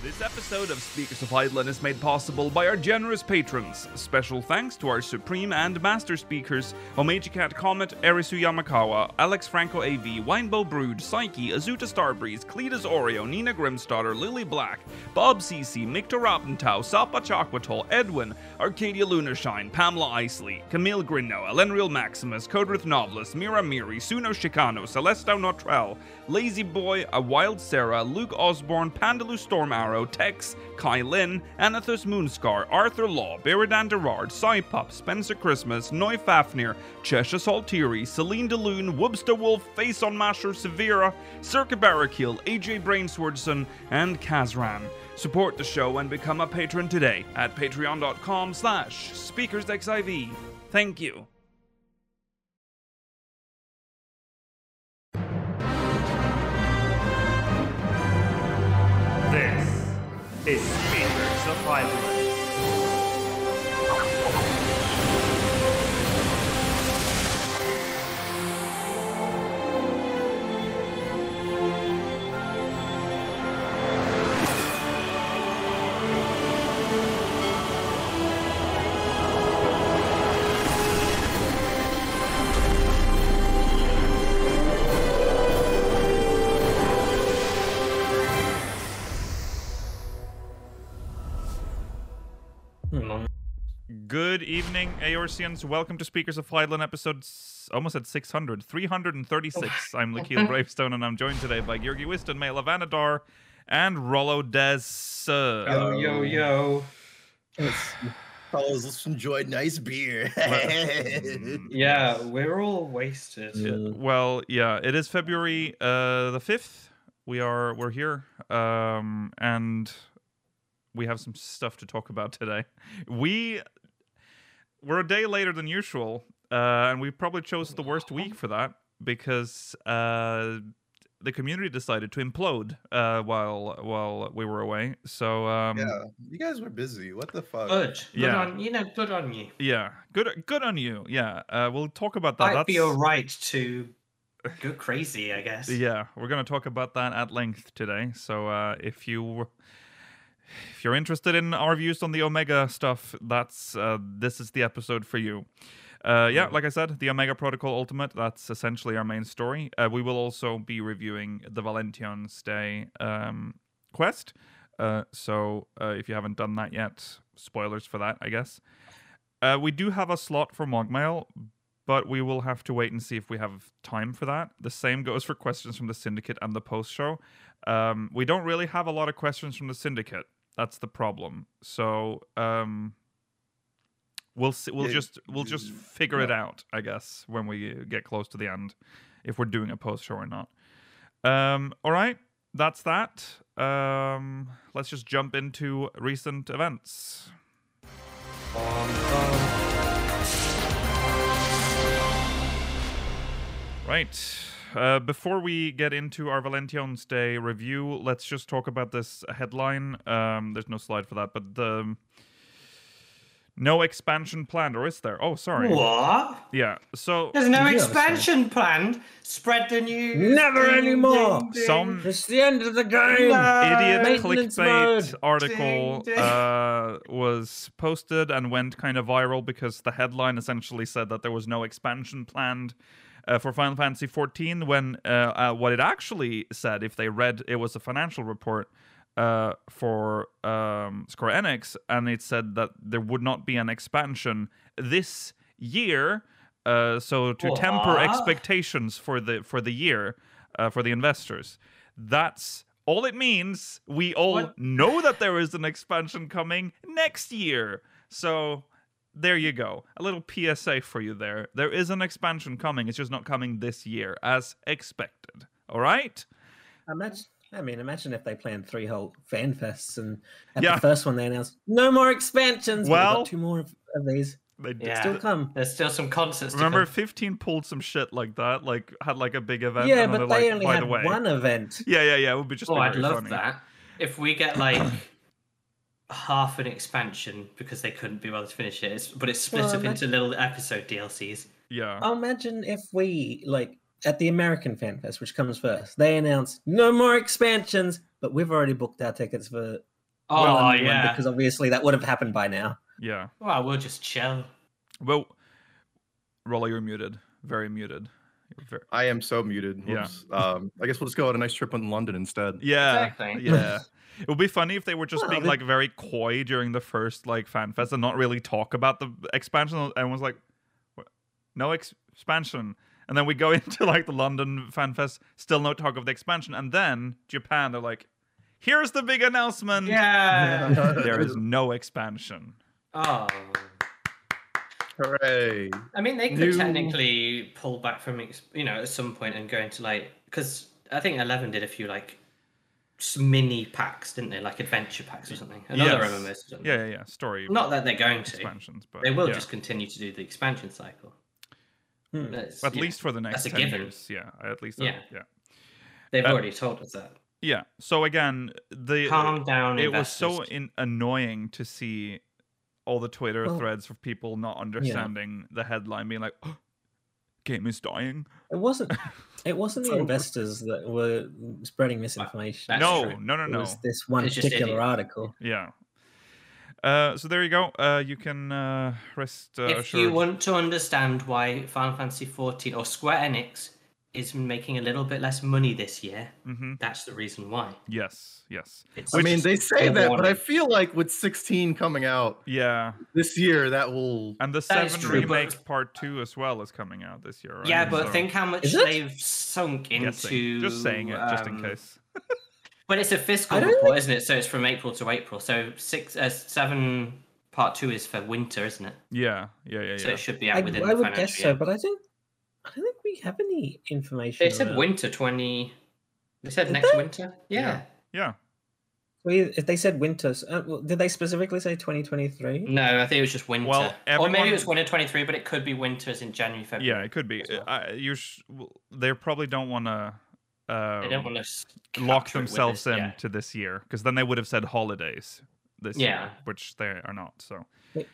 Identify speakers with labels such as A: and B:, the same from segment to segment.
A: This episode of Speakers of Eidolon is made possible by our generous patrons. Special thanks to our supreme and master speakers, Omeji Cat Comet, Erisu Yamakawa, Alex Franco AV, Winebow Brood, Psyche, Azuta Starbreeze, Cletus Oreo, Nina Grimstarter, Lily Black, Bob CC, Mikta Rapentau, Sapa Chakwatol, Edwin, Arcadia Lunarshine, Pamela Isley, Camille Grinoa, Elenriel Maximus, Codrith Novelist, Mira Miri, Suno Chicano, Celestao Notrell, Lazy Boy, A Wild Sarah, Luke Osborne, Pandalu Storm Arrow, Tex, Kai Lin, Anathus Moonscar, Arthur Law, Beridan Derard, Cypup, Spencer Christmas, Noi Fafnir, Cheshire Saltiri, Celine DeLune, Wubster Wolf, Face on Masher, Severa, Circa Barrakeel, AJ Brainswordson, and Kazran. Support the show and become a patron today at patreon.com slash speakersxiv. Thank you.
B: This is Speakers of Highland.
C: Good evening, Aorcians. Welcome to Speakers of Flydlin, episode s- almost at 600, 336. I'm Lakeel Bravestone, and I'm joined today by Georgi Wiston, Mela Vanadar, and Rollo Des. Uh,
D: Yo, yo, yo.
E: Fellas, let's enjoy nice beer. Mm,
D: Yeah, we're all wasted.
C: Uh, well, yeah, it is February uh, the 5th. We are we're here, um, and we have some stuff to talk about today. We we're a day later than usual, uh, and we probably chose the worst week for that because uh, the community decided to implode uh, while while we were away. So um,
E: yeah, you guys were busy. What the fuck?
D: Good. Good
C: Yeah.
D: on you know, good on you.
C: yeah, good good on you. Yeah, uh, we'll talk about that.
D: Might be
C: That's-
D: all right to go crazy, I guess.
C: Yeah, we're going to talk about that at length today. So uh, if you if you're interested in our views on the Omega stuff, that's uh, this is the episode for you. Uh, yeah, like I said, the Omega Protocol Ultimate. That's essentially our main story. Uh, we will also be reviewing the Valentine's Day um, quest. Uh, so uh, if you haven't done that yet, spoilers for that, I guess. Uh, we do have a slot for Mogmail, but we will have to wait and see if we have time for that. The same goes for questions from the syndicate and the post show. Um, we don't really have a lot of questions from the syndicate. That's the problem. So um, we'll see, we'll
E: Yeah,
C: just we'll just
E: you-
C: figure it out, I guess, when we uh, get close to the end, if we're doing a post show or not. Um, all right, that's that. Um, let's just jump into recent events. Right. Uh, before we get into our Valentine's Day review, let's just talk about this headline. Um, there's no slide for that, but the no expansion planned, or is there? Oh, sorry.
D: What?
C: Yeah. So
D: There's no expansion planned. Spread the news.
F: Never
D: Ding,
F: anymore.
D: ding, ding.
C: some
F: It's the end of the game.
C: idiot
F: Maintenance
C: clickbait
F: mode.
C: article
D: Ding, ding.
C: uh, was posted and went kind of viral because the headline essentially said that there was no expansion planned uh, for Final Fantasy XIV. When uh, uh, what it actually said, if they read, it was a financial report uh, for um, Square Enix, and it said that there would not be an expansion this year. Uh, so to temper
D: What?
C: expectations for the for the year uh, for the investors. That's all it means. We all
D: What?
C: know that there is an expansion coming next year. So there you go. A little PSA for you there. There is an expansion coming. It's just not coming this year as expected. All right?
F: Imagine, I mean, imagine if they planned three whole fan fests and at
C: Yeah.
F: the first one they announced no more expansions. but we've got
C: Well-
F: two more of, of these
C: They did.
D: Yeah.
F: still come.
D: There's still some concerts.
C: Remember,
D: to
C: 15 pulled some shit like that, like had like a big event.
F: yeah,
C: and then
F: but
C: they're
F: they
C: like,
F: only
C: by
F: had
C: the way.
F: one event.
C: Yeah, yeah, yeah. It would be just
D: come. Oh,
C: be
D: I'd
C: very
D: love
C: funny.
D: that. If we get like half an expansion because they couldn't be bothered to finish it, it's, but it's split
F: Well,
D: up into little episode DLCs.
C: Yeah.
F: I'll Oh, imagine if we like at the American Fan Fest, which comes first, they announced no more expansions. but we've already booked our tickets for.
D: Oh
F: well, everyone,
D: yeah.
F: because obviously that would have happened by now.
C: Yeah.
D: Well, we'll just chill.
C: Well, Rollo, you're muted. Very muted. You're ver-
E: I am so muted.
C: Yeah.
E: Whoops. Um, I guess we'll just go on a nice trip in London instead.
C: Yeah.
D: Exactly.
C: Yeah. It would be funny if they were just
F: Well,
C: being
F: they-
C: like very coy during the first like fan fest and not really talk about the expansion. Everyone's like, "Wha- no ex- expansion. And then we go into like the London fan fest, still no talk of the expansion. And then Japan, they're like, here's the big announcement.
D: Yeah.
C: There is no expansion.
D: oh.
E: Hooray!
D: I mean, they could
E: New-
D: technically pull back from ex- you know at some point and go into like because I think Eleven did a few like s- mini packs, didn't they? Like adventure packs or something. Another
C: Yes.
D: MMOs. or something.
C: Yeah, yeah, yeah. Story
D: Not that they're going to.
C: expansions, but
D: They will
C: yeah.
D: just continue to do the expansion cycle.
F: Hmm.
D: That's-
C: at
D: yeah.
C: least for the next
D: a
C: 10
D: given.
C: years. Yeah, at least. uh,
D: Yeah.
C: yeah.
D: they've
C: uh,
D: already told us that.
C: Yeah. So again, the
D: Calm down.
C: it was so
D: investors.
C: in- annoying to see all the Twitter
F: Well-
C: threads of people not understanding the headline, being like, "Oh, "Game is dying."
F: It wasn't. It wasn't the
E: So-
F: investors that were spreading misinformation.
D: That's
C: No,
D: true.
C: no, no,
F: It
C: no.
F: was this one
D: It's just
F: particular
D: idiots.
F: article.
C: Yeah. Uh, so there you go. Uh, you can uh, rest uh,
D: if
C: assured.
D: you want to understand why Final Fantasy 14 or Square Enix is making a little bit less money this year,
C: Mhm.
D: that's the reason why.
C: Yes. Yes.
D: It's
E: I mean,
D: just
E: they say that, but I
D: warning.
E: feel like with 16 coming out
C: Yeah.
E: this year, that will.
C: And the
D: That is
C: Seven
D: true, but-
C: remake part two as well is coming out this year. Right?
D: yeah, but
C: So-
D: think how much
F: Is it?
D: they've sunk into.
C: Guessing. Just saying it, just in
D: um,
C: case.
D: But it's a fiscal
F: I don't
D: report, isn't it? So it's from April to April. So six, uh, seven, part two is for winter, isn't it?
C: Yeah, yeah, yeah,
D: So
C: yeah.
D: it should be out
F: I,
D: within
F: I
D: the
F: would
D: financial
F: guess
D: year.
F: so, but I don't. I don't think we have any information.
D: They said
F: around-
D: winter 20. They said
F: Did
D: next
F: they?
D: winter? Yeah.
C: yeah.
F: We, if they said winters, uh, well, did they specifically say 2023?
D: No, I think it was just winter.
C: Well,
D: Or maybe
C: everyone-
D: it was winter 23, but it could be winter as in January, February.
C: Yeah, it could be. Uh,
D: as well.
C: I, you sh- w- they probably don't want to. Uh,
D: They don't want to
C: lock themselves in to this year because then they would have said holidays this year,
D: Yeah.
C: which they are not. So,
F: Wait.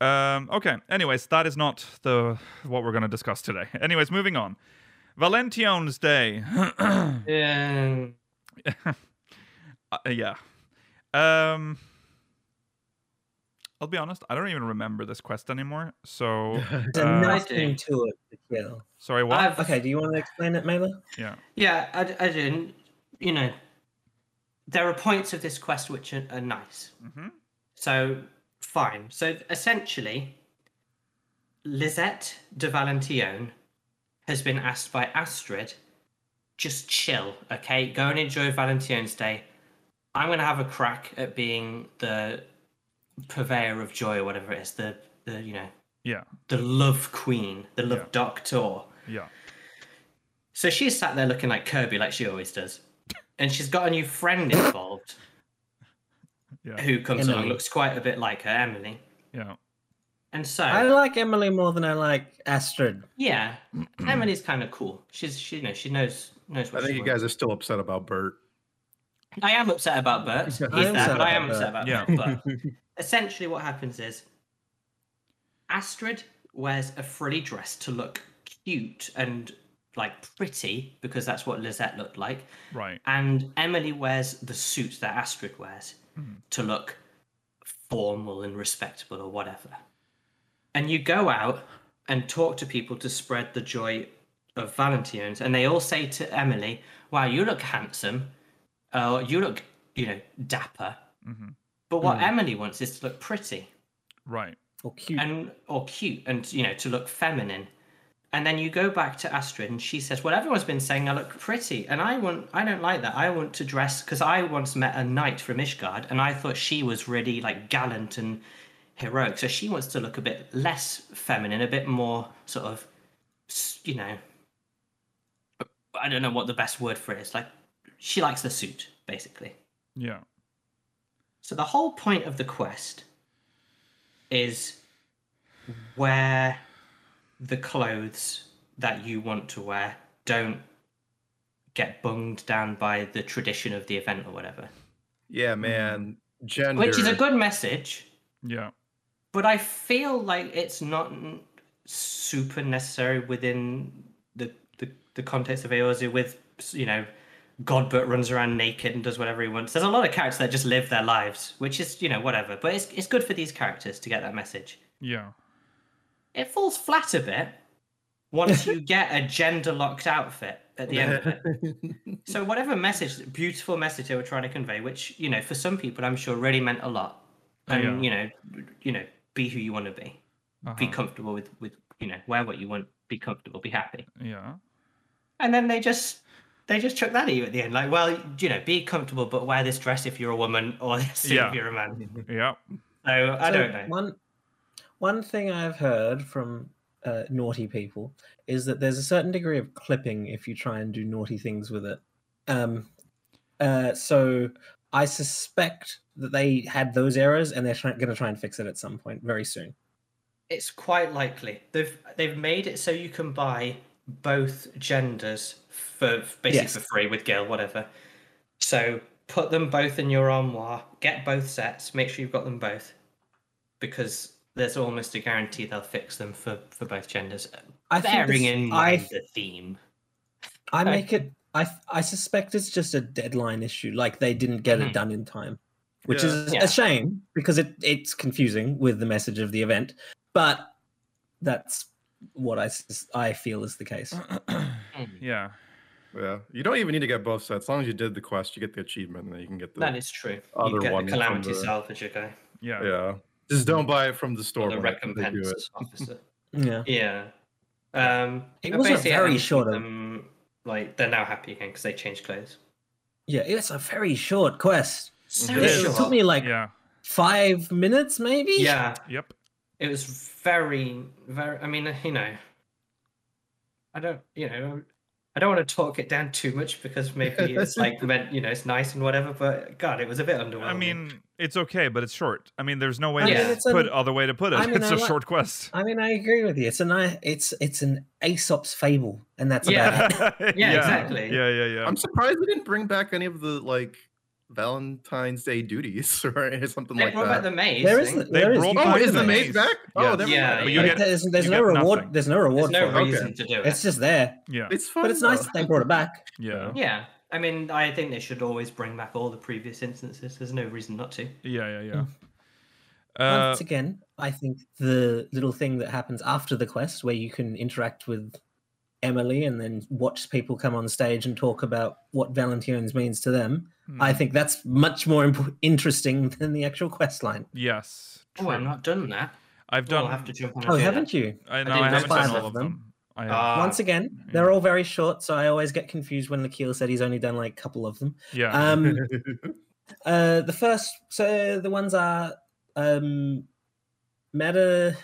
C: um, okay. Anyways, that is not the what we're going to discuss today. Anyways, moving on. Valentine's Day.
D: Yeah. Um,
C: Uh, yeah. Um, I'll be honest. I don't even remember this quest anymore. So
F: There's
C: Uh,
F: nothing to it to kill.
C: sorry. What?
D: I've, Oh.
F: Okay, do you want to explain it, Mela?
D: Yeah, I, d- I didn't. You know, there are points of this quest which are, are nice.
C: Mhm.
D: So, fine. So, essentially, Lisette de Valentione has been asked by Astrid, just chill, okay? Go and enjoy Valentine's Day. I'm going to have a crack at being the purveyor of joy or whatever it is, the, the you know,
C: Yeah.
D: the love queen, the love
C: Yeah.
D: doctor.
C: Yeah.
D: So she's sat there looking like Kirby, like she always does. And she's got a new friend involved
C: Yeah.
D: who comes along,
F: Emily.
D: looks quite a bit like her, Emily.
C: Yeah.
D: And so,
F: I like Emily more than I like Astrid.
D: yeah, Emily's kind of cool. She's, she, you know, she knows knows
E: I
D: what she
E: think you
D: wants.
E: guys are still upset about Bert.
D: I am upset about Bert. He's there,
F: I'm upset
D: but I
F: about
D: am upset about
C: Yeah.
D: Bert. But essentially, what happens is Astrid wears a frilly dress to look cute and like pretty because that's what Lisette looked like.
C: Right.
D: and Emily wears the suit that Astrid wears
C: Mhm.
D: to look formal and respectable or whatever. And you go out and talk to people to spread the joy of Valentine's, and they all say to Emily, "Wow, you look handsome. Uh, you look, you know, dapper."
C: hmm
D: But what
F: Mm.
D: Emily wants is to look pretty
C: Right.
F: Or cute.
D: and or cute and you know to look feminine and then you go back to astrid and she says well everyone's been saying i look pretty and i want i don't like that i want to dress because i once met a knight from ishgard and i thought she was really like gallant and heroic so she wants to look a bit less feminine a bit more sort of s- you know i don't know what the best word for it is like she likes the suit basically
C: Yeah.
D: so the whole point of the quest is wear the clothes that you want to wear. Don't get bunged down by the tradition of the event or whatever.
E: Yeah, man. Gender.
D: Which is a good message,
C: Yeah.
D: but I feel like it's not n- super necessary within the the, the context of Eozu with you know Godbert runs around naked and does whatever he wants. There's a lot of characters that just live their lives, which is you know whatever. But it's it's good for these characters to get that message.
C: Yeah.
D: It falls flat a bit once you get a gender locked outfit at the end of it. So whatever message, beautiful message they were trying to convey, which you know for some people I'm sure really meant a lot, and
C: Yeah.
D: you know, you know, be who you want to be, be
C: Uh-huh.
D: comfortable with with you know wear what you want, be comfortable, be happy,
C: Yeah.
D: and then they just they just chuck that at you at the end, like, well, you know, be comfortable, but wear this dress if you're a woman or this suit
C: Yeah.
D: if you're a man.
C: Yeah.
D: So I
F: So
D: don't know.
F: One, one thing I've heard from uh, naughty people is that there's a certain degree of clipping if you try and do naughty things with it. Um, uh, so I suspect that they had those errors and they're try- going to try and fix it at some point very soon.
D: It's quite likely they've they've made it so you can buy both genders for basically
F: Yes.
D: for free with Gil, whatever. So put them both in your armoire, get both sets, make sure you've got them both, because there's almost a guarantee they'll fix them for for both genders,
F: I
D: bearing
F: it's-
D: in
F: I,
D: mind the theme.
F: I make it. I I suspect it's just a deadline issue. Like they didn't get
C: Mm-hmm.
D: Mhm.
F: it done in time, which
E: Yeah.
F: is
D: Yeah.
F: a shame because it it's confusing with the message of the event. But that's what I sus- I feel is the case.
C: yeah.
E: Yeah, you don't even need to get both sets. As long as you did the quest, you get the achievement, and then you can get the.
D: That is true.
E: other
D: You get
E: one
D: the
E: from
D: calamity
E: the-
D: salvager guy,
C: Yeah.
E: yeah, just don't buy it from the
D: or
E: store.
D: the
E: when it comes to do it.
D: recompense officer.
F: Yeah.
D: Yeah. Um,
F: It
D: but
F: wasn't
D: basically
F: very
D: ends with
F: short of-
D: Them, like they're now happy again because they changed clothes.
F: Yeah, it's a very short quest.
D: So
E: It
F: It,
E: is.
F: took me like
C: Yeah.
F: five minutes, maybe.
D: Yeah,
C: Yep.
D: it was very, very. I mean, you know, I don't, you know, um, I don't want to talk it down too much because maybe it's like meant, you know, it's nice and whatever. But God, it was a bit underwhelming.
C: I mean, it's okay, but it's short. I mean, there's no way
F: I
D: mean,
C: to
F: it's an-
C: put other way to put it.
F: I mean,
C: it's
F: I
C: a
F: like-
C: short quest.
F: I mean, I agree with you. It's a ni- it's it's an Aesop's fable, and that's
D: Yeah.
F: about it.
C: yeah,
D: exactly.
C: Yeah, yeah, yeah.
E: I'm surprised they didn't bring back any of the like Valentine's Day duties or something
D: they
E: like
D: brought back
E: that.
D: the maze.
F: There is
D: thing.
F: the,
C: They
F: there is,
C: brought
F: you
E: oh,
F: can't
C: back
E: is
F: do
E: the
F: that.
C: maze.
E: maze back?
C: Yeah.
E: Oh, never
D: Yeah,
E: mind.
C: But you
F: Like,
C: get-
F: there's there's
C: you
F: no
C: get
F: reward.
C: nothing.
F: There's no
D: There's
F: reward
D: no
F: for it.
D: reason to do it.
F: It's just there.
C: yeah,
E: It's fun.
F: But it's nice
E: though.
F: that they brought it back.
C: yeah, yeah,
D: Yeah, I mean, I think they should always bring back all the previous instances. There's no reason not to.
C: yeah, yeah. Uh,
F: Once again, I think the little thing that happens after the quest, where you can interact with Emily and then watch people come on stage and talk about what Valentine's means to them,
C: hmm.
F: I think that's much more imp- interesting than the actual quest line.
C: yes.
D: Oh, I've
C: true.
D: not done that.
C: I've
D: Don't
C: done.
D: have to jump on. and
F: Oh,
D: do that.
F: haven't you?
C: I know.
D: didn't
C: I,
D: do
C: haven't
F: five
C: done all
F: of
C: of
F: them.
C: them. I have.
D: Ah,
F: Once again,
C: yeah.
F: they're all very short, so I always get confused when Lakeel said he's only done like a couple of them.
C: yeah.
F: Um, uh, the first, so the ones are um, Meta,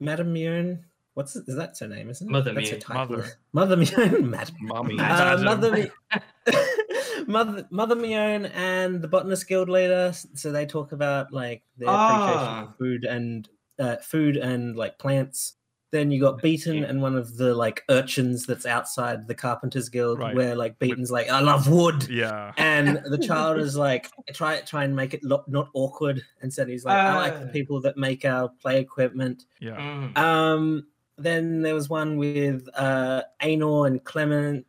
F: Madam Mune. What's is that her name? Isn't it?
D: Mother
F: That's her
D: Mune.
F: title.
C: Mother.
F: Mother Mune. Madam.
E: mommy.
D: Mad-
F: Uh,
C: Madam.
F: Mother, Mi- Mother, Mother Mione and the Botanist Guild later. s- So they talk about like their appreciation
D: Ah.
F: for food and uh, food and like plants. Then you got Beaton and one of the like urchins that's outside the Carpenters Guild,
C: Right.
F: where like Beaton's like, "I love wood,"
C: yeah.
F: and the child is like, "Try try and make it lo- not awkward." And so he's like, "I like the
D: Ah.
F: people that make our play equipment."
C: Yeah.
D: Mm.
F: Um, then there was one with uh, Anor and Clement,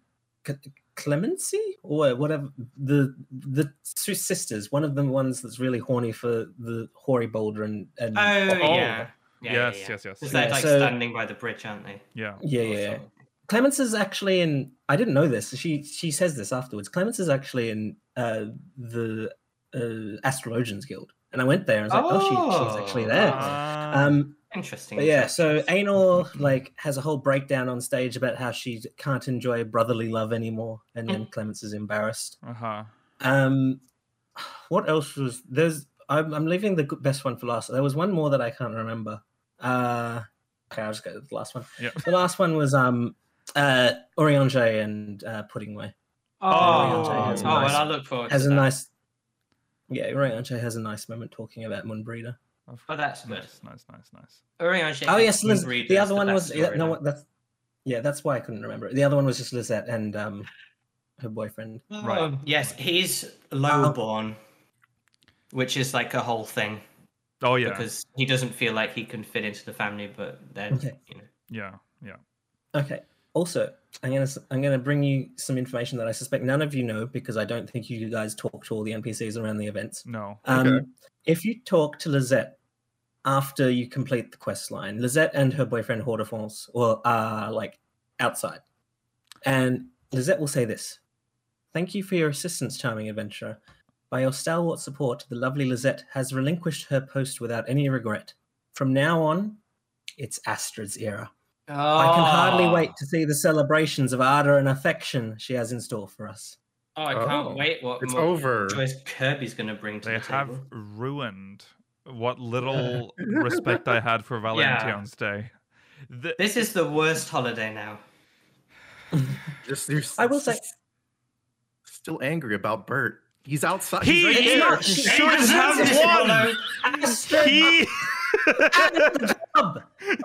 F: C- Clemency or whatever the the two sisters. One of them ones that's really horny for the hoary boulder and, and
D: Oh,
C: Oh.
D: yeah. Yeah,
C: yes,
D: yeah, yeah.
C: yes. Yes.
D: Because
F: Yeah,
D: they're like
F: so-
D: standing by the bridge, aren't they?
C: Yeah.
F: yeah,
D: Or
F: yeah. yeah.
D: something.
F: Clements is actually in. I didn't know this. She she says this afterwards. Clements is actually in uh, the uh, Astrologians Guild, and I went there and I was like, oh, she, she's actually
D: Oh,
F: there.
C: Ah,
F: Um,
D: Interesting.
F: But yeah, so
D: interesting.
F: Anor like has a whole breakdown on stage about how she can't enjoy brotherly love anymore, and then Clements is embarrassed.
C: uh-huh.
F: Um, what else was there's? I'm, I'm leaving the good- best one for last. There was one more that I can't remember. Uh, okay, I'll just go to the last one.
C: Yeah.
F: The last one was um, uh, Orange and uh, Puddingway
D: Oh,
C: Oh,
D: oh,
C: it's
F: nice.
D: well, I look forward
F: has
D: to
F: a
D: that.
F: nice. Yeah, Orange has a nice moment talking about Moonbreeder.
C: Of
D: Oh, that's
C: course.
D: good.
C: Nice, nice, nice,
D: Orange
F: Oh yes, Liz.
D: Breed
F: The
D: is
F: other one was
D: best
F: yeah,
D: story
F: no.
D: now.
F: That's yeah. That's why I couldn't remember it. The other one was just Lizette and um, her boyfriend.
C: Right.
D: Um, yes, he's lowborn, which is like a whole thing
C: Oh yeah,
D: because he doesn't feel like he can fit into the family, but then
F: Okay.
D: you know.
C: yeah, yeah.
F: Okay. Also, I'm gonna s- I'm gonna bring you some information that I suspect none of you know because I don't think you guys talk to all the NPCs around the events.
C: No.
F: Um,
E: Okay.
F: If you talk to Lizette after you complete the quest line, Lizette and her boyfriend Hordefons well, are uh, like outside, and Lizette will say this: "Thank you for your assistance, charming adventurer. By your stalwart support, the lovely Lizette has relinquished her post without any regret. From now on, it's Astra's era." I can hardly wait to see the celebrations of ardor and affection she has in store for us.
D: Oh, I can't
E: Oh,
D: wait. What
E: It's
D: more
E: over.
D: choice Kirby's going to bring to
C: They
D: the
C: have
D: table?
C: ruined what little respect I had for Valentine's Day. The-
D: This is the worst holiday now.
E: Just you're s-
F: I will say-
E: s- still angry about Bert. He's outside.
C: He
E: He's right
C: is
E: here.
C: not-
F: she
C: He doesn't have
D: deserves
C: one!
D: Willow.
F: Astra
C: he
F: Hub!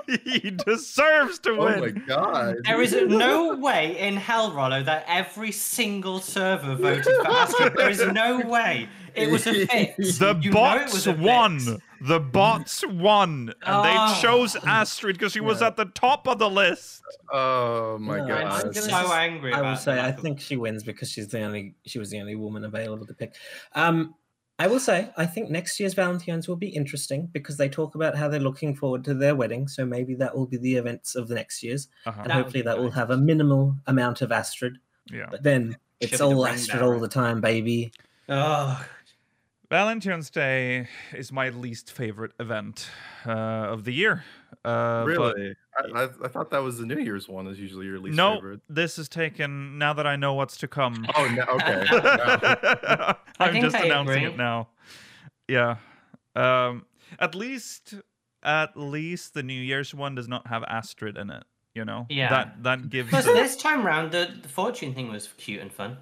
C: he deserves to
E: Oh my
C: win.
E: god.
D: There is no way in hell, Rollo, that every single server voted for Astrid. There is no way. It was a fix.
C: the
D: You know it
C: bots
D: was a fix.
C: won. The bots won, and
D: Oh.
C: they chose Astrid because she was
F: Yeah.
C: at the top of the list.
E: Oh my
F: No,
E: god.
F: I'm
D: I'm
F: gonna
D: so
F: just-
D: angry.
F: I will
D: about
F: say
D: the
F: I
D: lack of-
F: think she wins because she's the only she was the only woman available to pick. Um, I will say I think next year's Valentine's will be interesting because they talk about how they're looking forward to their wedding, so maybe that will be the events of the next year's,
C: Uh-huh.
F: and
D: That would
F: hopefully
D: be
F: that will
D: nice.
F: have a minimal amount of Astrid.
C: Yeah.
F: But then
D: Should
F: it's
D: be the
F: all
D: ring
F: Astrid
D: bearer.
F: all the time, baby.
D: Oh,
C: Valentine's Day is my least favorite event uh, of the year. Uh, But
E: really? I, I, I thought that was the New Year's one. Is usually your least
C: no,
E: favorite.
C: this is taken now that I know what's to come.
E: Oh no. Okay. No.
C: I'm
D: think
C: just
D: I
C: announcing
D: agree.
C: it now. Yeah. Um, at least, at least the New Year's one does not have Astrid in it. You know.
D: Yeah.
C: That that gives.
D: because
C: it-
D: this time round the, the fortune thing was cute and fun.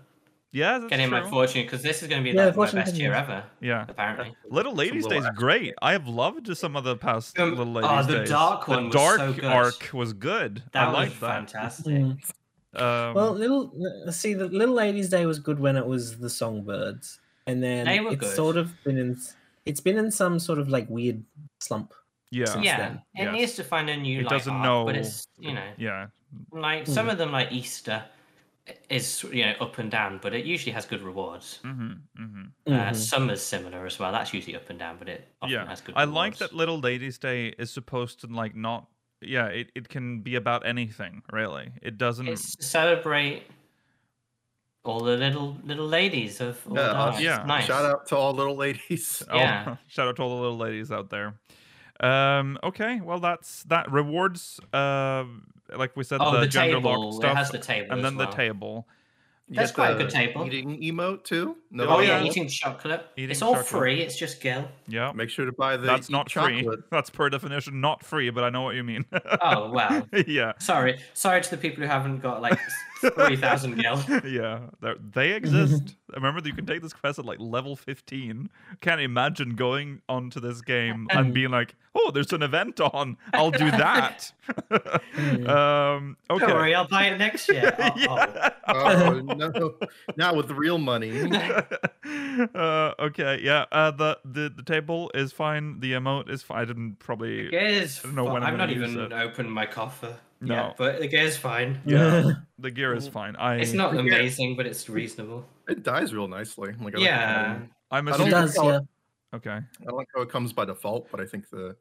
C: yeah. That's
D: Getting my
C: true.
D: fortune because this is going to be
F: Yeah,
D: like, my
F: fortune
D: best
F: thing
D: year
F: was-
D: ever,
C: Yeah.
D: apparently.
C: Little Ladies
E: little
C: Day is great. I have loved some of the past
D: Um,
C: Little
D: oh,
C: Ladies
D: the
C: days.
D: dark one
C: The
D: was
C: dark
D: so good.
C: arc was good.
D: That
C: I
D: was
C: like that.
D: fantastic.
F: Mm.
C: Um,
F: Well, little let's see, the Little Ladies' Day was good when it was the Songbirds, and then
D: They were
F: it's
D: good.
F: sort of been in it's been in some sort of like weird slump.
C: yeah,
F: since
D: Yeah,
F: then.
D: it
C: Yes.
D: needs to find a new.
C: It
D: like,
C: doesn't
D: arc,
C: know-
D: but it's you know
C: yeah.
D: like some
F: Hmm.
D: of them like Easter is you know up and down, but it usually has good rewards.
C: hmm hmm
D: Uh,
F: Mhm.
D: summer's similar as well. That's usually up and down, but it often
C: yeah
D: has good.
C: i like that
D: rewards.
C: little ladies day is supposed to like not yeah it, it can be about anything really it doesn't
D: It's to celebrate all the little little ladies of all
E: Yeah,
D: yeah,
C: yeah.
D: Nice.
E: Shout out to all little ladies.
C: I'll-
D: yeah.
C: oh, shout out to all the little ladies out there um okay well that's that rewards uh like we said
D: Oh,
C: the,
D: the
C: gender
D: table.
C: lock
D: It
C: stuff
D: has the table.
C: and
D: as
C: then the
D: well.
C: table
E: You
D: That's
E: get
D: quite a
E: the
D: good table.
E: Eating emote too. No,
D: Oh
C: Oh,
D: yeah,
C: yeah.
D: eating chocolate.
C: Eating
D: it's all
C: chocolate.
D: free. It's just Gil.
C: yeah
E: Make sure to buy the.
C: that's
E: eat
C: not free
E: chocolate.
C: that's per definition not free but i know what you mean
D: Oh wow.
C: yeah
D: Sorry, sorry to the people who haven't got like three thousand gil.
C: yeah, they're- they exist. Remember, that you can take this quest at like level 15. Can't imagine going onto this game and being like, oh, there's an event on. I'll do that. um, okay.
D: Don't worry, I'll buy it next year. Oh, oh.
C: Yeah.
E: Oh no! Not with real money.
C: uh, okay, yeah. Uh, the, the the table is fine. The emote is fine. I didn't probably.
D: The gear's
C: I don't know
D: fi-
C: when I'm
D: I'm not
C: gonna use
D: even
C: it.
D: opened my coffer.
C: No.
D: yet, but the gear's fine.
C: Yeah, the gear is fine. I
D: It's not amazing, but it's reasonable.
E: It dies real nicely. Like I like the
D: Yeah.
E: pattern.
C: I'm
E: I
F: It
E: don't
C: assuming.
F: does,
E: think I'll-
F: yeah.
C: Okay.
E: I don't like how it comes by default, but I think the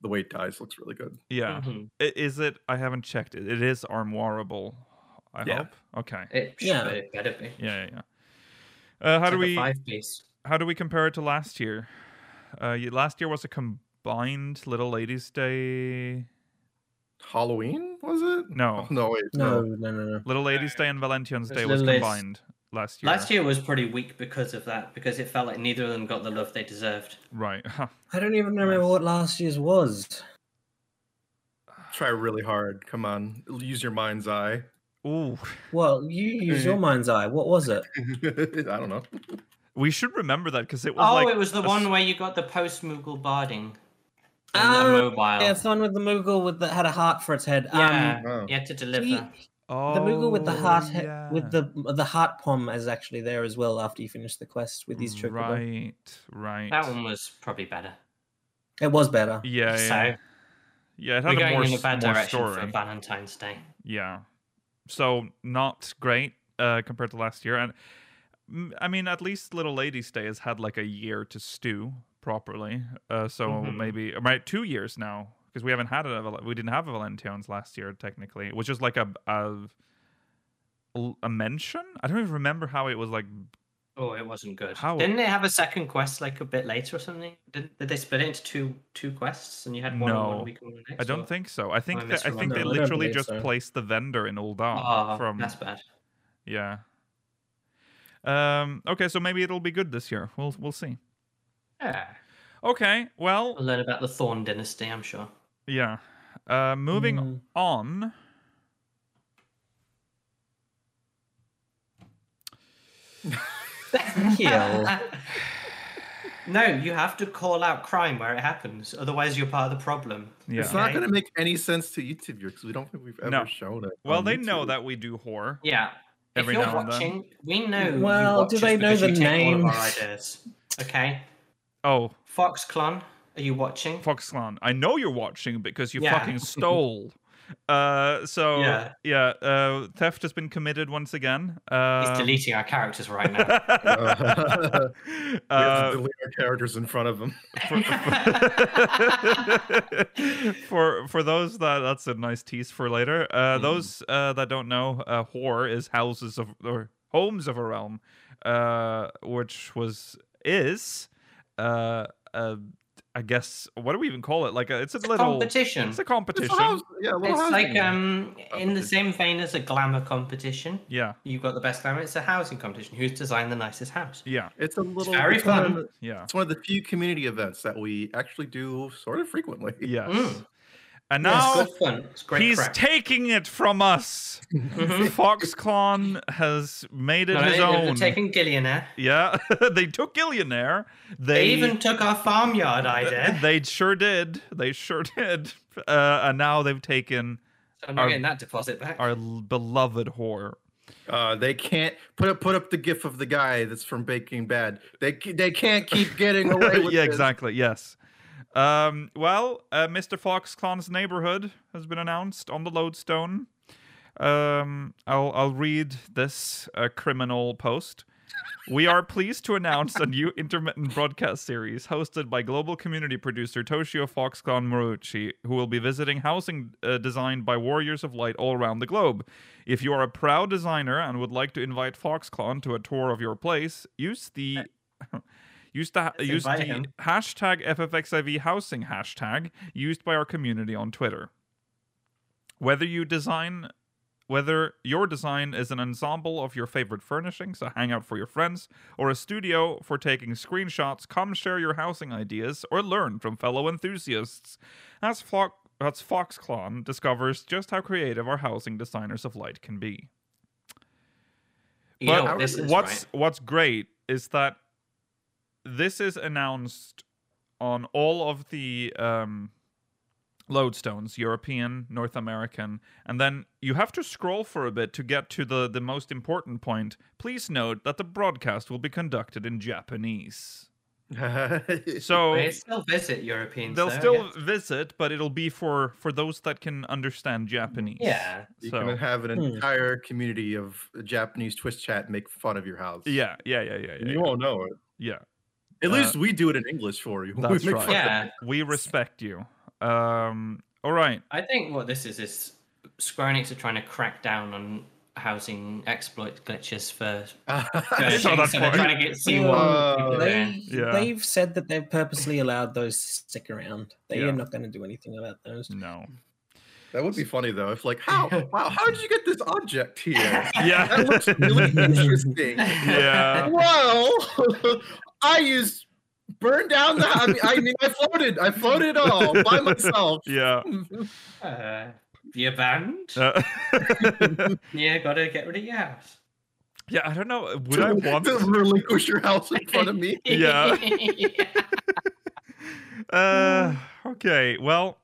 E: the way it dies looks really good.
C: Yeah.
D: Mhm.
C: I- Is it? I haven't checked it. It is armoirable. I
E: Yeah.
C: hope. Okay.
D: It,
F: Yeah.
D: yeah. it better be.
C: Yeah, yeah. yeah. Uh, how
D: It's
C: do
D: like a
C: we
D: Five piece.
C: how do we compare it to last year? Uh, y- last year was a combined Little Ladies Day.
E: Halloween was it?
C: No.
E: Oh, no wait.
F: No,
E: No.
F: no, no, no.
C: Little Ladies Day and Valentine's
D: There's
C: Day was
D: Little Ladies-
C: combined last year.
D: Last year was pretty weak because of that, because it felt like neither of them got the love they deserved.
C: right?
F: I don't even remember what last year's was.
E: Try really hard. Come on. Use your mind's eye.
C: Ooh,
F: Well, you use your mind's eye. What was it?
E: I don't know.
C: we should remember that because it was
D: Oh,
C: like
D: it was the
C: a
D: one
C: s-
D: where you got the post Moogle barding. And
F: Oh,
D: a mobile.
F: Yeah, it's the one with the Moogle with that had a heart for its head.
D: Yeah,
E: Oh.
D: you had to
F: Um,
D: deliver.
F: he- the Moogle with the
C: Oh,
F: heart he-
C: yeah.
F: with the the heart pom is actually there as well after you finish the quest with these chocobo.
C: right, right.
D: That one was probably better.
F: It was better.
C: Yeah, yeah,
D: so
C: yeah. It had
D: we're
C: a
D: going
C: more,
D: in a
C: s-
D: bad
C: more
D: direction
C: story.
D: for Valentine's Day.
C: Yeah. so not great uh, compared to last year. And mm, I mean, at least Little Ladies Day has had like a year to stew properly. Uh, so
D: Mhm.
C: maybe right two years now because we haven't had a Val- we didn't have a Valentine's last year technically, which is like a a, a mention. I don't even remember how it was like.
D: Oh, it wasn't good.
C: How-
D: Didn't they have a second quest like a bit later or something? Did, did they split it into two two quests and you had one
C: No,
D: one week and one the next?
C: I don't
D: or-
C: think so. I think that, I think
D: misremembered.
C: they
D: No, I
F: don't
C: literally
F: believe
C: just
F: so.
C: placed the vendor in Uldan
D: Oh,
C: from
D: that's bad.
C: yeah. Um. Okay, so maybe it'll be good this year. We'll we'll see.
D: Yeah.
C: Okay. Well,
D: We'll learn about the Thorn Dynasty, I'm sure.
C: Yeah. Uh, moving
F: Mm.
C: on.
F: Kiel.
D: no, you have to call out crime where it happens. Otherwise, you're part of the problem.
C: Yeah.
E: It's not
D: Okay.
E: going to make any sense to YouTube because we don't think we've ever
C: No.
E: shown it.
D: Oh,
C: Well,
E: on
C: they know
E: YouTube.
C: that we do horror.
D: Yeah.
C: Every
D: if you're
C: now and then.
D: watching, we know. you
F: Well,
D: watch
F: do
D: us
F: they know
D: because you
F: the
D: take All of our
F: names?
D: ideas. Okay.
C: Oh,
D: Foxclon, are you watching?
C: Foxclan, I know you're watching because you
D: Yeah.
C: fucking stole. uh, so yeah,
D: Yeah.
C: uh, theft has been committed once again.
D: He's
C: Uh,
D: deleting our characters right now.
E: Uh, We have to
C: uh,
E: delete our characters in front of them.
C: for for those that that's a nice tease for later.
D: Mm.
C: Uh, Those uh, that don't know, uh, whore is houses of or homes of a realm, uh, which was is, uh, uh, I guess what do we even call it? Like a, it's a little
D: competition.
C: It's a
E: It's,
C: competition.
E: a house- yeah, a little
D: It's
E: house
D: like
E: game.
D: um in the same vein as a glamour competition.
C: yeah,
D: You've got the best glamour. It's a housing competition. Who's designed the nicest house?
C: yeah,
E: it's a little
D: very
E: it's one of
D: fun.
E: the-
C: yeah,
E: It's one of the few community events that we actually do sort of frequently.
C: yes.
D: Mm.
C: And
D: It's
C: now
D: good fun. It's great
C: he's
D: crack.
C: taking it from us. Mm-hmm. Foxconn has made it
D: No,
C: his
D: they- they've
C: own.
D: taken Gillionaire.
C: Yeah, they took Gillionaire. They,
D: They even took our farmyard idea.
C: they sure did. They sure did. Uh, and now they've taken
D: I'm not
C: our-
D: getting that deposit back.
C: our l- beloved whore.
E: Uh, they can't put up put up the gif of the guy that's from Baking Bad. They c- they can't keep getting away with
C: yeah,
E: this.
C: exactly. Yes. Um, well, uh, Mr. Foxconn's neighborhood has been announced on the lodestone. Um, I'll I'll read this uh, criminal post. We are pleased to announce a new intermittent broadcast series hosted by global community producer Toshio Foxconn Morucci, who will be visiting housing uh, designed by warriors of light all around the globe. If you are a proud designer and would like to invite Foxconn to a tour of your place, use the use the
D: Let's
C: use
D: invite
C: the
D: him.
C: hashtag FFXIV housing hashtag used by our community on Twitter. Whether you design whether your design is an ensemble of your favorite furnishings, a hangout for your friends, or a studio for taking screenshots, come share your housing ideas or learn from fellow enthusiasts as, Flo- as Foxclon discovers just how creative our housing designers of light can be.
D: You know
C: But
D: what this is,
C: what's
D: right?
C: what's great is that this is announced on all of the um, lodestones, European, North American, and then you have to scroll for a bit to get to the the most important point. Please note that the broadcast will be conducted in Japanese. So
D: They still visit Europeans.
C: they'll
D: though, I
C: still
D: guess.
C: visit, but it'll be for for those that can understand Japanese.
D: Yeah.
E: you
C: So
E: can have an
F: Hmm.
E: entire community of Japanese Twitch chat make fun of your house.
C: yeah, yeah, yeah, yeah,
E: And
C: yeah.
E: you won't know it.
C: yeah.
E: At
C: Uh,
E: least we do it in English for you. We
C: that's
E: make
C: right.
E: fun of
D: Yeah.
C: We respect you. Um. All right.
D: I think what this is is Square Enix are trying to crack down on housing exploit glitches for
E: it.
D: versions, so
C: that's
D: they're
C: why.
D: trying to get see what
C: Oh.
E: Uh,
D: people are doing.
F: They,
C: Yeah.
F: They've said that they've purposely allowed those to stick around. They
C: Yeah.
F: are not going to do anything about those.
C: No.
E: that would be funny though. If like, how? Wow, how did you get this object here?
C: Yeah.
E: That looks really interesting.
C: yeah.
E: Well, I used burn down the. I mean, I mean, I floated. I floated it all by myself.
C: Yeah.
D: Uh, you're banned.
C: Uh,
D: yeah, gotta get rid of your house.
C: yeah. I don't know. Would I want?
E: to relinquish your house in front of me?
C: Yeah. Uh, okay. Well,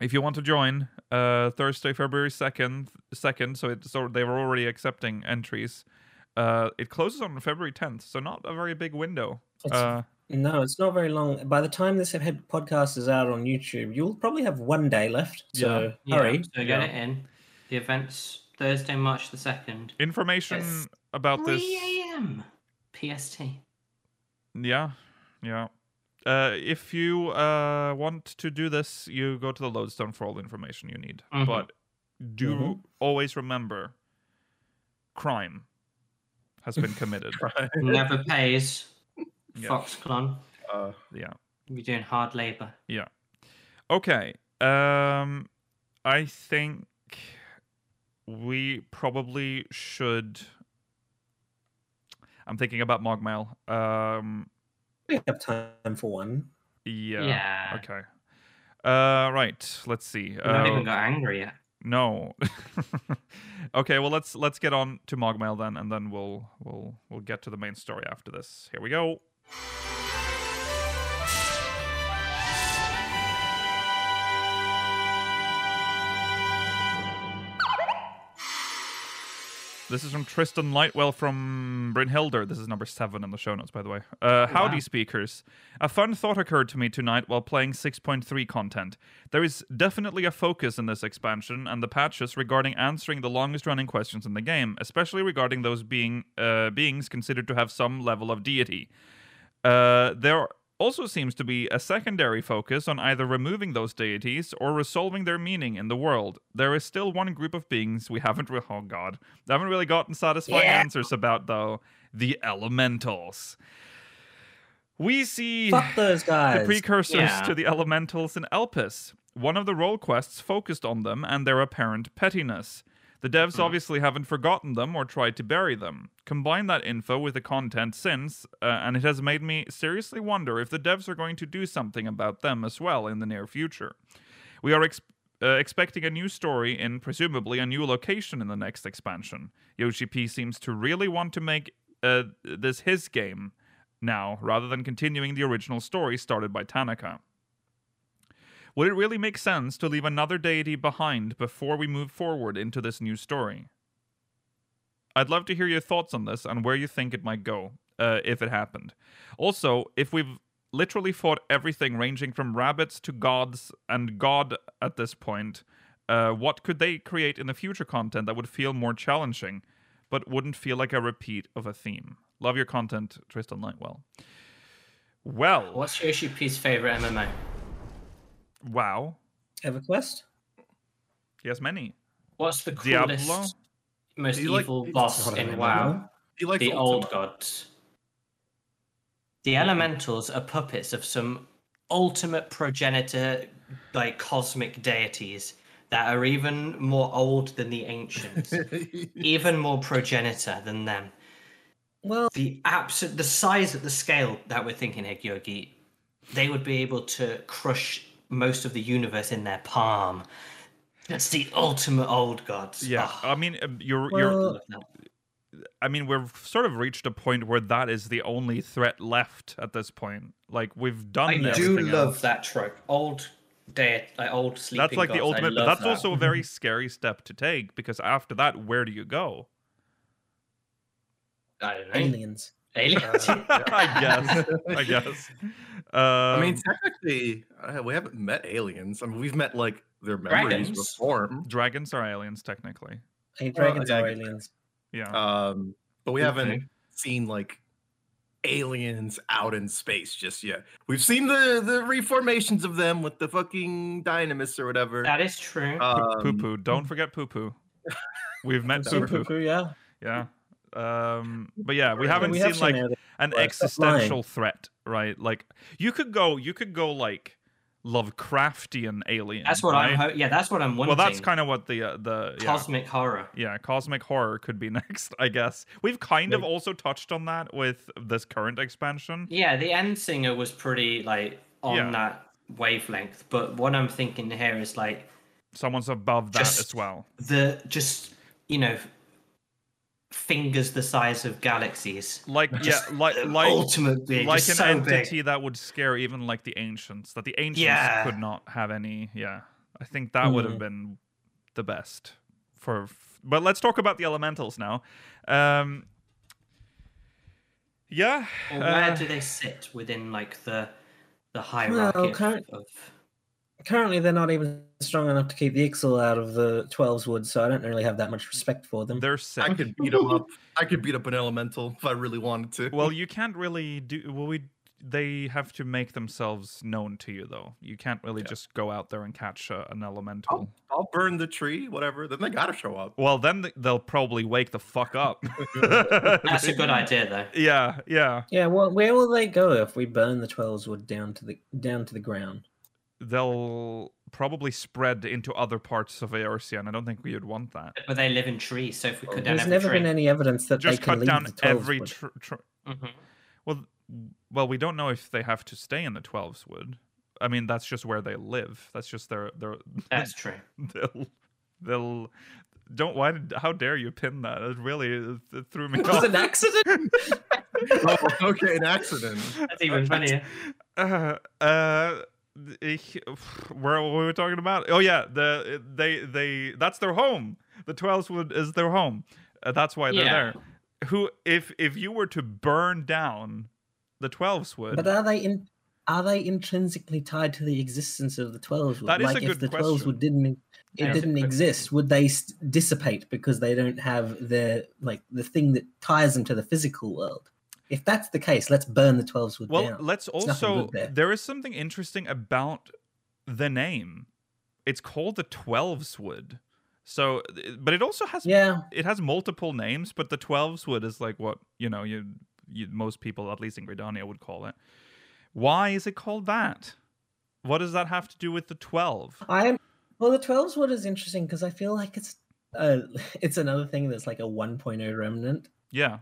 C: if you want to join, uh, Thursday, February second, second. So it's so they were already accepting entries. Uh, it closes on February tenth, so not a very big window.
F: It's-
C: Uh,
F: No, it's not very long. By the time this head- podcast is out on YouTube, you'll probably have one day left. So
D: Yeah,
F: hurry.
D: so get it in. The events Thursday, March the 2nd.
C: Information
D: It's
C: about this.
D: 3 a.m. PST.
C: Yeah, yeah. Uh, if you uh, want to do this, you go to the lodestone for all the information you need.
D: Mhm.
C: But do
F: Mhm.
C: always remember, crime has been committed.
D: Never pays.
C: Yeah.
D: Foxconn.
E: Uh,
C: yeah.
D: You're doing hard labor.
C: Okay. Um, I think we probably should. I'm thinking about Mogmail. Um,
F: We have time for one.
C: yeah.
D: Yeah.
C: Okay. Uh, right. Let's see.
D: We've not even
C: Uh,
D: got angry yet.
C: No. okay, well let's let's get on to Mogmail then and then we'll we'll we'll get to the main story after this. Here we go. This is from Tristan Lightwell from Brynhilder. This is number seven in the show notes, by the way. Uh, howdy,
D: wow.
C: speakers. A fun thought occurred to me tonight while playing 6.3 content. There is definitely a focus in this expansion and the patches regarding answering the longest running questions in the game, especially regarding those being uh, beings considered to have some level of deity. Uh, there also seems to be a secondary focus on either removing those deities or resolving their meaning in the world. There is still one group of beings we haven't re- oh god, I haven't really gotten satisfying
D: Yeah.
C: answers about though, the elementals. We see
F: Fuck those guys.
C: the precursors
D: Yeah.
C: to the elementals in Elpis. One of the role quests focused on them and their apparent pettiness. The devs obviously haven't forgotten them or tried to bury them. Combine that info with the content since, uh, and it has made me seriously wonder if the devs are going to do something about them as well in the near future. We are ex- uh, expecting a new story in presumably a new location in the next expansion. Yoshi P seems to really want to make uh, this his game now rather than continuing the original story started by Tanaka. Would it really make sense to leave another deity behind before we move forward into this new story? I'd love to hear your thoughts on this and where you think it might go uh, if it happened. Also, if we've literally fought everything ranging from rabbits to gods and God at this point, uh, what could they create in the future content that would feel more challenging but wouldn't feel like a repeat of a theme? Love your content, Tristan Lightwell. Well,
D: What's Yoshi P's favourite MMO?
C: wow.
F: EverQuest.
C: He has many.
D: What's the
C: Diablo?
D: coolest, most
E: Do you like-
D: evil
E: it's
D: boss
F: not an
D: in
F: MMO.
D: WoW?
E: he likes
D: The
E: Ultima.
D: old gods. The elementals are puppets of some ultimate progenitor, like cosmic deities that are even more old than the ancients, even more progenitor than them.
F: Well,
D: the absolute the size of the scale that we're thinking here, Gyogi, they would be able to crush most of the universe in their palm. That's the ultimate old gods.
C: Yeah,
D: Ah,
C: I mean, um, you're
D: I
C: you're.
F: Well-
D: love that.
C: I mean, we've sort of reached a point where that is the only threat left at this point. Like we've done.
D: I do
C: everything
D: love
C: else.
D: that trope. Old dead, like old sleeping.
C: That's like the
D: gods, I
C: ultimate. But
D: love
C: that's
D: that.
C: also a very scary step to take because after that, where do you go?
D: I don't know.
F: aliens.
D: Aliens.
C: Uh, I guess. I guess.
E: I mean,
C: Um,
E: technically, uh, we haven't met aliens. I mean, we've met like their memories
D: Dragons.
E: reform,
C: dragons are aliens technically.
F: Hey,
E: Well,
F: dragons
E: yeah,
F: are
E: I get
F: aliens.
C: Yeah.
E: um, but we haven't
D: Okay.
E: seen like aliens out in space just yet. We've seen the the reformations of them with the fucking dynamis or whatever.
D: that is true.
C: Uh,
E: Um,
C: poo poo. Don't forget poo poo. We've met
E: Sorry.
C: poo
F: Super
C: poo.
F: poo, yeah.
C: Yeah. Um, but yeah, we haven't
F: we
C: seen
F: have
C: like
F: seen aliens.
C: an
F: Right.
C: existential threat, right? Like you could go, you could go like Lovecraftian alien.
D: that's what
C: right?
D: I'm. Ho- yeah, that's what I'm
C: Well,
D: wanting.
C: that's kind of what the uh, the yeah.
D: cosmic horror.
C: yeah, cosmic horror could be next, I guess. We've kind of also touched on that with this current expansion.
D: Yeah, the end singer was pretty like on
C: Yeah.
D: that wavelength, but what I'm thinking here is like
C: Someone's above that
D: Just-
C: as well.
D: the just you know fingers the size of galaxies.
C: Like yeah,
D: Just
C: like
D: the
C: like
D: ultimate big,
C: like an
D: just so
C: entity
D: big.
C: that would scare even like the ancients. That the ancients
D: Yeah.
C: could not have any. Yeah, I think that would
E: Mm.
C: have been the best for. f- But let's talk about the elementals now. Um, yeah,
D: Or where
C: uh,
D: do they sit within like the the hierarchy of-
F: current-
D: of
F: currently they're not even strong enough to keep the Ixil out of the 12s wood, so I don't really have that much respect for them.
C: They're sick.
E: I could beat them up. I could beat up an elemental if I really wanted to.
C: Well, you can't really do. Well, we they have to make themselves known to you, though. You can't really just go out there and catch uh, an elemental.
D: Oh.
E: I'll, I'll burn the tree, whatever. Then they gotta show up.
C: Well, then th- they'll probably wake the fuck up.
D: That's a good idea, though.
C: Yeah, yeah.
F: yeah, well, where will they go if we burn the 12s wood down to the down to the ground?
C: They'll probably spread into other parts of Eorcia, and I don't think we would want that.
D: But they live in trees, so if we cut down
F: There's
D: every
F: never
D: tree,
F: been any evidence that
C: Just
F: they can
C: cut
F: leave
C: down
F: the 12s
C: every.
F: wood.
C: Tr- tr-
D: Mhm.
C: well, well, we don't know if they have to stay in the Twelves Wood. I mean, that's just where they live. That's just their their.
D: that's true.
C: they'll they'll don't why did- how dare you pin that it really it, it threw me
F: It was
C: off
F: an accident.
E: oh, okay, an accident.
D: That's even funnier.
C: uh, uh ich, where were we talking about oh yeah the they they that's their home the Twelveswood is their home uh, that's why they're
D: Yeah.
C: there who if if you were to burn down the Twelveswood
F: but are they in? Are they intrinsically tied to the existence of the 12s wood?
C: That is a
F: like
C: good
F: if the 12s
C: question.
F: would didn't e, it
D: Yeah.
F: didn't exist, would they s dissipate because they don't have their like the thing that ties them to the physical world? If that's the case, let's burn the 12s wood
C: Well,
F: down.
C: let's
F: nothing
C: also
F: good there.
C: there is something interesting about the name. It's called the Twelves Wood. So but it also has
F: Yeah,
C: it has multiple names, but the Twelves Wood is like what, you know, you, you most people at least in Gridania would call it. Why is it called that? What does that have to do with the 12?
F: I am. Well, the 12s wood is interesting because I feel like it's uh, it's another thing that's like a 1.0 remnant.
C: Yeah.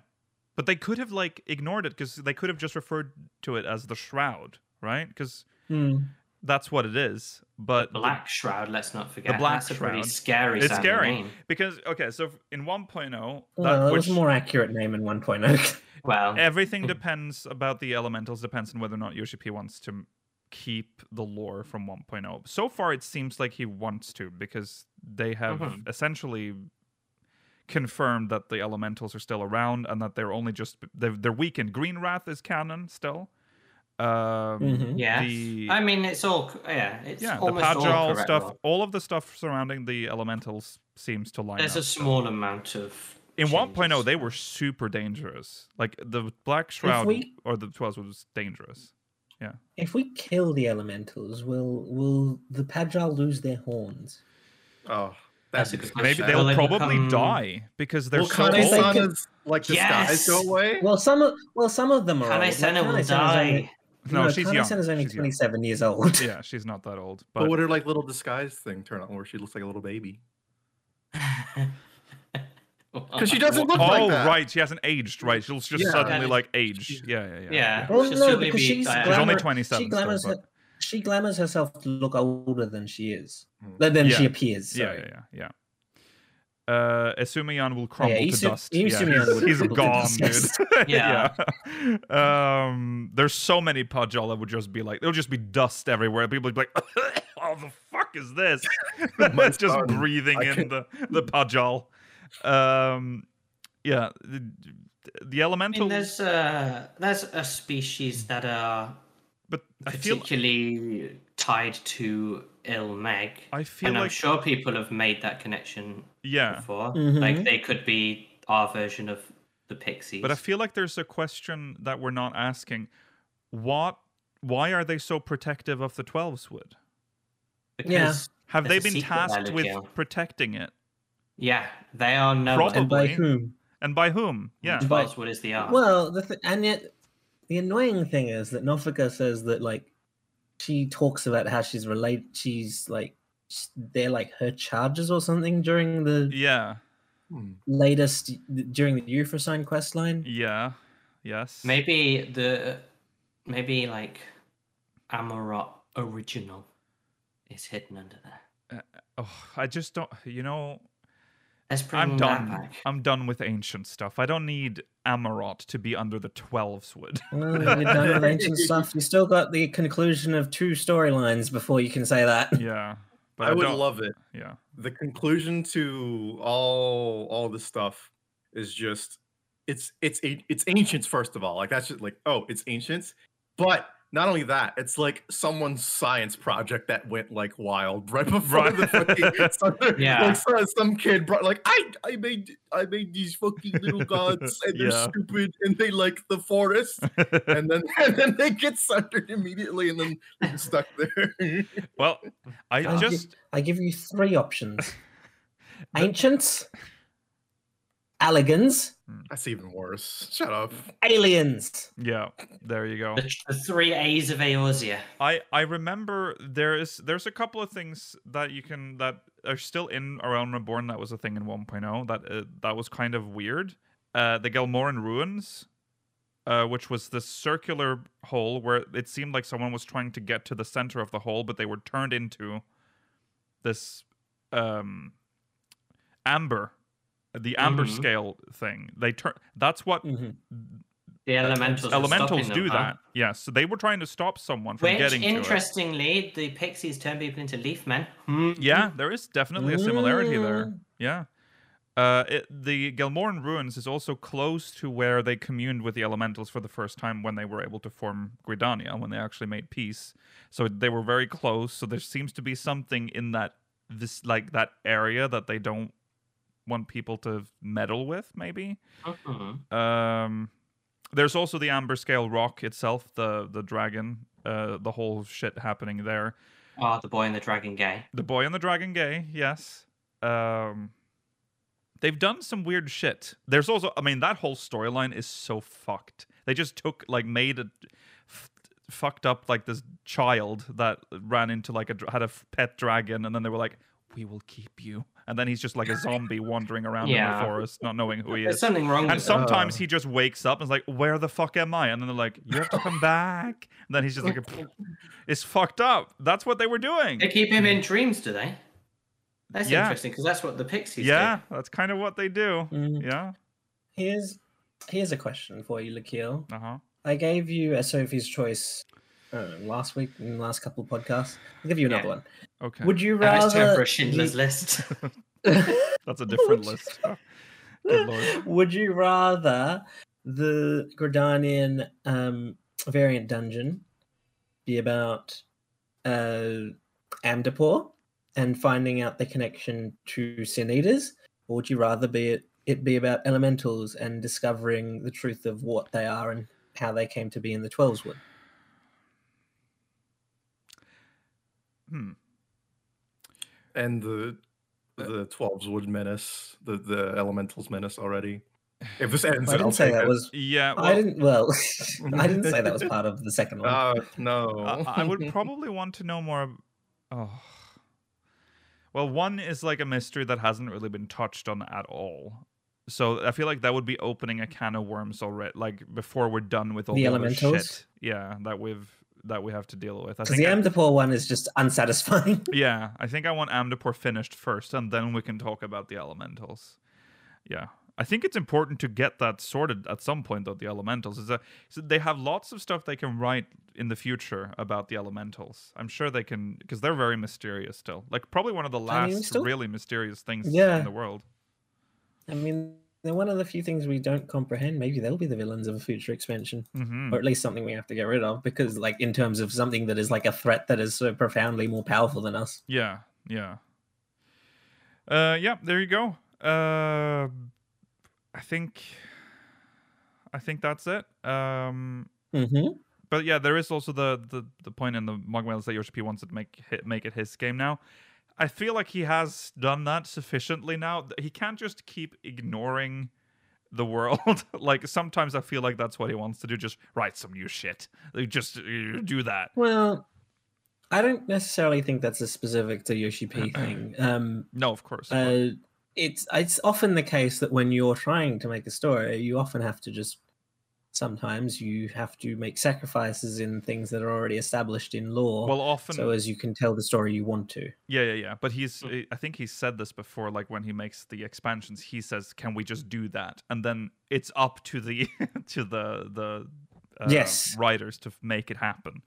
C: But they could have like ignored it cuz they could have just referred to it as the shroud, right? Cuz
F: Hmm.
C: that's what it is. But the-
D: Black shroud. Let's not forget.
C: black
D: that's a pretty
C: shroud.
D: scary.
C: It's
D: sounding
C: scary.
D: name.
C: Because okay, so in 1.0,
F: Well,
C: that,
F: it was
C: which
F: a Uh, more accurate name in oh. 1.0.
D: Well,
C: everything depends about the elementals depends on whether or not Yoshi wants to m- keep the lore from 1.0. So far, it seems like he wants to because they have
D: Mhm.
C: essentially confirmed that the elementals are still around and that they're only just they're, they're weakened. Green Wrath is canon still. Um,
F: Mhm.
D: yeah.
C: the-
D: I mean, it's all c- yeah. It's
C: Yeah, the
D: almost all
C: Pajal
D: correct,
C: stuff,
D: Rob.
C: all of the stuff surrounding the elementals seems to line
D: There's
C: up.
D: a small amount of.
C: in oh, 1.0
D: changes.
C: they were super dangerous like the black shroud
F: we-
C: or the 12 was dangerous
F: if we kill the elementals, will will the Pajal lose their horns?
E: Oh,
D: That's
E: that's
D: a
E: a
D: good
C: maybe
D: Sure.
C: they'll
D: Will they
C: probably
D: become-
C: die because they're
E: Will
C: so
F: they
C: old.
F: say-
E: Kane-san is like the
D: Yes!
E: skies go away?
F: Well, some of well some of them are.
D: Kane
F: old. Like,
D: Senna will
F: Kane Senna's
D: die.
F: only-
C: no, she's
F: Kane
C: young
F: Senna's only
C: She's young.
F: 27 years old.
C: yeah she's not that old
E: But,
C: but
E: what her like little disguise thing turn on where she looks like a little baby? Because she doesn't look like
C: oh
E: that.
C: right she hasn't aged right she'll just
E: Yeah.
C: suddenly
D: Yeah.
C: like age yeah yeah yeah,
D: Yeah.
F: Well,
D: She'll
F: no,
D: surely
F: because
D: be
F: she's
D: diagnosed.
C: she's only
F: glamour-
C: 27
F: She
C: still,
F: glamours
C: but-
F: her, she glamours herself to look older than she is.
E: Hmm.
F: Than than she
C: Yeah.
F: appears.
C: yeah
F: Sorry.
C: yeah yeah, yeah. uh Asumiyan will crumble to
F: Isu-
C: dust yeah,
F: Isumiyan
C: he's,
F: would
C: he's
F: crumble to
C: gone dude
F: dust.
C: yeah.
D: Yeah.
C: um there's so many Pajal that would just be like there'll just be dust everywhere people would be like oh the fuck is this
E: My
C: just
E: son,
C: breathing
E: I
C: in
E: can't-
C: the the Pajal um yeah the, the
D: I mean,
C: elemental
D: there's uh, there's a species that are
C: but I feel
D: particularly tied to Ilmeg.
C: I feel
D: and I'm
C: like
D: sure people have made that connection
C: yeah
D: before.
F: Mhm.
D: Like they could be our version of the pixies.
C: But I feel like there's a question that we're not asking. What? Why are they so protective of the Twelves Wood?
D: because
C: Have
D: There's
C: they
D: a
C: been
D: secret value
C: tasked with
D: here.
C: protecting it,
D: yeah, they are known.
C: Probably.
F: And by whom?
C: and by whom? Yeah.
F: By-
D: Boswood is the art.
F: Well, the th- and yet the annoying thing is that Nofika says that like she talks about how she's relate she's like s- they're like her charges or something during the
C: Yeah.
E: Hmm.
F: latest during the Euphrosyne quest line.
C: Yeah. Yes.
D: maybe the maybe like Amarot original is hidden under there.
C: Oh, I just don't. You know,
D: Let's bring
C: I'm
D: that
C: done.
D: back.
C: I'm done with ancient stuff. I don't need Amarot to be under the Twelves Wood.
F: Well, you're done with ancient stuff. You still got the conclusion of two storylines before you can say that.
C: yeah. But
E: I would
C: don't-
E: love it.
C: Yeah.
E: The conclusion to all all this stuff is just it's it's a- it's ancients first of all. Like that's just like oh it's ancients, but Not only that, it's like someone's science project that went like wild right before the fucking. some,
D: Yeah.
E: like, so- some kid brought like I I made I made these fucking little gods and they're
C: Yeah.
E: stupid and they like the forest and then and then they get sundered immediately and then they're stuck there.
C: well, I
F: I give-
C: just
F: I give you three options: ancients, elegans,
E: That's even worse. Shut up.
F: aliens.
C: yeah. There you go.
D: The, the three A's of Eorzea.
C: I I remember there is there's a couple of things that you can that are still in around Reborn that was a thing in 1.0 that uh, that was kind of weird. Uh, the Gelmoran ruins, uh, which was this circular hole where it seemed like someone was trying to get to the center of the hole, but they were turned into this um, amber, the amber
D: Mhm.
C: scale thing. They turn. That's what
F: Mhm.
D: The elementals. are
C: elementals
D: stopping them,
C: do
D: huh?
C: that. Yeah, so they were trying to stop someone from
D: Which,
C: getting to it.
D: interestingly, the pixies turn people into leaf men. Hmm.
C: Yeah, there is definitely a similarity there. Yeah. Uh, it, the Gelmoran ruins is also close to where they communed with the elementals for the first time when they were able to form Gridania, when they actually made peace. So they were very close. So there seems to be something in that this like that area that they don't want people to meddle with. Maybe.
D: Mhm.
C: Um, there's also the Amber Scale Rock itself, the the dragon, uh, the whole shit happening there.
D: Oh, the boy and the dragon gay.
C: The Boy and the Dragon Gay, yes. Um They've done some weird shit. There's also I mean that whole storyline is so fucked. They just took like made a f- fucked up like this child that ran into like a dr- had a f- pet dragon and then they were like we will keep you. And then he's just like a zombie wandering around in
D: Yeah.
C: the forest not knowing who Oh, he
D: There's
C: is.
D: something uh, wrong
C: And
D: with them.
C: sometimes he just wakes up and is like, "Where the fuck am I?" And then they're like, "You have to come back." And then he's just like, "It's fucked up." That's what they were doing.
D: They keep him in dreams, do they? That's
C: Hmm. Yeah.
D: interesting because that's what the pixies
C: yeah, that's kind of what they do.
F: Mm.
C: Yeah.
F: Here's here's a question for you, Lakeel.
C: Uh huh.
F: I gave you a Sophie's choice uh, last week in the last couple of podcasts. I'll give you another
D: Yeah.
F: one.
C: Okay.
F: Would you
D: do. Now it's time
F: rather
D: for a Schindler's List.
C: that's a different list. Oh, Good lord.
F: Would you rather the Gridanian um, variant dungeon be about uh, Amdapur and finding out the connection to Sin Eaters, or would you rather be it, it be about elementals and discovering the truth of what they are and how they came to be in the Twelveswood?
C: Hmm.
E: And the the twelves would menace the the elementals menace already. If this ends,
F: I
E: I'll
F: didn't say
E: take
F: that
E: it.
F: was.
C: Yeah. Well,
F: I didn't. Well, I didn't say that was part of the second one.
E: Oh no!
C: I, I would probably want to know more. ab- Oh. Well, one is like a mystery that hasn't really been touched on at all. So I feel like that would be opening a can of worms already. Like before we're done with all the,
F: The
C: other
F: elementals?
C: shit. Yeah, that we've that we have to deal with. I
F: Because
C: think.
F: the
C: I-
F: Amdapur one is just unsatisfying.
C: yeah, I think I want Amdapur finished first, and then we can talk about the elementals. Yeah, I think it's important to get that sorted at some point. Though the elementals is a so they have lots of stuff they can write in the future about the elementals. I'm sure they can because they're very mysterious still. Like probably one of the
F: I mean,
C: last
F: still-
C: really mysterious things
F: Yeah.
C: in the world.
F: I mean, they're one of the few things we don't comprehend. Maybe they'll be the villains of a future expansion,
C: hmm
F: or at least something we have to get rid of, because, like, in terms of something that is like a threat that is so profoundly more powerful than us.
C: Yeah, yeah. Uh, yeah. There you go. Uh, I think. I think that's it. Um,
F: Mm-hmm.
C: but yeah, there is also the the, the point in the Mugmails that Yoshi P wants to make hit, make it his game now. I feel like he has done that sufficiently now. Th- He can't just keep ignoring the world. like sometimes I feel like that's what he wants to do. Just write some new shit. Like, Just uh, do that.
F: Well, I don't necessarily think that's a specific to Yoshi P thing. Um,
C: No, of course. but-
F: Uh, it's it's often the case that when you're trying to make a story, you often have to just sometimes you have to make sacrifices in things that are already established in law,
C: well, often
F: so as you can tell the story you want to.
C: Yeah, yeah, yeah. But he's,
D: Hmm.
C: I think he said this before, like when he makes the expansions, he says, "Can we just do that?" And then it's up to the to the the uh,
F: Yes.
C: writers to f- make it happen.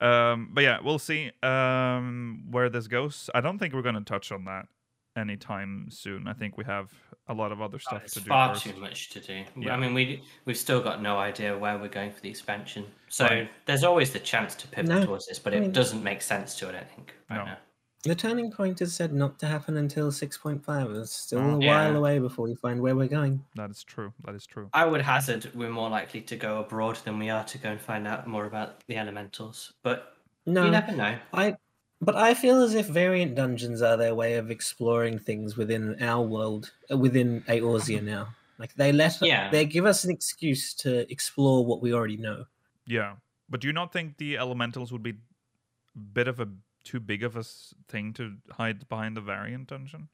C: Um, but yeah, we'll see um, where this goes. I don't think we're going to touch on that anytime soon. I think we have a lot of other stuff
D: It's
C: to do
D: far
C: first.
D: too much to do.
C: Yeah.
D: I mean, we we've still got no idea where we're going for the expansion, so
C: Right.
D: there's always the chance to pivot
F: No,
D: towards this, but
F: I
D: it
F: mean-
D: doesn't make sense to. I don't think right
C: No.
D: now.
F: The turning point is said not to happen until 6.5. It's still
C: Oh.
F: a
D: Yeah.
F: while away before we find where we're going.
C: That is true. That is true.
D: I would hazard we're more likely to go abroad than we are to go and find out more about the elementals, but
F: No,
D: you never know.
F: I. But I feel as if variant dungeons are their way of exploring things within our world, uh, within Eorzea now. Like they let,
D: Yeah.
F: they give us an excuse to explore what we already know.
C: Yeah. But do you not think the elementals would be a bit of a too big of a s- thing to hide behind the variant dungeon?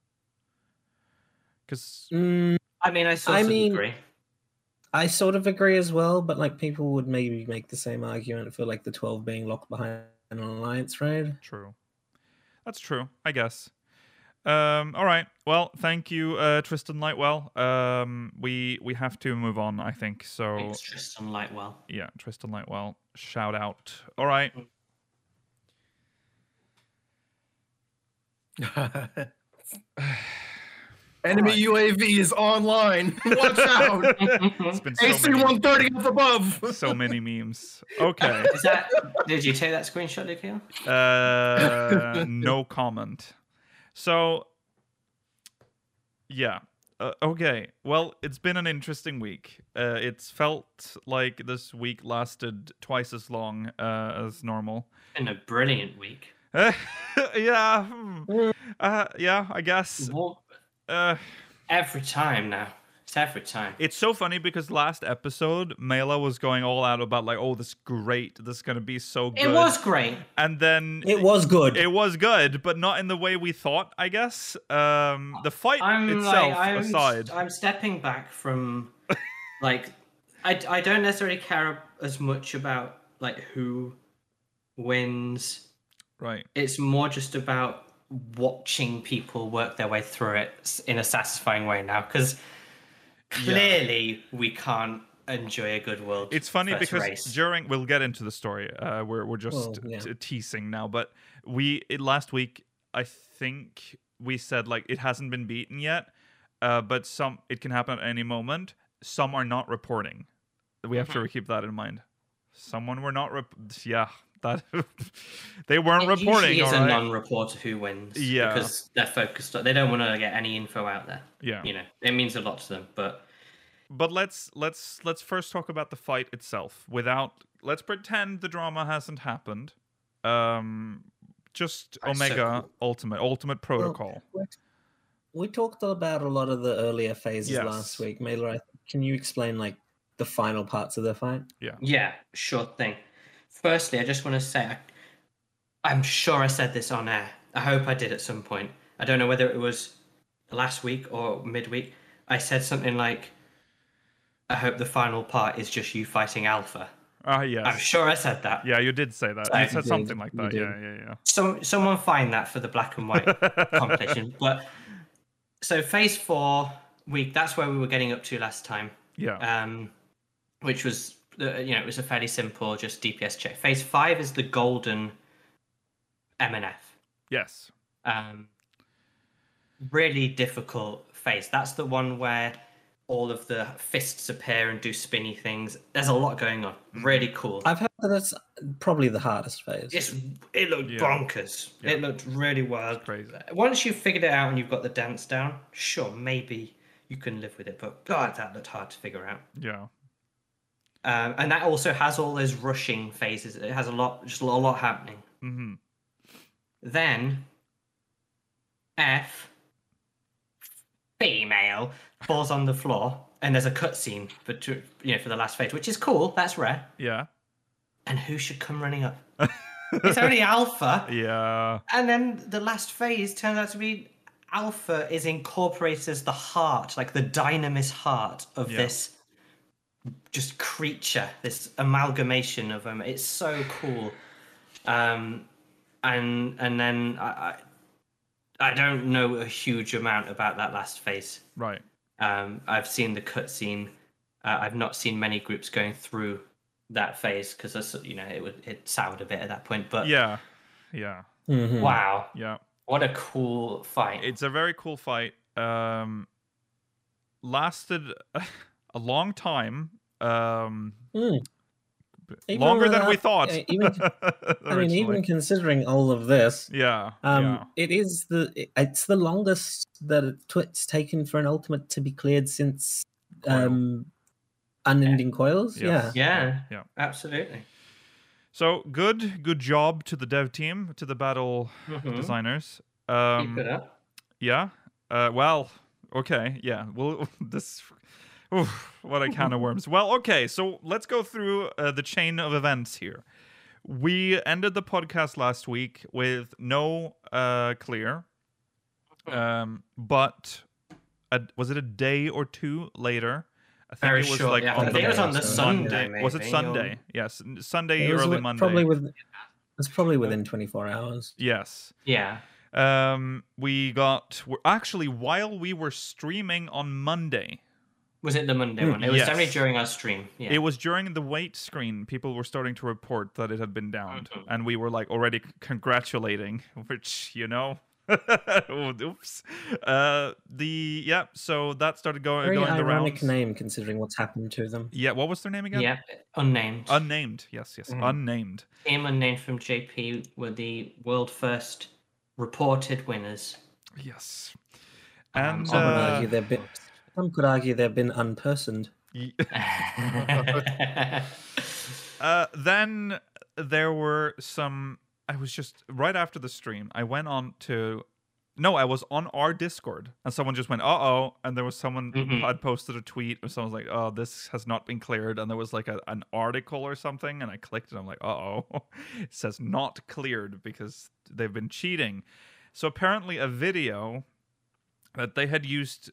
C: Because
F: Mm,
D: I mean, I sort of
F: mean-
D: agree.
F: I sort of agree as well, but like people would maybe make the same argument for like the twelve being locked behind an alliance raid.
C: True. That's true, I guess. Um, all right. Well, thank you, uh, Tristan Lightwell. Um, we we have to move on, I think. So
D: It's Tristan Lightwell.
C: yeah, Tristan Lightwell, shout out. All right.
E: Enemy UAV is online. Watch out.
C: It's been so
E: AC
C: many,
E: 130 up above.
C: so many memes. Okay.
D: Is that? did you take that screenshot, Nikhil?
C: Uh, no comment. So, yeah. Uh, okay. Well, it's been an interesting week. Uh, it's felt like this week lasted twice as long uh, as normal.
D: In a brilliant week.
C: yeah. hmm. Uh, yeah, I guess.
D: Well,
C: Uh,
D: every time now. It's every time.
C: It's so funny because last episode, Mela was going all out about like, "Oh, this is great. This is gonna be so good."
D: It was great.
C: and then
F: It was good.
C: it was good, but not in the way we thought. I guess um, the fight
D: I'm
C: itself
D: like, I'm,
C: aside,
D: I'm stepping back from, like, I, I don't necessarily care as much about like who wins.
C: right?
D: It's more just about watching people work their way through it s- in a satisfying way now, because clearly we can't enjoy a good world.
C: It's funny
D: first
C: because
D: race.
C: during we'll get into the story. Uh, we're we're just
F: Well, yeah.
C: t- teasing now, but we it, last week I think we said like it hasn't been beaten yet, uh, but some it can happen at any moment. Some are not reporting. We have
D: Mm-hmm.
C: to keep that in mind. Someone were not rep- yeah that they weren't
D: It
C: reporting.
D: usually is
C: All
D: a
C: right.
D: non-reporter who wins.
C: Yeah.
D: because they're focused. on- They don't want to get any info out there.
C: yeah.
D: You know, it means a lot to them, but.
C: but let's let's let's first talk about the fight itself without let's pretend the drama hasn't happened um just
D: Alright, so-
C: omega ultimate ultimate protocol
F: We talked about a lot of the earlier phases
C: Yes.
F: last week. Mela, I- can you explain like the final parts of the fight?
D: Yeah, sure thing. Firstly, I just want to say I, I'm sure I said this on air. I hope I did at some point. I don't know whether it was last week or midweek. I said something like, I hope the final part is just you fighting Alpha.
C: ah
D: I'm
C: yes
D: sure I said that.
C: yeah you did say that
D: I
C: you said
F: did,
C: something like
F: you
C: that
F: did.
C: yeah yeah
D: Some, someone find that for the black and white
C: yeah
D: competition. But so phase four week, that's where we were getting up to last time.
C: yeah
D: um, which was uh, you know it was a fairly simple just DPS check. Phase five is the golden M and F.
C: yes
D: Um, really difficult phase. That's the one where all of the fists appear and do spinny things. There's a lot going on.
C: Mm.
D: Really cool.
F: I've heard that it's probably the hardest phase.
D: It's it looked
C: Yeah.
D: bonkers. It looked really wild.
C: crazy.
D: Once you've figured it out and you've got the dance down, sure, maybe you can live with it. But God, that looked hard to figure out.
C: yeah
D: um, and that also has all those rushing phases. It has a lot, just a lot happening.
C: mm-hmm.
D: Then F female falls on the floor, and there's a cutscene for two- you know for the last phase, which is cool. That's rare.
C: yeah
D: And who should come running up? it's only Alpha.
C: yeah
D: And then the last phase turns out to be Alpha is incorporated as the heart, like the dynamis heart of
C: Yeah.
D: this just creature, this amalgamation of them. It's so cool. Um, and and then I, I I don't know a huge amount about that last phase.
C: right
D: Um, I've seen the cutscene. Uh, I've not seen many groups going through that phase because you know it would it soured a bit at that point. But Mm-hmm.
C: yeah yeah
F: Mhm.
D: wow,
C: yeah
D: What a cool fight.
C: It's a very cool fight. Um, lasted a long time. Um,
F: Mm.
C: b-
F: Even
C: longer than we
F: without-
C: thought.
F: uh, even- I mean, even
C: originally.
F: considering all of this,
C: yeah,
F: um,
C: yeah.
F: it is the it- it's the longest that it- it's taken for an ultimate to be cleared since
C: Coil.
F: um, unending coils.
C: Yes.
F: Yeah,
D: yeah,
C: yeah.
D: absolutely.
C: So good, good job to the dev team, to the battle
D: Mhm.
C: designers.
D: Keep it
C: Mm-hmm. Um,
D: up.
C: yeah. Uh, well, okay. Yeah. Well, this. oof, what a can of worms. Well, okay. So let's go through uh, the chain of events here. We ended the podcast last week with no uh, clear, um, but a, was it a day or two later? I think
D: Very
C: it was
D: short,
C: like
D: yeah.
C: on
D: I
C: the
D: think it was on the
F: Sunday,
D: Sunday.
C: was it
D: maybe, or-
C: Sunday? Yes, n- Sunday,
F: It was
C: early
F: wi-
C: Monday.
F: Probably with it's probably within 24 hours.
C: yes.
D: Yeah.
C: Um, we got we're, actually while we were streaming on Monday,
D: Was it the Monday
F: Mm,
D: one? It was
C: Hmm, yes.
D: definitely during our stream. Yeah.
C: it was during the wait screen. People were starting to report that it had been downed,
D: Mhm.
C: and we were like already c- congratulating, which you know. Oops. Uh, the yeah. So that started going
F: Very
C: going the
F: ironic
C: rounds.
F: name considering what's happened to them.
C: Yeah. What was their name again?
D: yeah. Unnamed.
C: Unnamed. Yes.
F: Mm-hmm.
C: Yes.
D: Mhm.
C: Unnamed.
D: Team Unnamed from JP were the world first reported winners.
C: Yes.
D: Um,
C: And
D: Some
F: Some would
C: uh,
F: argue they've been. Some could argue they've been unpersoned.
C: y-
D: yeah.
C: Uh, then there were some. I was just right after the stream. I went on to. No, I was on our Discord, and someone just went, "Uh oh!" And there was someone
D: Mhm.
C: had posted a tweet, and someone was like, "Oh, this has not been cleared." And there was like a, an article or something, and I clicked, and I'm like, "Uh oh!" it says not cleared because they've been cheating. So apparently, a video that they had used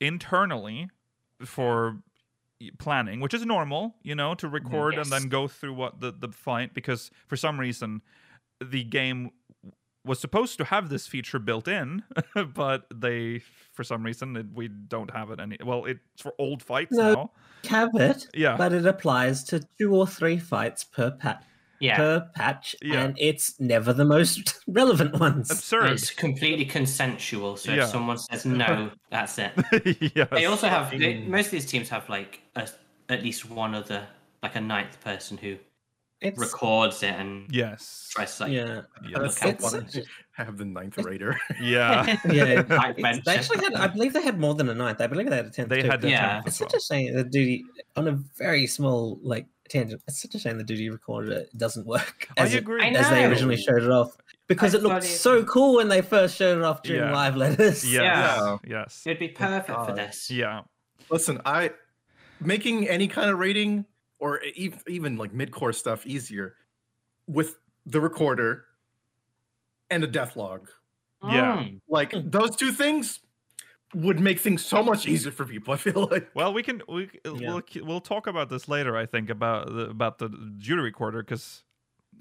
C: internally for y- planning, which is normal, you know, to record and then
D: Mm-hmm.
C: go
D: Yes.
C: through what the the fight because for some reason the game w- was supposed to have this feature built in, but they for some reason it, we don't have it any. Well, it's for old fights
F: No.
C: now.
F: Have it,
C: Yeah.
F: but it applies to two or three fights per pat per patch,
C: Yeah.
F: and it's never the most relevant ones.
C: Absurd.
D: It's completely consensual. So
C: Yeah.
D: if someone says no, that's it.
C: yes.
D: They also have they, most of these teams have like a, at least one other like a ninth person who
F: It's
D: records it and
C: yes.
D: tries to, like
F: yeah,
C: Yes.
D: look out
F: it's,
D: for
E: one.
F: it-
E: Have the ninth raider.
C: Yeah.
F: yeah.
D: back
F: it's- They actually had, I believe they had more than a ninth. I believe they had a tenth.
C: They
F: too.
C: had that
D: Yeah.
C: yeah.
F: It's such a shame that Duty, on a very small like tangent, it's such a shame the Duty recorder doesn't work
C: I
F: as, it-
C: agree.
D: I
F: as they
D: know.
F: originally showed it off because
D: I
F: it looked
D: fully
F: so
D: agree.
F: cool when they first showed it off during
C: Yeah.
F: live letters.
C: Yes.
D: Yeah.
C: Yes.
D: It'd be perfect for
E: God.
D: this.
C: Yeah.
E: Listen, I making any kind of rating or even, even like mid-core stuff easier with the recorder and a death log.
C: Yeah.
D: Mm.
E: Like
C: Hmm.
E: those two things would make things so much easier for people. I feel like.
C: Well, we can we c- uh,
F: Yeah.
C: we'll, c- we'll talk about this later. I think about the, about the jury recorder because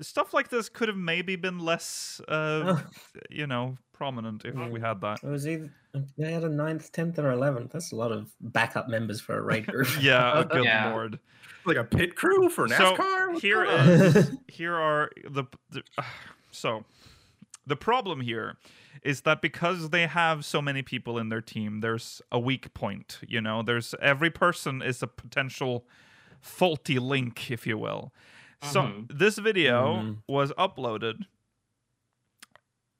C: stuff like this could have maybe been less, uh, you know, prominent if we had that.
F: It was either they had a ninth, tenth, or eleventh. That's a lot of backup members for a raid group.
C: Yeah, good
D: Yeah.
C: lord.
E: like a pit crew for
C: So,
E: NASCAR. What's
C: here
E: going on?
C: is- Here are the, the so the problem here is that because they have so many people in their team, there's a weak point. You know, there's every person is a potential faulty link, if you will. So
D: Mhm.
C: this video
F: Mm.
C: was uploaded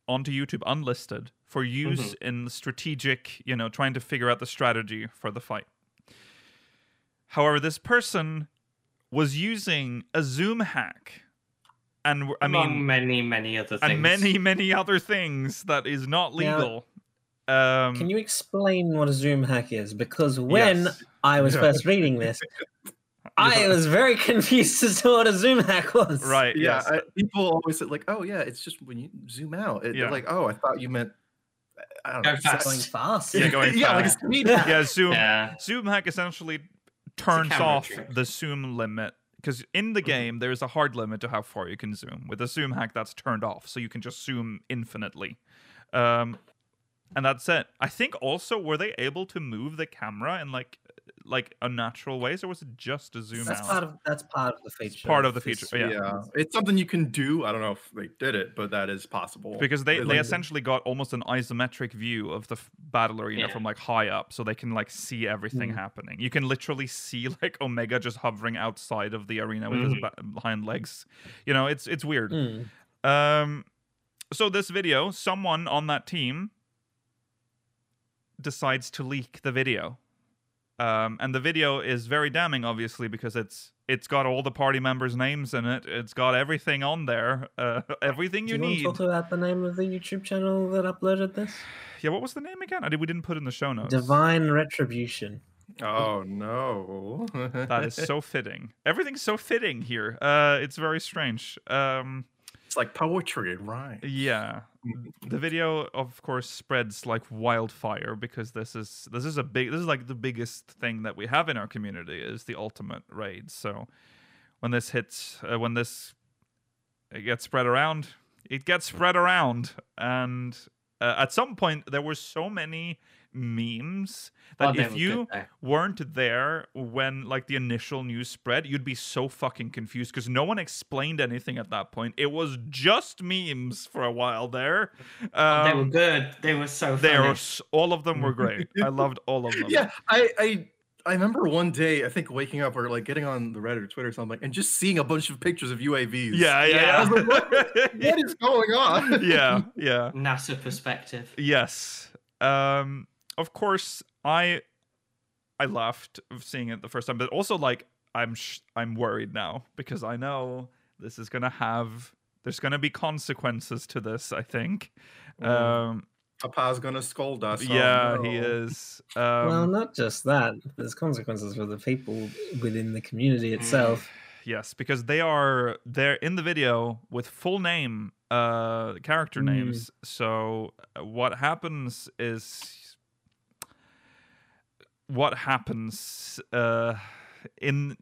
C: onto YouTube unlisted for use in strategic, you know, trying to figure out the strategy for the fight. However, this person was using a Zoom hack, and w- I
D: Among
C: mean,
D: many, many other things.
C: and many many other things that is not
F: Now-
C: legal. um,
F: Can you explain what a Zoom hack is? Because when
C: yes.
F: I was first reading this, I was very confused as to what a Zoom hack was.
C: right?
E: yeah,
C: yes.
E: I, people always say like, "Oh yeah, it's just when you zoom out." It,
C: Yeah.
E: They're like, "Oh, I thought you meant." I don't
D: Go
E: know.
D: fast.
F: Going fast.
C: Yeah, going
E: yeah, like a
C: fast.
E: speed.
C: yeah, Zoom
D: Yeah.
C: Zoom hack essentially turns
D: camera Mm-hmm.
C: off
D: trick.
C: the zoom limit because in the game there's a hard limit to how far you can zoom. With a zoom hack, that's turned off, so you can just zoom infinitely, um, and that's it. I think also were they able to move the camera in like like unnatural ways, or was it just a zoom
F: That's
C: out?
F: part of that's part of the feature.
C: part of the
F: this-
C: feature, yeah.
E: It's something you can do. I don't know if they did it, but that is possible.
C: because they,
E: It's
C: they
E: like-
C: essentially got almost an isometric view of the f- battle arena
D: Yeah.
C: from like high up so they can like see everything
F: Mm.
C: happening you can literally see like omega just hovering outside of the arena with his ba- hind legs you know it's it's weird
F: Mm.
C: um so this video someone on that team decides to leak the video um and the video is very damning obviously because it's it's got all the party members names in it it's got everything on there uh, everything
F: Do
C: you,
F: you
C: need
F: want to talk about the name of the YouTube channel that uploaded this?
C: yeah, what was the name again? I did, we didn't put it in the show notes.
F: Divine Retribution.
E: Oh no.
C: That is so fitting. Everything's so fitting here. Uh, it's very strange. Um,
E: it's like poetry and rhyme.
C: yeah, the video, of course, spreads like wildfire because this is this is a big this is like the biggest thing that we have in our community is the ultimate raid. So when this hits, uh, when this it gets spread around, it gets spread around, and uh, at some point there were so many memes that
D: Oh, they
C: if
D: were
C: you
D: good there.
C: weren't there when like the initial news spread, you'd be so fucking confused because no one explained anything at that point. It was just memes for a while there. Um,
D: they were good. They were so funny.
C: there was- all of them were great. I loved all of them.
E: Yeah, I, I I remember one day I think waking up or like getting on the Reddit or Twitter or something and just seeing a bunch of pictures of UAVs.
C: yeah,
D: Yeah.
C: yeah, yeah,
E: What is going on?
C: yeah, yeah.
D: NASA perspective.
C: Yes. Um of course I I laughed of seeing it the first time but also like I'm sh- I'm worried now because I know this is going to have there's going to be consequences to this I think.
E: Mm.
C: Um
E: Papa's gonna scold us. oh
C: yeah, he
E: no.
C: is. Um
F: well, not just that. There's consequences for the people within the community
C: mm.
F: itself.
C: yes, because they are they're in the video with full name uh character
F: Mm.
C: names. So uh, what happens is what happens uh, in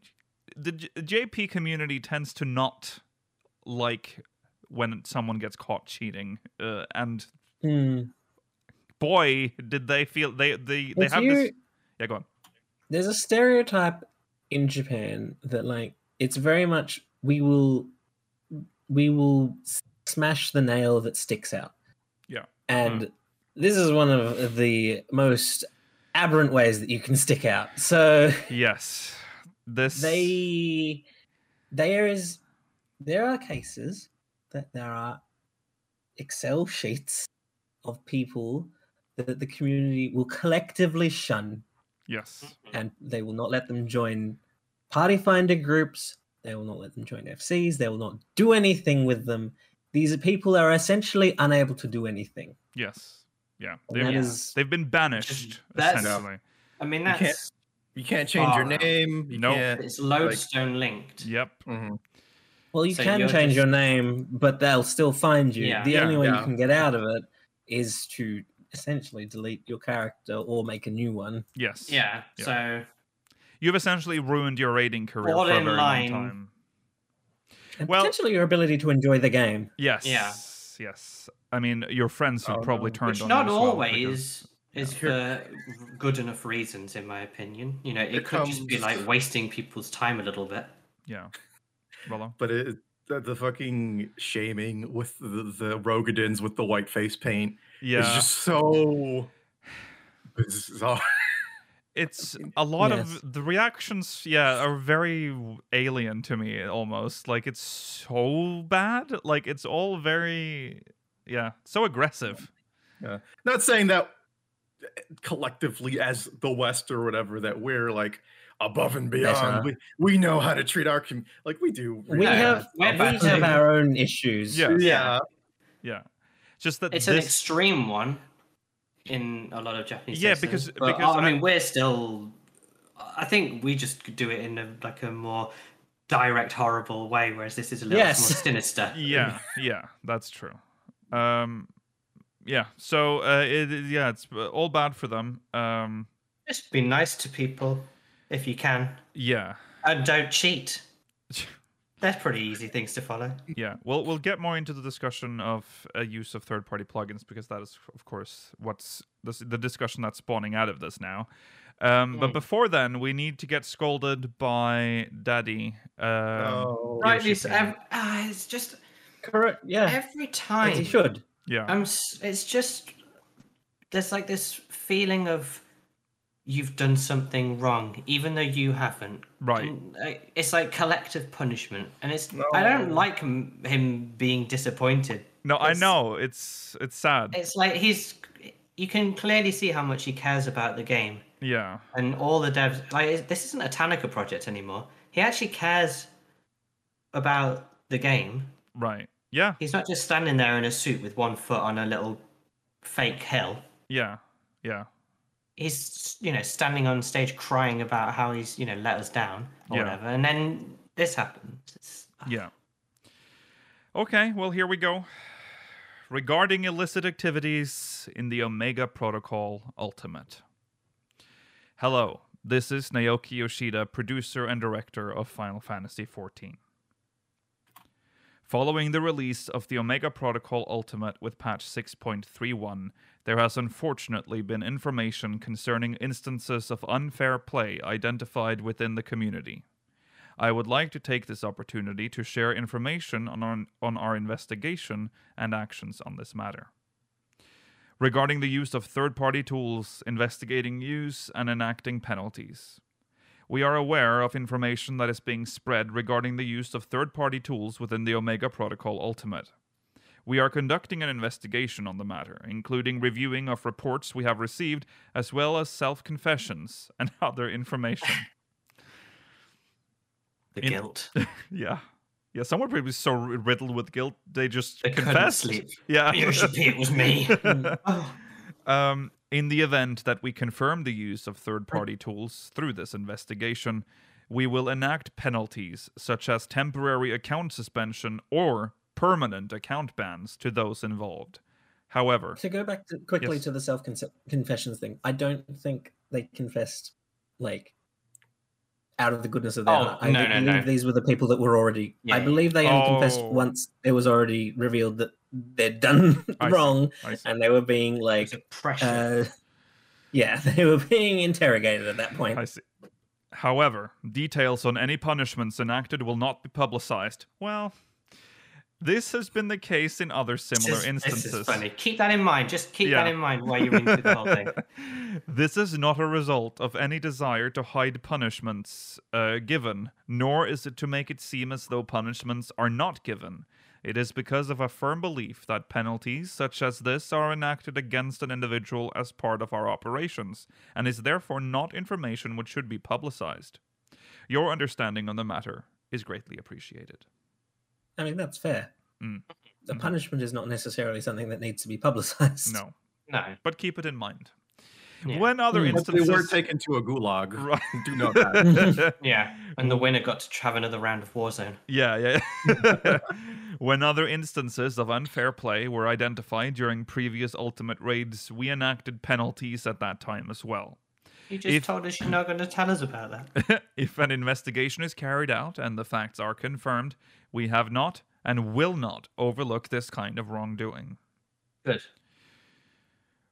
C: the J- JP community tends to not like when someone gets caught cheating, uh, and
F: Hmm.
C: boy, did they feel they they they
F: If
C: have
F: you-
C: this. Yeah, go on.
F: There's a stereotype in Japan that like it's very much we will we will s- smash the nail that sticks out.
C: Yeah. Mm.
F: And this is one of the most aberrant ways that you can stick out. So
C: Yes, this
F: they there is there are cases that there are excel sheets of people that the community will collectively shun
C: yes
F: and they will not let them join party finder groups they will not let them join fcs they will not do anything with them these people are essentially unable to do anything
C: yes yeah
F: and
C: they're-
F: that
D: Yeah.
F: is
C: They've been banished,
D: that's-
C: essentially.
D: I mean,
E: can't-
D: that's
E: You can't change your
D: Far out.
E: name. You
C: Ah, Nope.
E: can't-
D: it's lodestone linked.
C: Yep.
E: Mhm.
F: well you
D: So
F: can
D: you're
F: change
D: just-
F: your name but they'll still find you
D: Yeah.
F: the
C: Yeah,
F: only way
E: yeah.
F: you can get out of it is to essentially delete your character or make a new one
C: Yes.
D: Yeah.
C: Yeah.
D: So
C: You've essentially ruined your raiding career
D: All
C: for a
D: in
C: very
D: line.
C: long time.
F: and
C: Well-
F: potentially your ability to enjoy the game
C: Yes.
D: Yeah.
C: Yes. I mean, your friends have
E: Oh,
C: probably
E: no.
C: turned
D: which
C: on
D: not
C: you as well because-
D: always is for good enough reasons, in my opinion. You know, it
E: Here
D: could just be
E: comes-
D: like wasting people's time a little bit.
C: yeah. Rollo.
E: But it, the, the fucking shaming with the, the Rogadins with the white face paint
C: Yeah.
E: is just so bizarre.
C: it's a lot
F: Yes.
C: of the reactions yeah are very alien to me almost like it's so bad like it's all very yeah so aggressive
E: Not saying that collectively as the West or whatever that we're like above and
F: Better.
E: beyond. We, we know how to treat our community. Like we do.
F: we
D: Yeah.
F: have we
D: We're back
F: have
D: to-
F: our own issues
C: Yeah.
E: yeah.
C: yeah just that
D: It's an
C: this
D: extreme one in a lot of Japanese.
C: Yeah,
D: systems,
C: because-
D: but,
C: because
D: I,
C: I-
D: mean, we're still. I think we just do it in a, like a more direct, horrible way, whereas this is a little
F: Yes.
D: more sinister.
C: yeah yeah that's true um yeah so uh it, it- yeah it's uh, all bad for them um
D: Just be nice to people if you can,
C: yeah
D: and don't cheat. That's pretty easy things to follow.
C: yeah we'll we'll get more into the discussion of uh, use of third party plugins because that is of course what's this, the discussion that's spawning out of this now Um,
D: Yay.
C: But before then, we need to get scolded by Daddy. Um,
E: oh,
D: Rightly,
C: Yoshi
D: so,
C: fan.
D: ev- ah, it's just
F: Correct. Yeah.
D: every
F: As
D: time.
F: he should.
C: Yeah.
D: I'm. s- It's just there's like this feeling of you've done something wrong, even though you haven't.
C: Right.
D: And, like, It's like collective punishment, and it's. I don't
E: No.
D: like him, him being disappointed.
C: no, I
D: it's-
C: know. It's it's sad.
D: It's like he's. You can clearly see how much he cares about the game
C: yeah.
D: and all the devs. Like it- this isn't a Tanaka project anymore. He actually cares about the game.
C: Right. Yeah.
D: He's not just standing there in a suit with one foot on a little fake hill.
C: Yeah. Yeah.
D: he's you know standing on stage crying about how he's you know let us down or
C: Yeah.
D: whatever and then this happens it's, ah,
C: Yeah. Okay, well, here we go. Regarding illicit activities in the Omega Protocol Ultimate. Hello, this is Naoki Yoshida, producer and director of Final Fantasy XIV. Following the release of the Omega Protocol Ultimate with patch 6.31, there has unfortunately been information concerning instances of unfair play identified within the community. I would like to take this opportunity to share information on our, on our investigation and actions on this matter. Regarding the use of third party tools, investigating use, and enacting penalties. We are aware of information that is being spread regarding the use of third party tools within the Omega Protocol Ultimate. We are conducting an investigation on the matter, including reviewing of reports we have received, as well as self confessions and other information.
D: the
C: In-
D: guilt
C: Yeah. Yeah, someone probably was so r- riddled with guilt they just
D: They couldn't
C: confessed.
D: sleep.
C: Yeah.
D: Yoshi, it was me Oh,
C: um, in the event that we confirm the use of third-party tools through this investigation, we will enact penalties such as temporary account suspension or permanent account bans to those involved. However,
F: To go back to, quickly
C: Yes.
F: to the self confessions thing, I don't think they confessed like out of the goodness of their
D: Oh,
F: heart. I
D: no,
F: do
D: no, no.
F: believe these were the people that were already.
D: Yeah,
F: I
D: yeah,
F: believe they only confessed
C: Oh.
F: once it was already revealed that they'd done
C: I see.
F: wrong,
C: I see.
F: and they were being
D: it's
F: like,
D: a pressure
F: uh, yeah, they were being interrogated at that point.
C: I see. However, details on any punishments enacted will not be publicized. Well, this has been the case in other similar
D: this, is-
C: instances.
D: this is funny keep that in mind just keep
C: Yeah.
D: that in mind while you read through the whole thing
C: this is not a result of any desire to hide punishments uh, given, nor is it to make it seem as though punishments are not given. It is because of a firm belief that penalties such as this are enacted against an individual as part of our operations, and is therefore not information which should be publicized. Your understanding on the matter is greatly appreciated.
F: I mean, that's fair.
C: Mm.
F: The
C: Mhm.
F: punishment is not necessarily something that needs to be publicized.
C: No,
D: no
C: but keep it in mind.
D: yeah.
C: When other
F: Mm.
E: Hopefully
C: instances
E: we're taken to a gulag.
C: Right.
E: Do know that.
D: yeah and the
C: Mm.
D: winner got to have another round of warzone
C: Yeah, yeah. when other instances of unfair play were identified during previous Ultimate raids, we enacted penalties at that time as well.
D: you just
C: If-
D: told us you're not going to tell us about that
C: if an investigation is carried out and the facts are confirmed, we have not and will not overlook this kind of wrongdoing.
D: good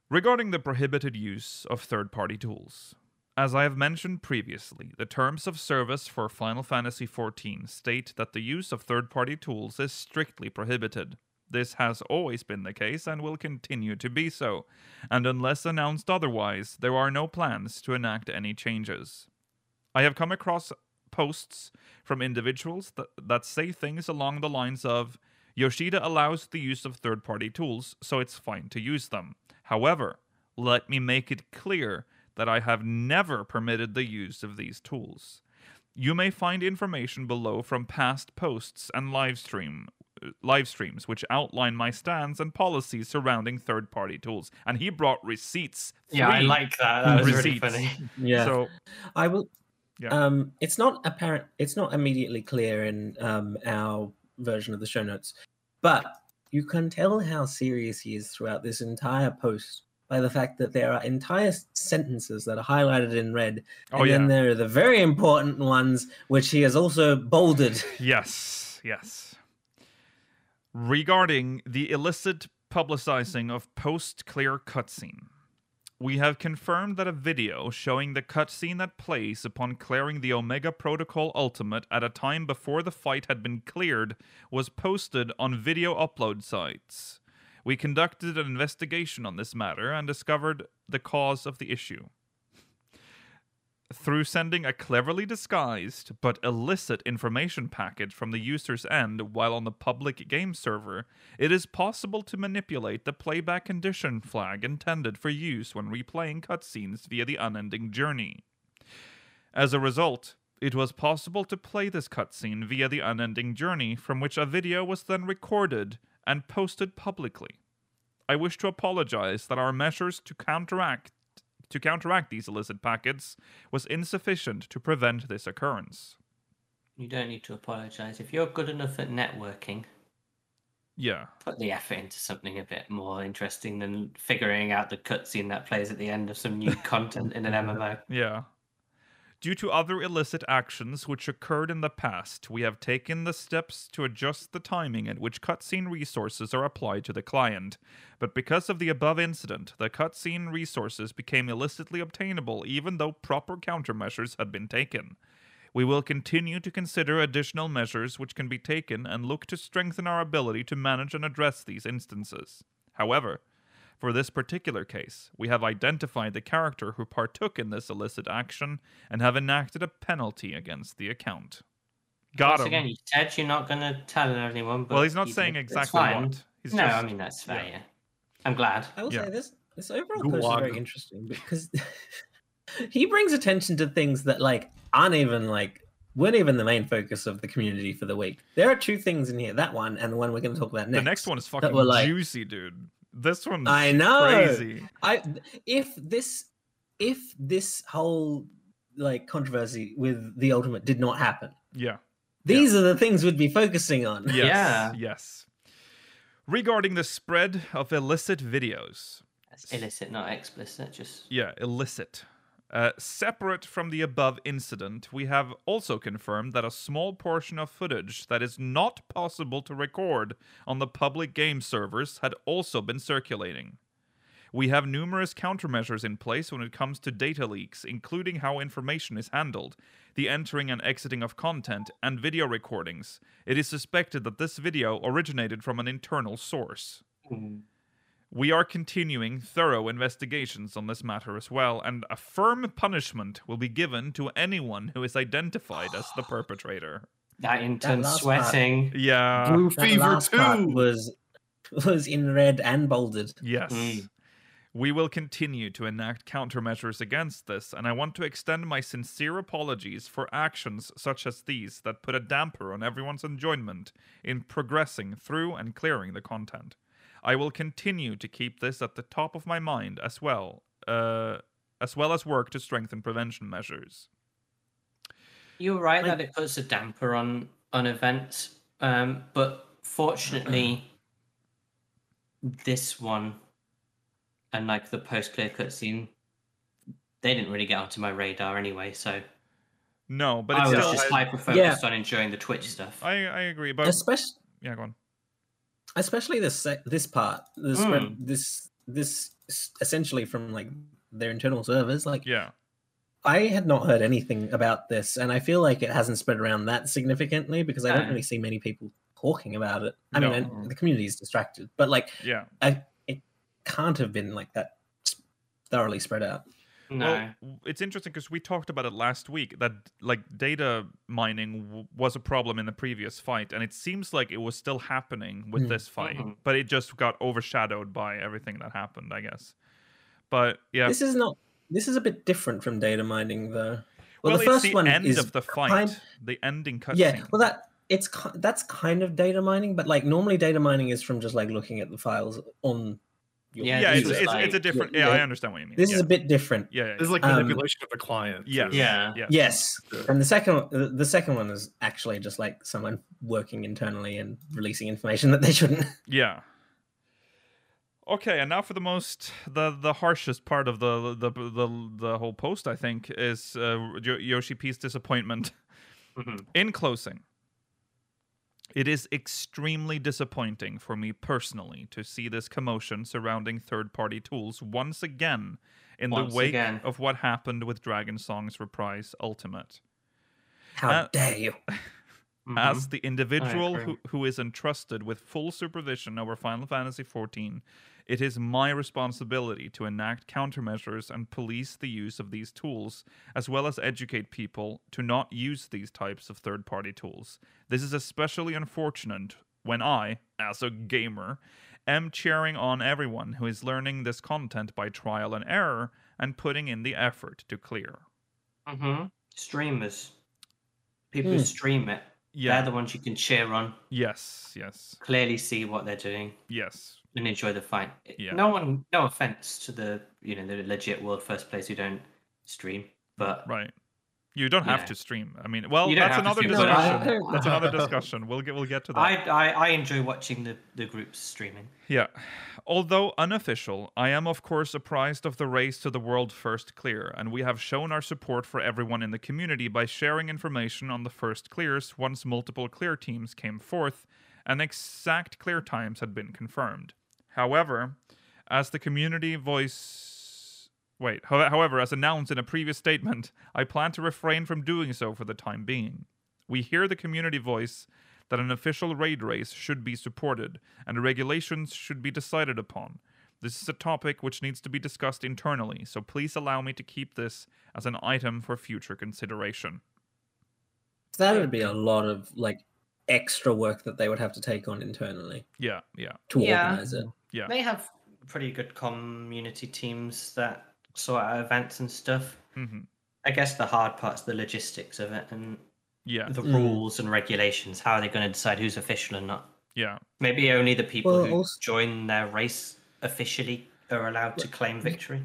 C: Regarding the prohibited use of third party tools, as I have mentioned previously, the terms of service for Final Fantasy XIV state that the use of third party tools is strictly prohibited. This has always been the case and will continue to be so, and unless announced otherwise, there are no plans to enact any changes. I have come across posts from individuals that, that say things along the lines of Yoshida allows the use of third party tools, so it's fine to use them. However, let me make it clear that I have never permitted the use of these tools. You may find information below from past posts and live stream uh, live streams which outline my stance and policies surrounding third party tools. And he brought receipts.
D: yeah i
C: three
D: like that that was really
C: receipts.
D: funny
F: Yeah.
C: So
F: I will.
C: Yeah.
F: Um, it's not apparent. It's not immediately clear in um, our version of the show notes, but you can tell how serious he is throughout this entire post by the fact that there are entire s- sentences that are highlighted in red,
C: Oh,
F: and
C: yeah.
F: then there are the very important ones which he has also bolded.
C: Yes, yes. Regarding the illicit publicizing of post clear cutscene, We have confirmed that a video showing the cutscene that plays upon clearing the Omega Protocol Ultimate at a time before the fight had been cleared was posted on video upload sites. We conducted an investigation on this matter and discovered the cause of the issue. Through sending a cleverly disguised but illicit information package from the user's end while on the public game server, it is possible to manipulate the playback condition flag intended for use when replaying cutscenes via the unending journey. As a result, it was possible to play this cutscene via the unending journey, from which a video was then recorded and posted publicly. I wish to apologize that our measures to counteract to counteract these illicit packets was insufficient to prevent this occurrence.
D: You don't need to apologize. If you're good enough at networking,
C: Yeah.
D: put the effort into something a bit more interesting than figuring out the cutscene that plays at the end of some new content in an MMO.
C: Yeah. Due to other illicit actions which occurred in the past, we have taken the steps to adjust the timing at which cutscene resources are applied to the client. But because of the above incident, the cutscene resources became illicitly obtainable even though proper countermeasures had been taken. We will continue to consider additional measures which can be taken and look to strengthen our ability to manage and address these instances. However, for this particular case, we have identified the character who partook in this illicit action and have enacted a penalty against the account. Got
D: Once
C: him.
D: again, you said you're not going to tell anyone. But
C: well, he's not
D: you
C: saying
D: did. It's
C: exactly
D: fine.
C: what. He's
D: no,
C: just,
D: I mean that's fair.
C: yeah.
D: Yeah. I'm glad.
F: I will
C: Yeah.
F: say this this overall
E: Gulag.
F: post is very interesting because he brings attention to things that like aren't even like weren't even the main focus of the community for the week. There are two things in here, that one and the one we're going to talk about next.
C: the next one is
F: that
C: fucking
F: were like-
C: juicy, dude. This one's
F: I know.
C: crazy.
F: I if this if this whole like controversy with the ultimate did not happen,
C: Yeah.
F: these are the things we'd be focusing on.
C: Yes.
D: Yeah.
C: Yes. Regarding the spread of illicit videos,
D: That's illicit, not explicit. Just
C: Yeah, illicit. Uh, separate from the above incident, we have also confirmed that a small portion of footage that is not possible to record on the public game servers had also been circulating. We have numerous countermeasures in place when it comes to data leaks, including how information is handled, the entering and exiting of content, and video recordings. It is suspected that this video originated from an internal source. Hmm. We are continuing thorough investigations on this matter as well, and a firm punishment will be given to anyone who is identified as the perpetrator.
D: that intense
F: last part-
D: sweating.
C: Yeah.
E: Blue
F: That
E: Fever
F: last part
E: Two.
F: was was in red and bolded.
C: Yes.
D: Mm.
C: We will continue to enact countermeasures against this, and I want to extend my sincere apologies for actions such as these that put a damper on everyone's enjoyment in progressing through and clearing the content. I will continue to keep this at the top of my mind as well, uh, as well as work to strengthen prevention measures.
D: You're right
F: Like-
D: that it puts a damper on on events, um, but fortunately, this one and like the post clear cutscene, they didn't really get onto my radar anyway. So
C: No, but
D: I
C: it's
D: was
C: still,
D: just
C: I,
D: hyper focused on enjoying the Twitch stuff.
C: I, I agree, but
F: Especially
C: yeah, go on.
F: especially this sec- this part the
C: Hmm.
F: spread, this this s- essentially from like their internal servers like
C: Yeah,
F: i had not heard anything about this and i feel like it hasn't spread around that significantly because i don't
D: No.
F: really see many people talking about it i mean
C: Uh. No.
F: and the community is distracted but like
C: yeah.
F: can't have been like that s- thoroughly spread out
D: no.
C: Well, w- it's interesting because we talked about it last week that like data mining w- was a problem in the previous fight, and it seems like it was still happening with
F: Mm.
C: this fight,
D: Mhm.
C: but it just got overshadowed by everything that happened, I guess. But yeah,
F: this is not this is a bit different from data mining though
C: well,
F: well, the
C: it's
F: first
C: the
F: one
C: end
F: is
C: of the fight,
F: kind-
C: the ending cutscene.
F: yeah well that it's ki- that's kind of data mining but like normally data mining is from just like looking at the files on your
D: Yeah,
C: yeah,
D: this
C: it's,
F: computer.
D: was
C: it's, it's a
D: like-
C: different.
F: yeah,
C: Yeah, I
F: yeah.
C: understand what you mean.
F: this
C: yeah.
F: is a bit different
C: yeah, yeah,
E: This is like
F: Um,
E: manipulation of the client. too.
C: yeah.
D: yeah.
C: yeah.
F: yes
E: Yeah.
F: and the second one- the- the second one is actually just like someone working internally and releasing information that they shouldn't
C: Yeah. Okay, and now for the most the the harshest part of the the the, the, the whole post, I think, is uh, Yo- Yoshi P's disappointment.
D: Mhm.
C: In closing, It is extremely disappointing for me personally to see this commotion surrounding third party tools once again in
D: Once
C: the wake
D: again.
C: of what happened with Dragon Song's Reprise Ultimate.
F: How
C: Uh,
F: dare you?
D: Mhm.
C: As the individual
D: agree.
C: who, who is entrusted with full supervision over Final Fantasy XIV, it is my responsibility to enact countermeasures and police the use of these tools, as well as educate people to not use these types of third party tools. This is especially unfortunate when I, as a gamer, am cheering on everyone who is learning this content by trial and error and putting in the effort to clear.
D: hmm Streamers. People
F: Hmm.
D: who stream it.
C: Yeah.
D: They're the ones you can cheer on,
C: Yes, yes,
D: clearly see what they're doing
C: yes.
D: and enjoy the fight. It-
C: Yeah.
D: No one no offense to the you know, the legit world first players who don't stream, but
C: Right. You don't have
D: Yeah.
C: to stream. I mean, well,
D: You don't
C: that's
D: have
C: another
D: to stream,
F: but I-
C: discussion.
F: I-
C: That's another discussion. We'll get we'll get to that.
D: I, I I enjoy watching the, the groups streaming.
C: Yeah. Although unofficial, I am of course apprised of the race to the world first clear, and we have shown our support for everyone in the community by sharing information on the first clears once multiple clear teams came forth and exact clear times had been confirmed. However, as the community voice wait, ho- however, as announced in a previous statement, I plan to refrain from doing so for the time being. We hear the community voice that an official raid race should be supported and regulations should be decided upon. This is a topic which needs to be discussed internally, so please allow me to keep this as an item for future consideration.
F: That would be a lot of like extra work that they would have to take on internally
C: Yeah, yeah,
F: to
D: Yeah.
F: organize it.
C: Yeah.
D: They have pretty good community teams that sort out events and stuff.
C: hmm
D: I guess the hard part's the logistics of it and
C: yeah,
D: the
F: Mm.
D: rules and regulations. How are they going to decide who's official and not?
C: yeah,
D: Maybe only the people
F: Well,
D: who
F: also-
D: join their race officially are allowed to claim victory.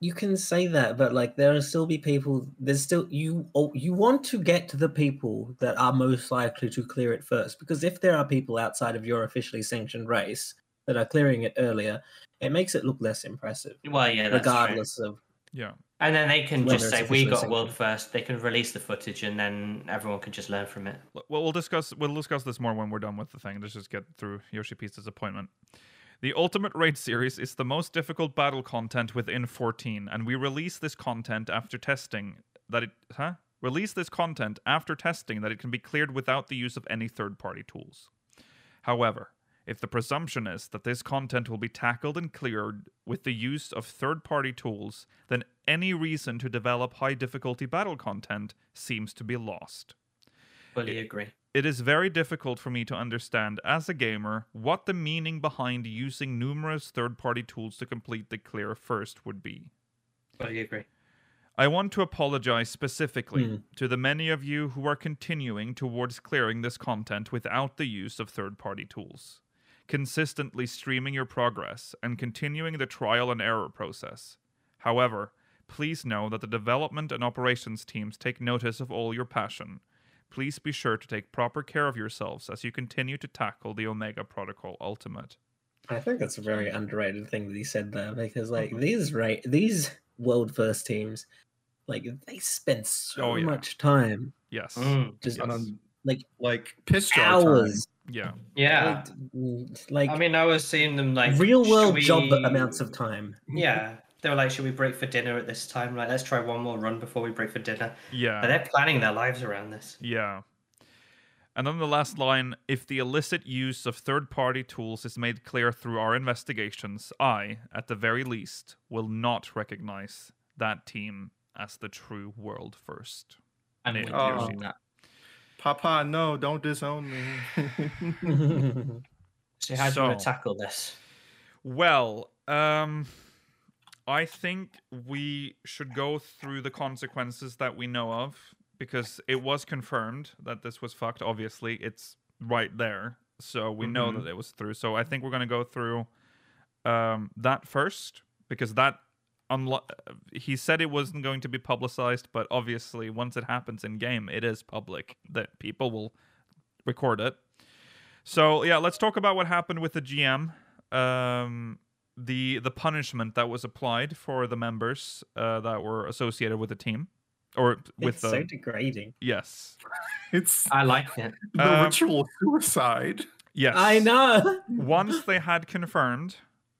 F: You can say that, but like there'll still be people. There's still you. oh, You want to get to the people that are most likely to clear it first, because if there are people outside of your officially sanctioned race that are clearing it earlier, it makes it look less impressive,
D: Well, yeah, that's true.
F: regardless of
C: yeah,
D: And then they can
F: Whether
D: just
F: it's
D: say, "We
F: officially
D: got
F: sanctioned.
D: world first. They can release the footage, and then everyone can just learn from it.
C: Well, we'll discuss we'll discuss this more when we're done with the thing. Let's just get through Yoshi Pisa's appointment. The Ultimate Raid series is the most difficult battle content within 14, and we release this content after testing that it huh? Release this content after testing that it can be cleared without the use of any third-party tools. However, if the presumption is that this content will be tackled and cleared with the use of third-party tools, then any reason to develop high difficulty battle content seems to be lost.
D: Fully agree.
C: It is very difficult for me to understand, as a gamer, what the meaning behind using numerous third party tools to complete the clear first would be.
D: Fully agree.
C: I want to apologize specifically
F: Hmm.
C: to the many of you who are continuing towards clearing this content without the use of third party tools, consistently streaming your progress, and continuing the trial and error process. However, please know that the development and operations teams take notice of all your passion. Please be sure to take proper care of yourselves as you continue to tackle the Omega Protocol Ultimate.
F: I think that's a very underrated thing that he said there because like
D: Mm-hmm.
F: these right these world first teams, like they spend so
C: Oh, yeah.
F: much time
C: Yes.
D: Mm,
F: just
C: Yes.
E: on
F: like
E: like piss jar time.
F: hours
C: Yeah.
D: yeah.
F: like, like,
D: I mean, I was seeing them like
F: real
D: "Should
F: world job
D: we-"
F: amounts of time.
D: Yeah, they were like, "Should we break for dinner at this time? Like, let's try one more run before we break for dinner."
C: Yeah.
D: But they're planning their lives around this.
C: Yeah. And then the last line if the illicit use of third party tools is made clear through our investigations, I, at the very least, will not recognize that team as the true world first.
D: I'm
C: Yeah.
D: with you
E: Oh.
D: on that.
E: Papa, no, don't disown me.
D: So how do you want to
C: So-
D: tackle this?
C: Well, um, I think we should go through the consequences that we know of because it was confirmed that this was fucked. Obviously, it's right there, so we know
B: Mhm.
C: that it was through. So I think we're gonna go through um, that first because that. Unlo- he said it wasn't going to be publicized, but obviously, once it happens in game, it is public that people will record it. So yeah, let's talk about what happened with the GM. Um, the the punishment that was applied for the members uh, that were associated with the team. or with
F: it's
C: the
F: so degrading.
C: yes,
E: It's
D: I like it.
E: the
C: Um,
E: ritual of suicide.
C: yes.
F: I know.
C: Once they had confirmed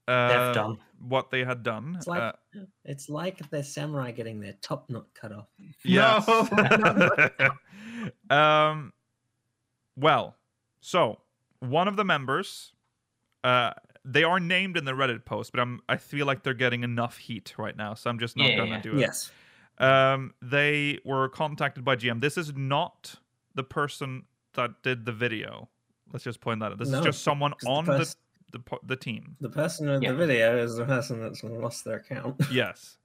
D: They've
C: uh,
D: done.
C: what they had done,
F: It's like-
C: uh,
F: It's like the samurai getting their top knot cut off.
C: Yes.
E: No.
C: um, well, so one of the members, uh, they are named in the Reddit post, but I'm I feel like they're getting enough heat right now, so I'm just not
D: Yeah,
C: gonna
D: yeah.
C: do it. Um, they were contacted by GM. This is not the person that did the video. Let's just point that out. This
F: No,
C: is just someone
F: 'cause
C: on
F: the,
C: the
F: pers-
C: the, po- the team.
F: the person in
D: Yeah.
F: the video is the person that's lost their account.
C: yes.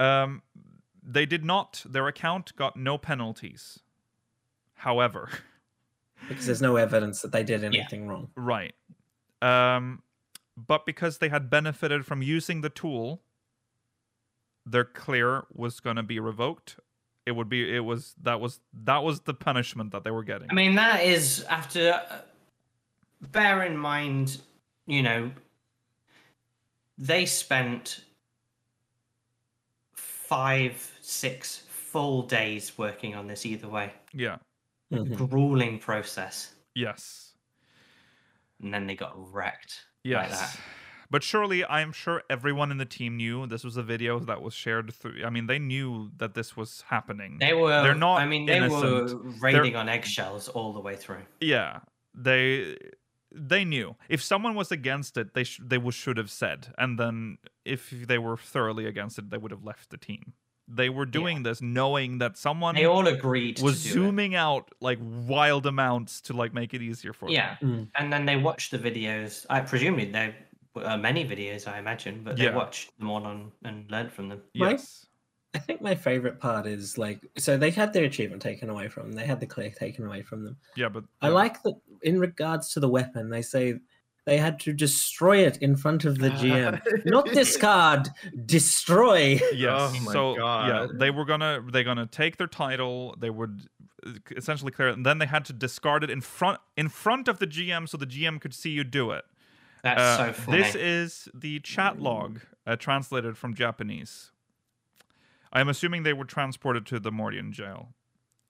C: Um, they did not. Their account got no penalties. However.
F: because there's no evidence that they did anything wrong.
C: Right. Um, but because they had benefited from using the tool, their clear was going to be revoked. It would be. It was that was that was the punishment that they were getting.
D: I mean, that is after. uh, Bear in mind, you know, they spent five, six full days working on this either way.
C: yeah.
D: Mm-hmm.
F: Mhm.
D: Grueling process.
C: Yes.
D: And then they got wrecked. like
C: Yes.
D: that.
C: But surely, I'm sure everyone in the team knew this was a video that was shared through. I mean, they knew that this was happening.
D: They were.
C: They're not
D: I mean, they
C: innocent.
D: were raiding on eggshells all the way through.
C: Yeah, they they knew if someone was against it, they sh- they wa- should have said, and then if they were thoroughly against it, they would have left the team. They were doing this knowing that someone
D: They all agreed
C: was
D: to do it.
C: zooming out like wild amounts to like make it easier for
D: Yeah,
C: them.
F: Mm.
D: and then they watched the videos. I presumably there were many videos, I imagine, but they
C: Yeah.
D: watched them all on and learned from them.
F: Right?
C: Yes.
F: I think my favorite part is like so they had their achievement taken away from them. They had the clear taken away from them.
C: Yeah, but
F: I like that in regards to the weapon, they say they had to destroy it in front of the GM. Not discard, destroy.
C: Yes.
E: Oh my
C: so yeah,
E: God.
C: they were gonna they're gonna take their title. They would uh, essentially clear it, and then they had to discard it in front in front of the GM, so the GM could see you do it.
D: That's
C: Uh,
D: so funny.
C: This is the chat log uh, translated from Japanese. I'm assuming they were transported to the Mordian jail.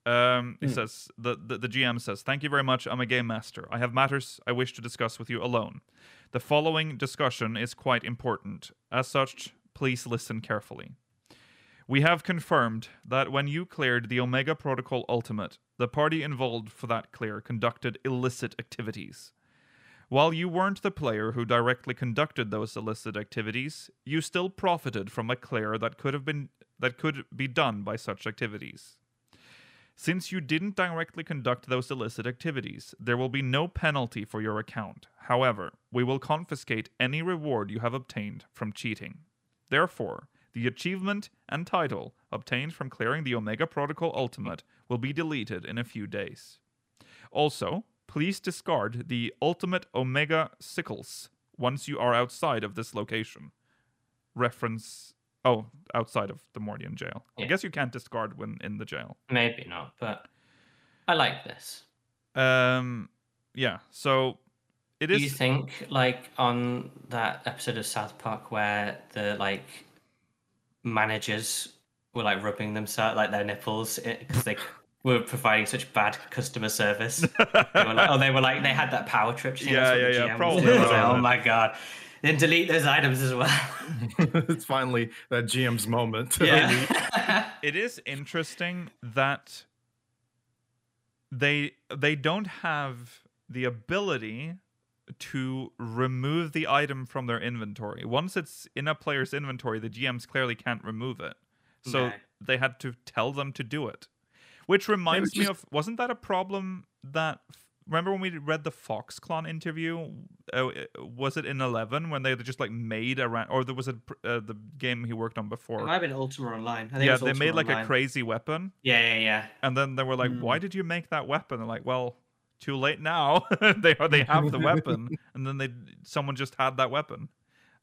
C: Um, he
F: Hmm.
C: says the, the the GM says, "Thank you very much. I'm a game master. I have matters I wish to discuss with you alone. The following discussion is quite important. As such, please listen carefully. We have confirmed that when you cleared the Omega Protocol Ultimate, the party involved for that clear conducted illicit activities. While you weren't the player who directly conducted those illicit activities, you still profited from a clear that could have been that could be done by such activities. Since you didn't directly conduct those illicit activities, there will be no penalty for your account. However, we will confiscate any reward you have obtained from cheating. Therefore, the achievement and title obtained from clearing the Omega Protocol Ultimate will be deleted in a few days. Also, please discard the Ultimate Omega Sickles once you are outside of this location. Reference. Oh, outside of the Mordian jail. I
D: Yeah.
C: guess you can't discard when in the jail.
D: Maybe not, but I like this.
C: Um, yeah. So it
D: Do
C: is.
D: you think, like, on that episode of South Park where the like managers were like rubbing themselves like their nipples because they were providing such bad customer service? They were like, oh, they were like they had that power trip. thing, that's
C: Yeah,
D: what
C: yeah,
D: the
C: yeah,
D: GM was
C: probably
D: doing. I was
C: around
D: like,
C: that.
D: oh my god! Then delete those items as well.
E: it's finally that GM's moment.
D: yeah.
C: it is interesting that they they don't have the ability to remove the item from their inventory. Once it's in a player's inventory, the GMs clearly can't remove it. So
D: No.
C: they had to tell them to do it. Which reminds me
E: just-
C: of wasn't that a problem that remember when we read the Foxconn interview? Uh, was it in 11 when they just like made around or there was a pr- uh, the game he worked on
D: It
C: before?
D: might have been Ultima Online. I think it
C: yeah,
D: was
C: they made
D: Ultima
C: like a
D: Online. Hmm.
C: crazy weapon,
D: Yeah, yeah, yeah.
C: and then they were like, "Why did you make that weapon?" They're like, "Well, too late now. they they have the weapon, and then they someone just had that weapon."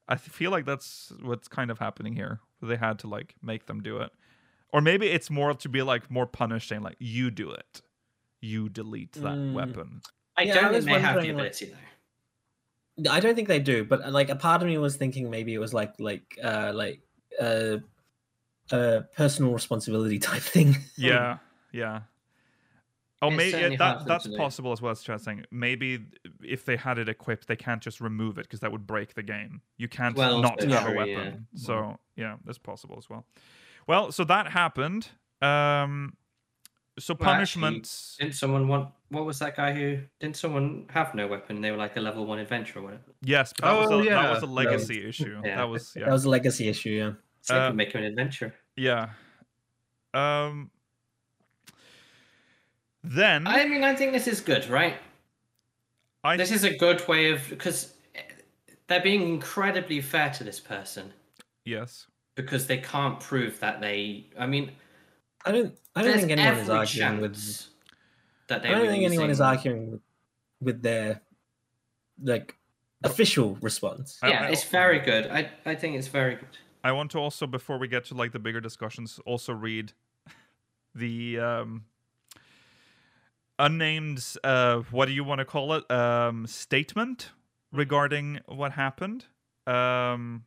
C: I th- feel like that's what's kind of happening here. where They had to like make them do it, or maybe it's more to be like more punishing, like you do it, you delete that
D: Hmm.
F: Mm.
C: weapon.
D: I
F: Yeah, I
D: don't
F: was
D: think they have the
F: wondering, like-
D: ability though.
F: I don't think they do, but like a part of me was thinking maybe it was like like uh like uh uh, personal responsibility type thing.
C: Yeah, yeah. Oh,
D: It's
C: maybe
D: certainly hard
C: that,
D: for them
C: that's
D: to do.
C: possible as well as Chad saying. Maybe if they had it equipped, they can't just remove it because that would break the game. You can't
D: Well,
C: not
D: also
C: have a
D: true,
C: weapon.
D: yeah. Mm-hmm.
C: So yeah, that's possible as well. Well, so that happened. Um, so
D: Well, actually,
C: punishments.
D: Didn't someone want? What was that guy who? Didn't someone have no weapon? They were like a level one adventurer or whatever.
C: yes, but that,
E: Oh,
C: was a, that
E: yeah.
C: was a
E: No.
C: legacy issue.
D: Yeah.
C: That was
F: That
C: yeah,
F: was a legacy issue. Yeah.
D: So they
C: Uh,
D: could make him an adventurer.
C: yeah. Um. Then
D: I mean, I think this is good, right?
C: hmm? I
D: This is a good way of because they're being incredibly fair to this person
C: yes.
D: because they can't prove that they. I mean,
F: I don't. I don't
D: there's
F: think anyone is
D: every
F: arguing with.
D: chance that they.
F: I don't
D: were
F: think anyone is
D: using-
F: arguing with, with their like official response.
C: I-
D: Yeah,
C: I-
D: it's very good. I I think it's very good.
C: I want to also, before we get to like the bigger discussions, also read the um, unnamed, uh, what do you want to call it, um, statement regarding what happened, um,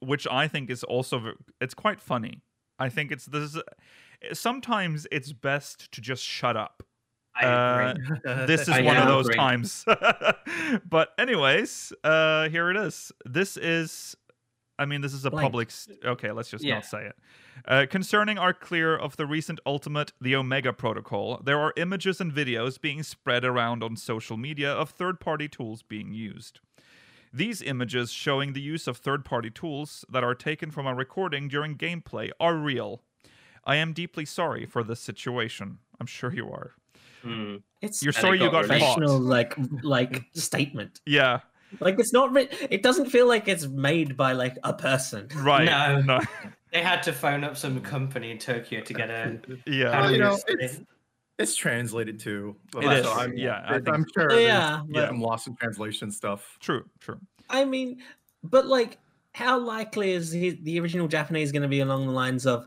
C: which I think is also v- it's quite funny. I think it's this. Is, sometimes it's best to just shut up.
D: I
C: Uh,
D: agree.
C: this is
D: I
C: one of
D: am
C: those
D: agreeing.
C: times. but anyways, uh here it is. This is I mean this is a
F: Blank.
C: public st- okay, let's just
D: Yeah.
C: not say it. Uh, concerning our clear of the recent ultimate the Omega protocol, there are images and videos being spread around on social media of third-party tools being used. These images showing the use of third-party tools that are taken from a recording during gameplay are real. I am deeply sorry for this situation. I'm sure you are.
D: Hmm.
F: It's
C: You're
D: And it
C: sorry you
D: got
C: got
D: released.
C: caught.
F: professional, like like statement.
C: Yeah.
F: Like it's not. writ it doesn't feel like it's made by like a person.
C: Right.
D: No. They had to phone up some company in Tokyo to get a.
C: Yeah.
D: how
E: Well,
D: do
E: you
D: we
E: know,
D: say-
E: it's- It's translated too.
C: It
E: so
C: is,
E: I'm,
C: yeah, I
E: it-
C: think-
E: I'm sure.
F: So,
E: there's
F: yeah.
C: Yeah.
F: like,
E: Some lost in translation stuff.
C: True. True.
F: I mean, but like, how likely is he, the original Japanese going to be along the lines of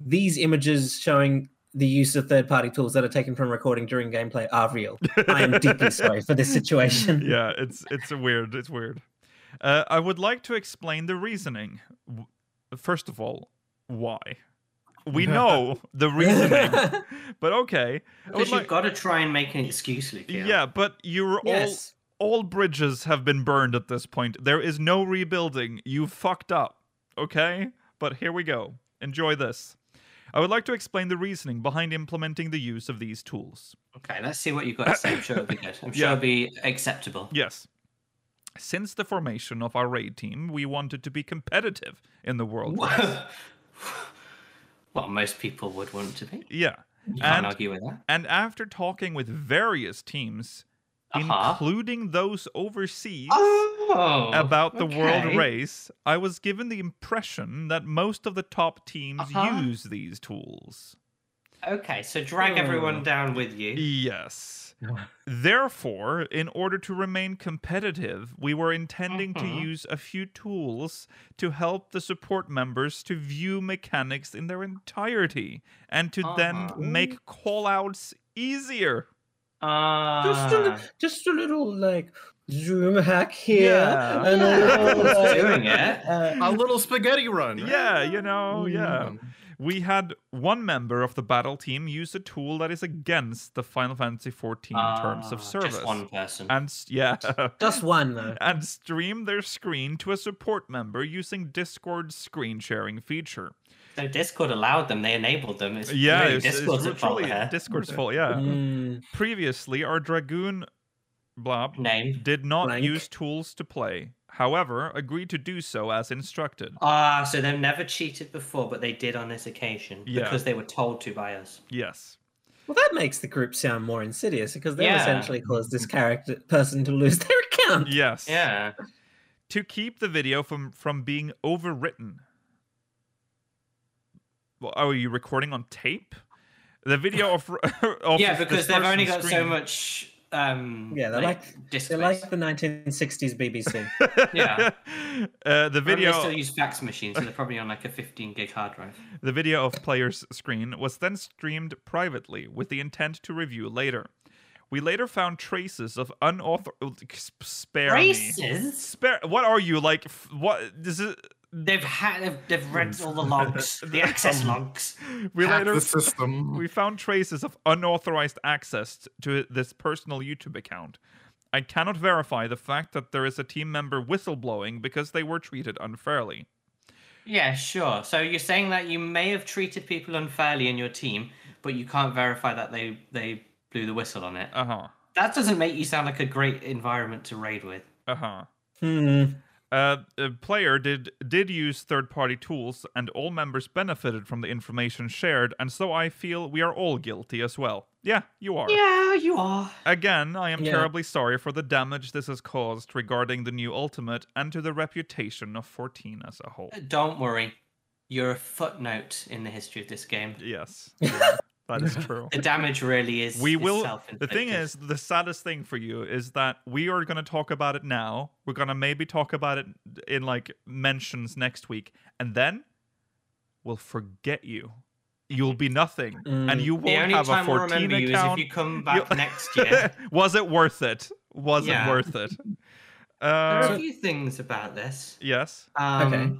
F: these images showing the use of third-party tools that are taken from recording during gameplay are real? I am deeply sorry for this situation.
C: Yeah. It's it's a weird. It's weird. Uh, I would like to explain the reasoning. W- First of all, why? We know the reasoning, but okay. I would
D: Because
C: like-
D: you've got to try and make an excuse, Luke.
C: yeah. but you're all
F: yes.
C: all bridges have been burned at this point. There is no rebuilding. You fucked up. Okay? But here we go. Enjoy this. I would like to explain the reasoning behind implementing the use of these tools.
D: Okay, let's see what you've got to say. I'm sure it'll be good. I'm sure
C: Yeah.
D: it'll be acceptable.
C: Yes. Since the formation of our raid team, we wanted to be competitive in the world. race.
D: Well, most people would want to be. You
C: Yeah.
D: can't
C: And,
D: argue with that.
C: and after talking with various teams,
D: Uh-huh.
C: including those overseas,
D: Oh,
C: about the world
D: okay.
C: race, I was given the impression that most of the top teams
D: Uh-huh.
C: use these tools.
D: Okay, so drag everyone down with you.
C: Yes. Therefore, in order to remain competitive, we were intending
D: Mhm.
C: to use a few tools to help the support members to view mechanics in their entirety and to
D: Uh-huh.
C: then make callouts easier.
F: Just a,
D: Ah,
F: li- just a little like zoom hack here and a
D: Yeah.
F: little,
D: Just
F: like,
D: doing it.
E: A
F: uh,
E: little spaghetti run. right?
C: Yeah, you know, yeah.
E: Mm.
C: We had one member of the battle team use a tool that is against the Final Fantasy XIV terms
D: Ah,
C: of service.
D: Just one person.
C: And s- yeah.
F: just one though.
C: and stream their screen to a support member using Discord's screen sharing feature.
D: so Discord allowed them. They enabled them. It's
C: Yeah,
D: really
C: it's, it's
D: Discord's
C: ru-
D: at fault Mm-hmm.
C: truly
D: here.
C: Discord's fault. Yeah.
F: Mm,
C: Previously, our dragoon blah
D: Name.
C: did not
F: Blank.
C: use tools to play. However, agreed to do so as instructed.
D: Ah, so they've never cheated before, but they did on this occasion
C: Yeah.
D: because they were told to by us.
C: Yes.
F: well, that makes the group sound more insidious because they've
D: Yeah.
F: essentially caused this character person to lose their account.
C: Yes.
D: Yeah.
C: To keep the video from from being overwritten. Well, oh, are you recording on tape? The video of, of
D: yeah,
C: this
D: because they've only got
C: person's
D: so
C: screen-
D: much. Um,
F: Yeah, they're
D: disk
F: They're
D: space.
F: like the 1960s BBC.
D: Yeah.
C: uh, the
D: Remember,
C: video
D: They still use fax machines, so they're probably on like a 15 gig hard drive.
C: The video of player's screen was then streamed privately with the intent to review later. We later found traces of unauthorized spare me.
D: Braces?
C: Spare what are you like f- what this is
D: They've had they've, they've read
C: Mm.
D: all the logs, the
C: Um.
D: access logs.
C: We
E: Hack
C: later
E: the system.
C: we found traces of unauthorized access to this personal YouTube account. I cannot verify the fact that there is a team member whistleblowing because they were treated unfairly.
D: Yeah, sure. So you're saying that you may have treated people unfairly in your team, but you can't verify that they they blew the whistle on it.
C: Uh huh.
D: That doesn't make you sound like a great environment to raid with.
C: Uh huh.
F: Hmm.
C: Uh, a player did did use third party tools, and all members benefited from the information shared, and so I feel we are all guilty as well. Yeah, you are.
D: Yeah, you are.
C: Again, I am
F: Yeah.
C: terribly sorry for the damage this has caused regarding the new Ultimate and to the reputation of 14 as a whole.
D: Don't worry. You're a footnote in the history of this game.
C: Yes, that is true.
D: The damage really is.
C: We
D: is
C: will. The
D: self-inflicted.
C: thing is, the saddest thing for you is that we are going to talk about it now. We're going to maybe talk about it in like mentions next week, and then we'll forget you. You'll be nothing, and
F: Mm.
C: you
D: the
C: won't
D: only
C: have a
D: time we'll
C: 14
D: remember you is if
C: account.
D: you come
C: You'll-
D: back next year.
C: Was it worth it? Was
D: Yeah.
C: it worth it?
D: There are
C: Uh,
D: a few things about this.
C: yes.
D: Um,
F: Okay.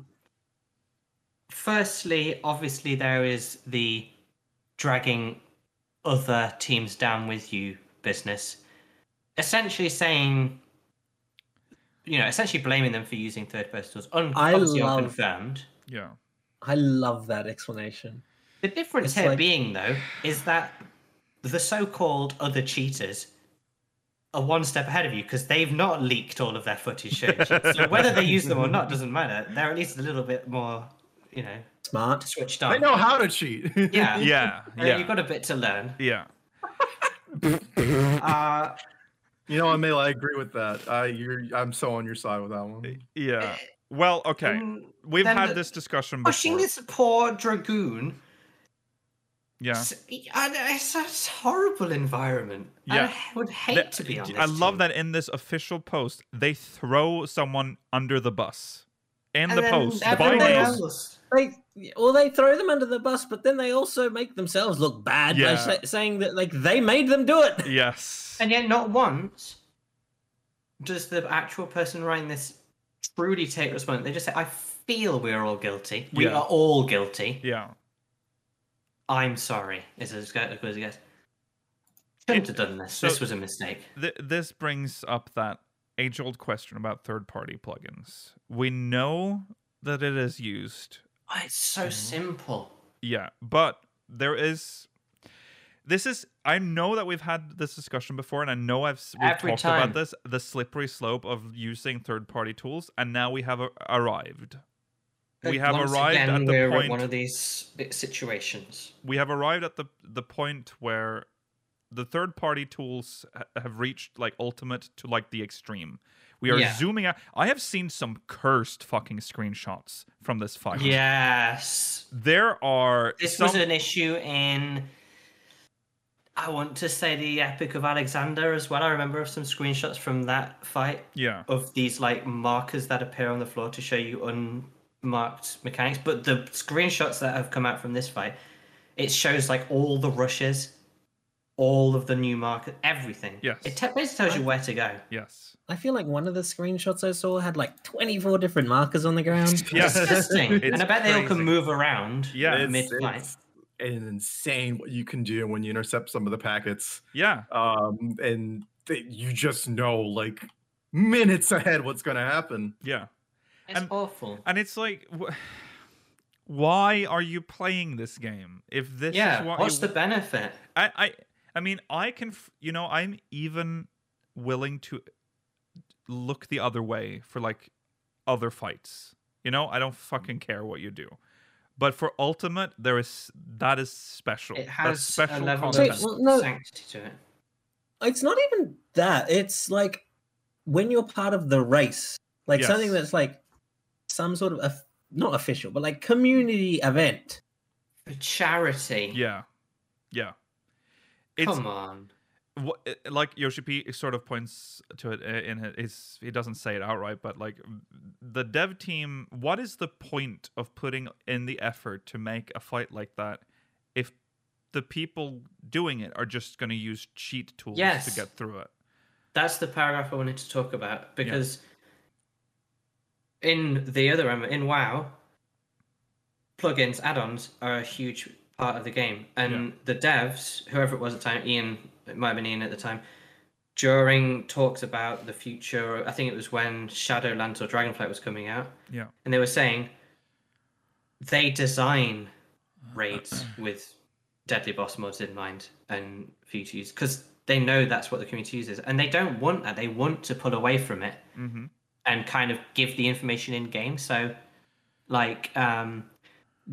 D: Firstly, obviously, there is the dragging other teams down with you business. Essentially saying, you know, essentially blaming them for using third person tools. Un-
F: I
D: obviously
F: love-
D: unconfirmed.
C: Yeah.
F: I love that explanation.
D: The difference
F: It's
D: here
F: like-
D: being, though, is that the so-called other cheaters are one step ahead of you because they've not leaked all of their footage. yet. so whether they use them or not doesn't matter. They're at least a little bit more, you know,
F: Smart.
D: switched
E: They
D: on.
E: know how to cheat.
D: Yeah,
C: Yeah.
D: Uh,
C: Yeah.
D: You've got a bit to learn.
C: yeah.
D: Uh,
E: You know, Emil, I agree with that. I, you're, I'm so on your side with that one.
C: Yeah. Well, okay.
D: um,
C: We've
D: then
C: had
D: the-
C: this discussion before.
D: pushing this poor dragoon.
C: yeah.
D: s- and It's, it's a horrible environment.
C: Yeah.
D: I h- would hate
C: Th-
D: to be on this.
C: I love
D: team.
C: that in this official post, they throw someone under the bus. In
D: And
C: the
D: then
C: post, by
D: everyone
C: nails.
D: else-
F: They well, they throw them under the bus, but then they also make themselves look bad
C: Yeah.
F: by sa- saying that like they made them do it.
C: Yes.
D: And yet, not once does the actual person writing this truly take responsibility. They just say, I feel we are all guilty. We
C: Yeah.
D: are all guilty.
C: Yeah.
D: I'm sorry, is as good as it gets. Shouldn't have done this.
C: so-
D: this was a mistake.
C: Th- this brings up that age old question about third party plugins. We know that it is used.
D: Oh, it's so simple.
C: Yeah. But there is. This is. I know that we've had this discussion before, and I know I've s- we've
D: Every
C: talked
D: time.
C: about this the slippery slope of using third party tools, and now we have a- arrived. We
D: Uh,
C: have
D: Once
C: arrived
D: again,
C: at the
D: we're
C: point-
D: in one of these uh, situations.
C: we have arrived at the the point where the third party tools ha- have reached like ultimate to like the extreme. We are
D: Yeah.
C: zooming out. I have seen some cursed fucking screenshots from this fight.
D: Yes.
C: There are
D: This
C: some
D: was an issue in. I want to say the Epic of Alexander as well. I remember some screenshots from that fight
C: yeah.
D: of these like markers that appear on the floor to show you unmarked mechanics. But the screenshots that have come out from this fight, it shows like all the rushes, all of the new market, everything.
C: Yes.
D: It te- basically tells you where to go.
C: Yes.
F: I feel like one of the screenshots I saw had like 24 different markers on the ground.
C: Yes.
D: Disgusting.
C: It's
D: and I bet they all
C: crazy.
D: can move around
C: Yeah,
D: yeah,
C: it's-
D: mid flight.
E: It's an insane what you can do when you intercept some of the packets.
C: Yeah.
E: Um, and th- you just know like minutes ahead what's going to happen.
C: Yeah.
D: It's
C: and-
D: awful.
C: And it's like wh- why are you playing this game if this
D: yeah.
C: is what
D: What's
C: you-
D: the benefit?
C: I, I, I mean, I can, f- you know, I'm even willing to look the other way for like other fights. You know, I don't fucking
D: Mm-hmm.
C: care what you do. But for Ultimate, there is that is special.
D: It
C: That's
D: has
C: special
D: a level
C: content.
F: Wait,
D: of
F: well, no.
D: sanctity to it.
F: It's not even that. It's like when you're part of the race, like
C: Yes.
F: something that's like some sort of a, not official, but like community event.
D: For charity.
C: Yeah, yeah. It's
D: Come on.
C: wha- it- like Yoshi P sort of points to it i- in hi- his he doesn't say it outright, but like the dev team, what is the point of putting in the effort to make a fight like that if the people doing it are just going to use cheat tools to
D: Yes.
C: get through it?
D: That's the paragraph I wanted to talk about because in the other em- in WoW, plugins, add-ons are a huge part of the game, and the devs, whoever it was at the time, Ian, it might have been Ian at the time, during talks about the future, I think it was when Shadowlands or Dragonflight was coming out,
C: Yeah.
D: and they were saying they design raids with deadly boss mods in mind and for you to use because they know that's what the community uses and they don't want that they want to pull away from it
C: Mm-hmm.
D: and kind of give the information in game so like um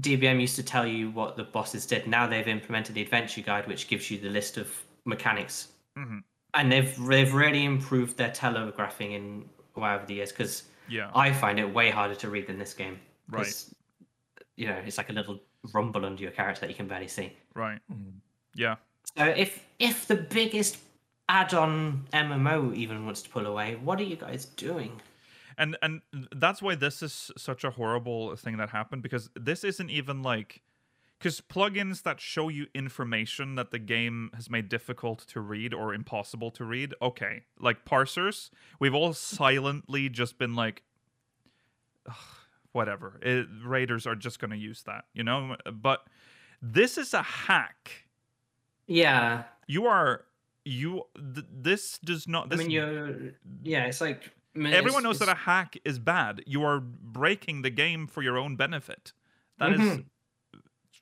D: dbm used to tell you what the bosses did now they've implemented the adventure guide which gives you the list of mechanics
C: Mhm.
D: and they've they've really improved their telegraphing in WoW over the years because
C: Yeah.
D: I find it way harder to read than this game.
C: Right.
D: 'cause, You know, it's like a little rumble under your character that you can barely see.
C: Right.
D: Mm.
C: Yeah.
D: So if if the biggest add-on MMO even wants to pull away, what are you guys doing?
C: and and that's why this is such a horrible thing that happened because this isn't even like because plugins that show you information that the game has made difficult to read or impossible to read okay like parsers we've all silently just been like "Ugh, whatever it, raiders are just going to use that you know but this is a hack
D: Yeah,
C: you are you th- this does not
D: I
C: this
D: mean, you're yeah, it's like I mean,
C: Everyone knows
D: it's-
C: that a hack is bad. You are breaking the game for your own benefit. That is
D: Mhm.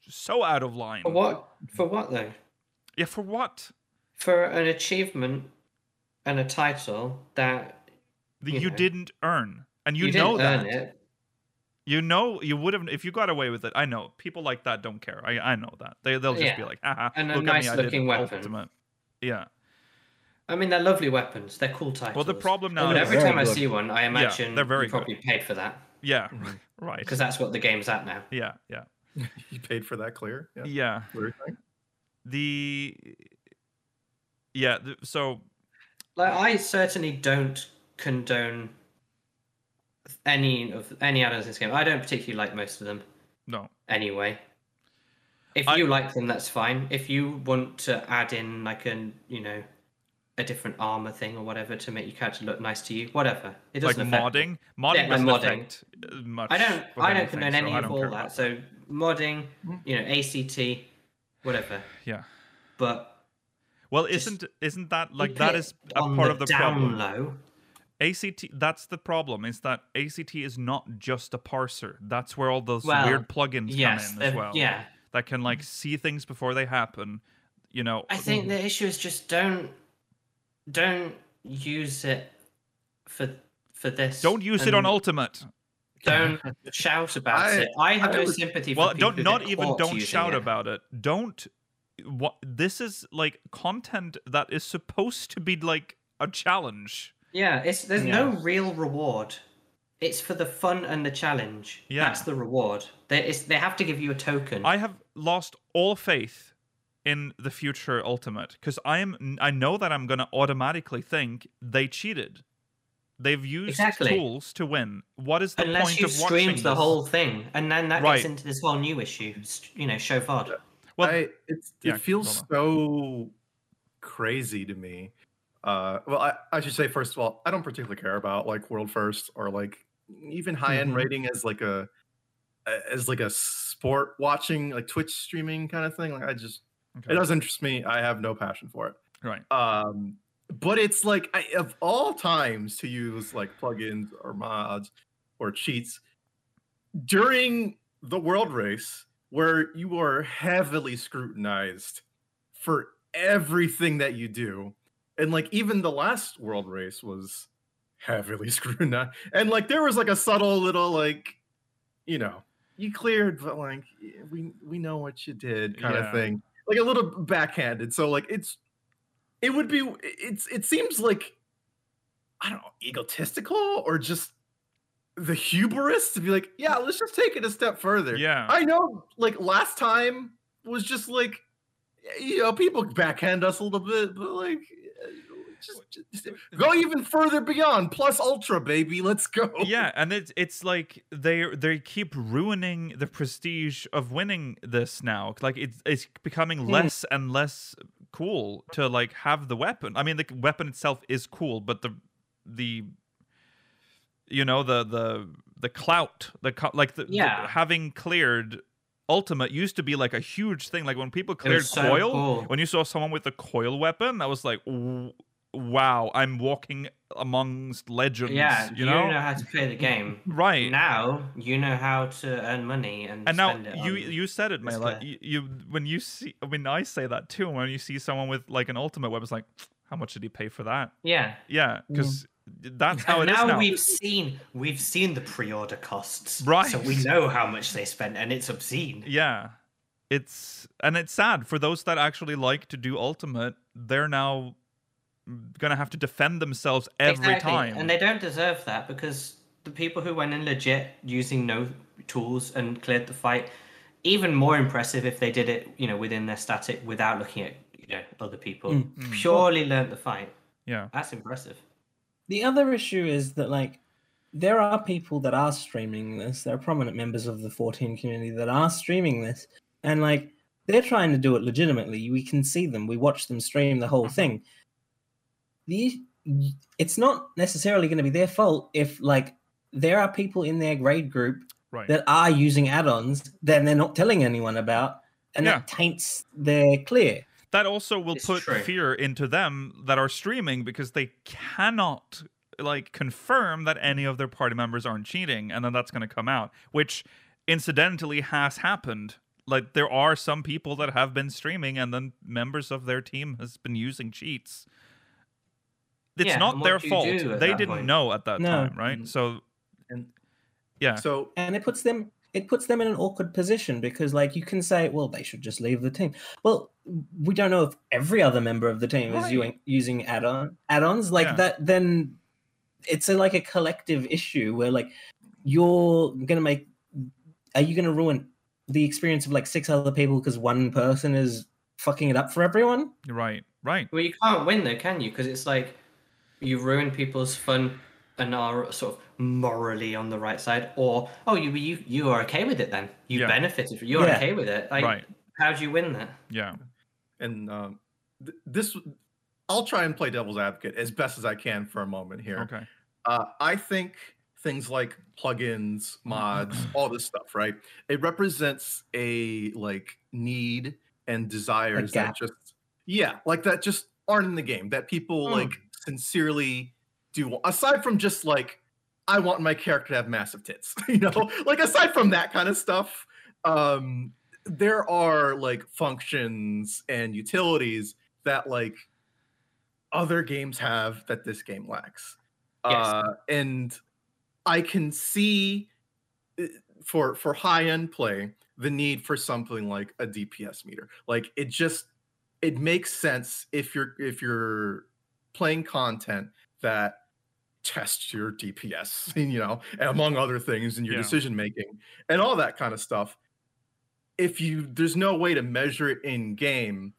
C: so out of line.
D: for what for what though
C: Yeah, for what?
D: for an achievement and a title that
C: That you,
D: You know.
C: didn't earn. And you,
D: you,
C: know
D: didn't earn
C: that.
D: it.
C: You know you would have if you got away with it. I know. People like that don't care. I, I know that. They they'll just be
D: Yeah.
C: like, haha,
D: And a
C: look
D: nice
C: at me, I did
D: looking
C: it.
D: weapon.
C: Ultimate. Yeah.
D: I mean, they're lovely weapons. They're cool titles.
C: Well the problem now
D: But
C: is
D: every
F: very
D: time I
F: good.
D: see one, I imagine
C: they're very
D: you probably paid for that
C: Yeah. Right.
D: because that's what the game's at now.
C: Yeah, yeah.
E: You paid for that clear? Yeah.
C: Yeah.
E: What are you saying?
C: The Yeah, the, so
D: Like I certainly don't condone any of any add-ons in this game. I don't particularly like most of them
C: no.
D: anyway. If
C: I-
D: you like them, that's fine. If you want to add in like an you know a different armor thing or whatever to make your character look nice to you, whatever. It
C: like
D: doesn't affect me.
C: modding. Modding
D: Yeah, like
C: doesn't
D: modding.
C: affect uh, much.
D: I don't
C: with
D: I don't
C: anything,
D: condone
C: so
D: any
C: I
D: of
C: don't
D: all
C: care
D: that.
C: about
D: So modding, you know, ACT, whatever.
C: Yeah.
D: But
C: Well,
D: Just-
C: isn't isn't that
D: you
C: like that
D: pay
C: is a
D: on
C: part of the
D: down
C: problem?
D: low.
C: ACT. That's the problem. Is that ACT is not just a parser. That's where all those
D: Well,
C: weird plugins
D: Yes,
C: come in as
D: uh,
C: well.
D: yeah.
C: That can like see things before they happen. You know.
D: I think the issue is just don't don't use it for for this.
C: Don't use it on
D: and
C: ultimate.
D: Don't shout about
E: I-
D: it. I have
E: I
D: no
E: was-
D: sympathy for
C: Well,
D: people
C: don't
D: who
C: not
D: get
C: even
D: caught
C: don't
D: using
C: shout
D: it.
C: about it. Don't. What this is like content that is supposed to be like a challenge.
D: Yeah, it's there's no real reward. It's for the fun and the challenge.
C: Yeah.
D: that's the reward. They it's, they have to give you a token.
C: I have lost all faith in the future ultimate because I am I know that I'm gonna automatically think they cheated. They've used
D: Exactly.
C: tools to win. What is the
D: Unless
C: point
D: you
C: of watching
D: streamed the
C: this?
D: whole thing, and then that
C: Right.
D: gets into this whole new issue, s- you know, show VOD.
C: Well,
E: I, it's,
C: yeah,
E: it feels so crazy to me. Uh, well, I, I should say first of all, I don't particularly care about like world first or like even high end
C: Mm-hmm.
D: Mhm.
E: rating as like a as like a sport watching like Twitch streaming kind of thing. Like I just
C: okay.
E: it doesn't interest me. I have no passion for it.
C: right.
E: Um, but it's like I, of all times to use like plugins or mods or cheats during the world race where you are heavily scrutinized for everything that you do and like even the last world race was heavily scrutinized and like there was like a subtle little like you know you cleared but like y- we we know what you did kind
C: Yeah.
E: of thing like a little backhanded so like it's it would be it's it seems like i don't know egotistical or just the hubris to be like yeah let's just take it a step further
C: Yeah.
E: i know like last time was just like you know people backhand us a little bit but like just, just go even further beyond plus ultra baby let's go
C: yeah, and it's it's like they they keep ruining the prestige of winning this now. Like it's it's becoming
D: Hmm.
C: less and less cool to like have the weapon. I mean, the weapon itself is cool, but the the you know the the the clout, the co- like the, the-
D: Yeah.
C: having cleared ultimate used to be like a huge thing. Like when people
D: It
C: cleared
D: was so
C: coil,
D: cool.
C: when you saw someone with a coil weapon, that was like, w- wow, I'm walking amongst legends.
D: Yeah,
C: you know,
D: how to play the game.
C: right?
D: Now you know how to earn money and,
C: and now
D: spend it
C: you
D: on-
C: you said it,
D: this
C: Mela.
D: guy.
C: You, you when you see when I say that too, when you see someone with like an ultimate weapon, it's like, how much did he pay for that?
D: yeah.
C: Yeah, because that's how it
D: and
C: is
D: now,
C: now.
D: we've seen we've seen the pre-order costs,
C: Right.
D: So we know how much they spent, and it's obscene.
C: Yeah. It's and it's sad for those that actually like to do ultimate, they're now gonna have to defend themselves every
D: Exactly,
C: time.
D: and they don't deserve that because the people who went in legit using no tools and cleared the fight, even more impressive if they did it, you know, within their static without looking at you know other people,
C: Mm.
D: purely learnt the fight.
C: yeah.
D: That's impressive.
F: The other issue is that like there are people that are streaming this. There are prominent members of the 14 community that are streaming this, and like they're trying to do it legitimately. We can see them. We watch them stream the whole thing. The it's not necessarily going to be their fault if like there are people in their grade group
C: Right.
F: that are using add-ons that they're not telling anyone about, and
C: Yeah.
F: that taints their clear.
C: that also will
D: It's
C: put
D: true.
C: fear into them that are streaming because they cannot like confirm that any of their party members aren't cheating and then that's going to come out which incidentally has happened like there are some people that have been streaming and then members of their team has been using cheats it's
D: Yeah,
C: not
D: and what
C: their
D: do you
C: fault
D: do at
C: they
D: that
C: didn't
D: point? Mm.
C: know at that
F: No.
C: time right so
E: And-
C: yeah
E: So
F: and it puts them it puts them in an awkward position because like you can say well they should just leave the team well we don't know if every other member of the team is
C: Right.
F: using using add-on add-ons like
C: Yeah.
F: that then it's a, like a collective issue where like you're gonna make are you gonna ruin the experience of like six other people because one person is fucking it up for everyone
C: right right
D: Well, you can't win though, can you? Because it's like you ruin people's fun and are sort of morally on the right side, or oh, you you you are okay with it then. You
C: Yeah.
D: benefited. You're
F: Yeah.
D: okay with it. Like,
C: Right.
D: How do you win that?
C: yeah
E: and um, th- this, I'll try and play devil's advocate as best as I can for a moment here.
C: okay
E: Uh, I think things like plugins, mods, all this stuff, right? It represents a like need and desires that
F: gap.
E: just yeah, like that just aren't in the game that people
D: Hmm.
E: like sincerely do. wa- Aside from just like I want my character to have massive tits, you know, like aside from that kind of stuff, um, there are like functions and utilities that like other games have that this game lacks.
D: Yes.
E: Uh, and I can see uh, for for high end play the need for something like a DPS meter. Like it just it makes sense if you're if you're playing content that tests your DPS, you know, among other things in your
C: Yeah.
E: decision making and all that kind of stuff. If you there's no way to measure it in game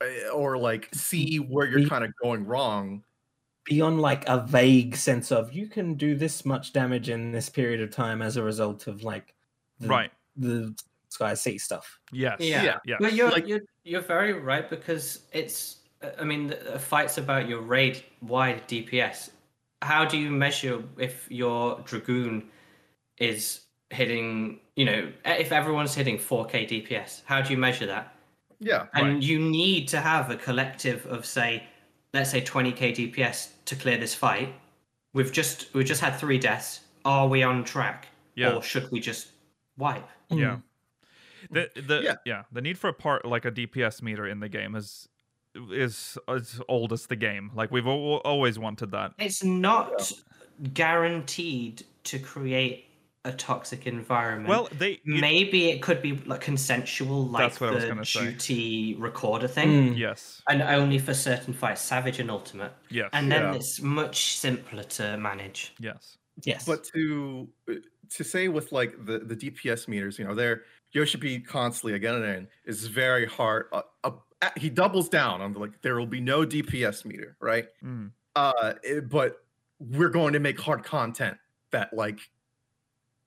E: uh, or like see where you're
F: Be-
E: kind of going wrong,
F: beyond like a vague sense of you can do this much damage in this period of time as a result of like the-
C: right
F: the Sky Sea stuff.
C: yes
D: Yeah.
E: Yeah.
C: yes
D: Well, you're,
E: Like-
D: you're you're very right because it's. I mean, the, the fight's about your raid wide DPS. How do you measure if your dragoon is hitting? You know, if everyone's hitting 4K DPS, how do you measure that?
E: yeah.
D: and you need to have a collective of say let's say 20k dps to clear this fight we've just we just had three deaths are we on track
C: Yeah.
D: or should we just wipe
C: Yeah. The the yeah.
E: Mm. Yeah.
C: the need for a part like a DPS meter in the game is is as old as the game. Like we've al- always wanted that.
D: it's not guaranteed to create a toxic environment
C: Well, they you-
D: maybe it could be like consensual like
C: That's what I was
D: the
C: gonna say.
D: duty recorder thing
C: yes.
D: and only for certain fights savage and ultimate
C: Yes.
D: and then
E: Yeah.
D: it's much simpler to manage
C: yes.
F: Yes.
E: But to uh, to say with like the the DPS meters, you know, there Yoshi constantly again and again is very hard. Uh, uh, uh, he doubles down on the, like there will be no DPS meter, right?
C: Mm.
E: Uh, eh, but we're going to make hard content that like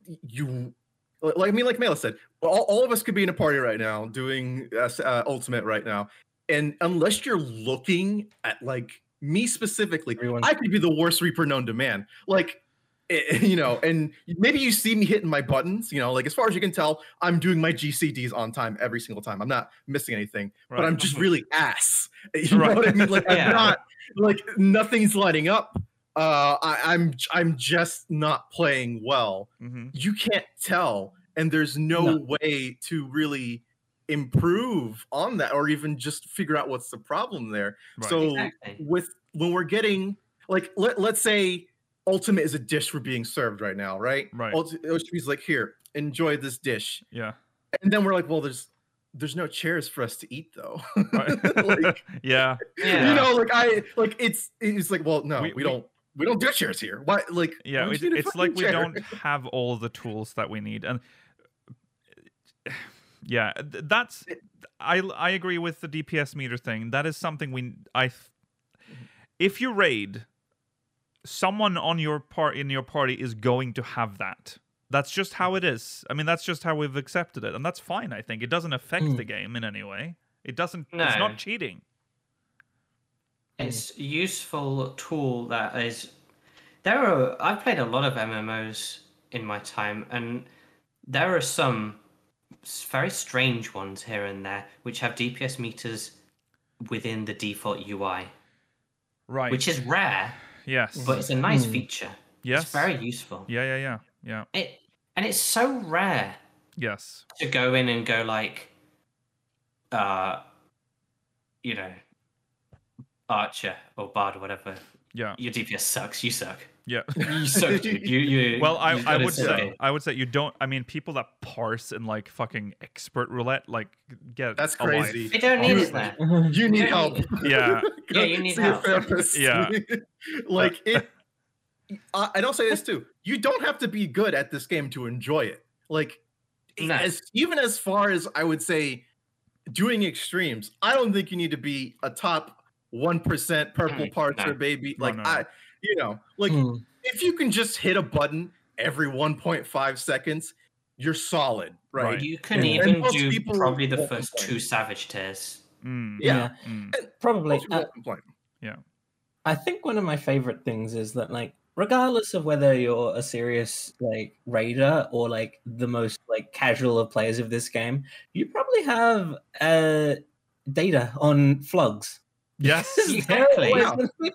E: y- you li- like I mean, like Mela said, all, all of us could be in a party right now doing uh, s- uh, ultimate right now, and unless you're looking at like me specifically,
F: Everyone-
E: I could be the worst Reaper known to man. Like eh, you know, and maybe you see me hitting my buttons, you know, like as far as you can tell, I'm doing my GCDs on time every single time. I'm not missing anything, but
C: Right.
E: I'm just really ass. You know
C: Right.
E: what I mean? Like
D: Yeah.
E: I'm not like nothing's lighting up. Uh, I, I'm I'm just not playing well
C: hmm
E: you can't tell and there's no, way to really improve on that or even just figure out what's the problem there
C: Right.
E: so
D: Exactly.
E: with when we're getting like let, let's say ultimate is a dish we're being served right now right
C: Right.
E: Ulti- Oshimi's like here enjoy this dish
C: Yeah.
E: and then we're like well there's there's no chairs for us to eat though
C: Right.
E: like,
C: yeah.
D: Yeah.
E: you know like i like it's it's like well no
C: We-
E: we,
C: we-
E: don't we don't do chairs here why like
C: Yeah,
E: we
C: it's,
E: just need a
C: it's
E: fucking
C: like we
E: chair.
C: don't have all the tools that we need, and yeah, th- that's I I agree with the DPS meter thing. That is something we I th- if you raid, someone on your part in your party is going to have that. That's just how it is. I mean, that's just how we've accepted it, and that's fine. I think it doesn't affect the
D: Mm.
C: game in any way. It doesn't. It's
D: No.
C: not cheating.
D: It's a useful tool that is. There are. I've played a lot of MMOs in my time, and there are some s- very strange ones here and there which have DPS meters within the default UI,
C: Right.
D: which is rare,
C: yes.
D: but it's a nice
F: Hmm.
D: feature.
C: yes.
D: It's very useful.
C: yeah. Yeah. Yeah. Yeah.
D: It and it's so rare
C: Yes.
D: to go in and go like, uh, you know, Archer or Bard or whatever.
C: Yeah.
D: Your DPS sucks. You suck.
C: Yeah.
D: You suck, dude. You, you,
C: Well, I,
D: you
C: I
D: gotta
C: would
D: suck
C: say
D: it.
C: I would say you don't. I mean, people that parse in like fucking expert roulette, like get
E: That's
C: a life.
E: crazy.
D: They don't need it
E: Dude.
D: there.
E: you need
D: Yeah.
E: help
C: Yeah,
D: Yeah,
E: Go
D: you need
E: see a
D: help.
E: therapist.
C: Yeah.
E: like it. I, I don't say this too. You don't have to be good at this game to enjoy it. Like, i-
D: No.
E: as even as far as I would say, doing extremes. I don't think you need to be a top one percent purple
D: Mm,
E: parser
D: no.
E: baby.
C: No,
E: Like
C: no, no.
E: I, you know, like
F: Mm.
E: if you can just hit a button every one point five seconds, you're solid, right?
C: Right.
D: You can
F: And-
D: even
E: and most
D: do
E: people
D: probably the
E: won't
D: first
E: complain.
D: two savage tiers.
C: mm,
E: Yeah.
C: mm,
F: Probably.
E: Most people
F: Uh,
E: won't complain.
F: I think one of my favorite things is that, like, regardless of whether you're a serious like raider or like the most like casual of players of this game, you probably have uh data on flogs.
C: Yes.
D: Exactly.
F: There's always gonna be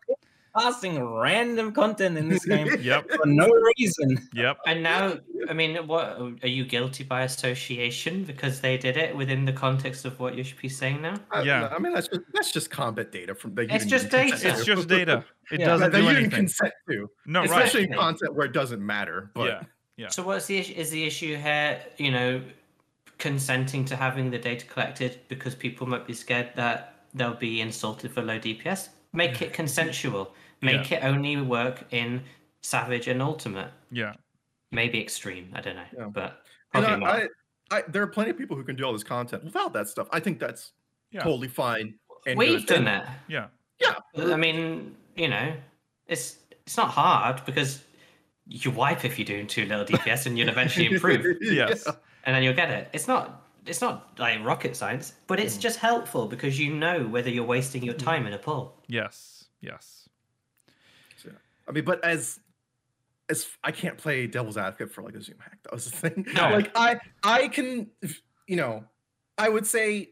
F: Passing random content in this game
C: Yep.
F: for no reason.
C: Yep.
D: And now, I mean, what are you guilty by association because they did it within the context of what you should be saying now?
E: I-
C: Yeah.
E: I mean that's just that's just combat data from that. you
D: It's
E: didn't
D: just
E: even consent
D: data.
C: It's
E: to.
C: just data. It
F: Yeah.
C: doesn't
E: that
C: do
E: you didn't
C: anything.
E: consent to.
C: No. Right.
E: especially
D: Right.
E: in content where it doesn't matter. But
C: Yeah. Yeah.
D: So what's the issue? Is the issue here? You know, consenting to having the data collected because people might be scared that they'll be insulted for low DPS. Make it consensual. Make it only work in Savage and Ultimate.
C: Yeah.
D: Maybe Extreme. I don't know,
E: Yeah.
D: but
E: and
D: probably not.
E: I, I, I, there are plenty of people who can do all this content without that stuff. I think that's
C: Yeah.
E: totally fine. and
D: We've
E: good.
D: done it.
C: Yeah.
D: I mean, you know, it's it's not hard because you wipe if you're doing too little DPS, and you'll eventually improve.
C: Yes.
D: and then you'll get it. It's not it's not like rocket science, but
F: Mm.
D: it's just helpful because you know whether you're wasting your time in a poll.
C: Yes. Yes.
E: I mean, but as as I can't play devil's advocate for like a Zoom hack. That was the thing.
D: No.
E: Like I I can you know I would say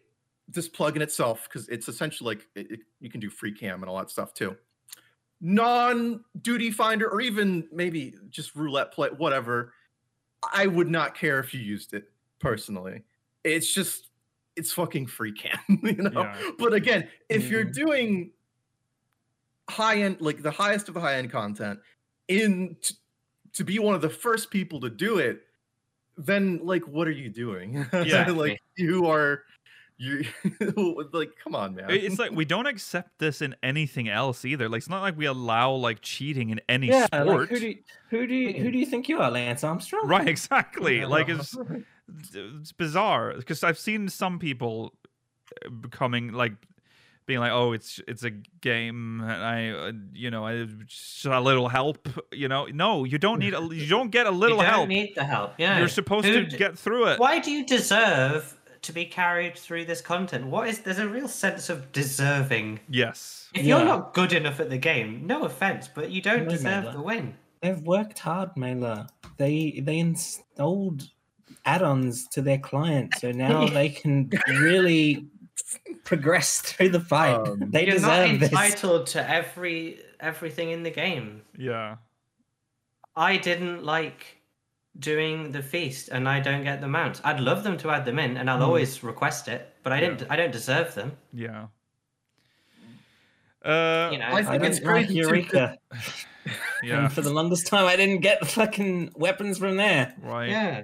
E: this plugin itself because it's essentially like it, it, you can do free cam and all that stuff too. Non duty finder or even maybe just roulette play whatever. I would not care if you used it personally. It's just it's fucking free cam, you know.
C: Yeah.
E: But again, if you're doing high end, like the highest of the high end content, in t- to be one of the first people to do it, then like, what are you doing?
C: Yeah.
E: like you are, you like, come on, man.
C: I- It's like we don't accept this in anything else either. Like it's not like we allow like cheating in any
F: Yeah,
C: sport.
F: like who do you, who do you, who do you think you are, Lance Armstrong?
C: Right, exactly.
E: Yeah.
C: Like it's it's bizarre because I've seen some people uh, becoming like being like, "Oh, it's it's a game. and I, uh, you know, I just a little help. You know, no, you don't need a you don't get a little
D: you don't
C: help.
D: need the help. Yeah.
C: You're supposed
D: Who
C: to
D: d-
C: get through it.
D: Why do you deserve to be carried through this content? What is there's a real sense of deserving.
C: Yes,
D: If
F: Yeah.
D: you're not good enough at the game, no offense, but you don't
F: No,
D: deserve
F: Mela.
D: the win.
F: They've worked hard, Mela. They they installed add-ons to their clients, so now they can really progress through the fight.
E: Um,
F: they
D: You're not
F: deserve this.
D: entitled to every everything in the game.
C: Yeah.
D: I didn't like doing the feast, and I don't get the mounts. I'd love them to add them in, and I'll always request it, but I didn't. I don't deserve them.
C: Yeah. Uh,
D: You know,
E: I
F: I
E: think it's
F: don't like
E: crazy. too, 'cause
F: Eureka.
C: yeah.
F: And for the longest time, I didn't get the fucking weapons from there.
C: Right.
D: yeah,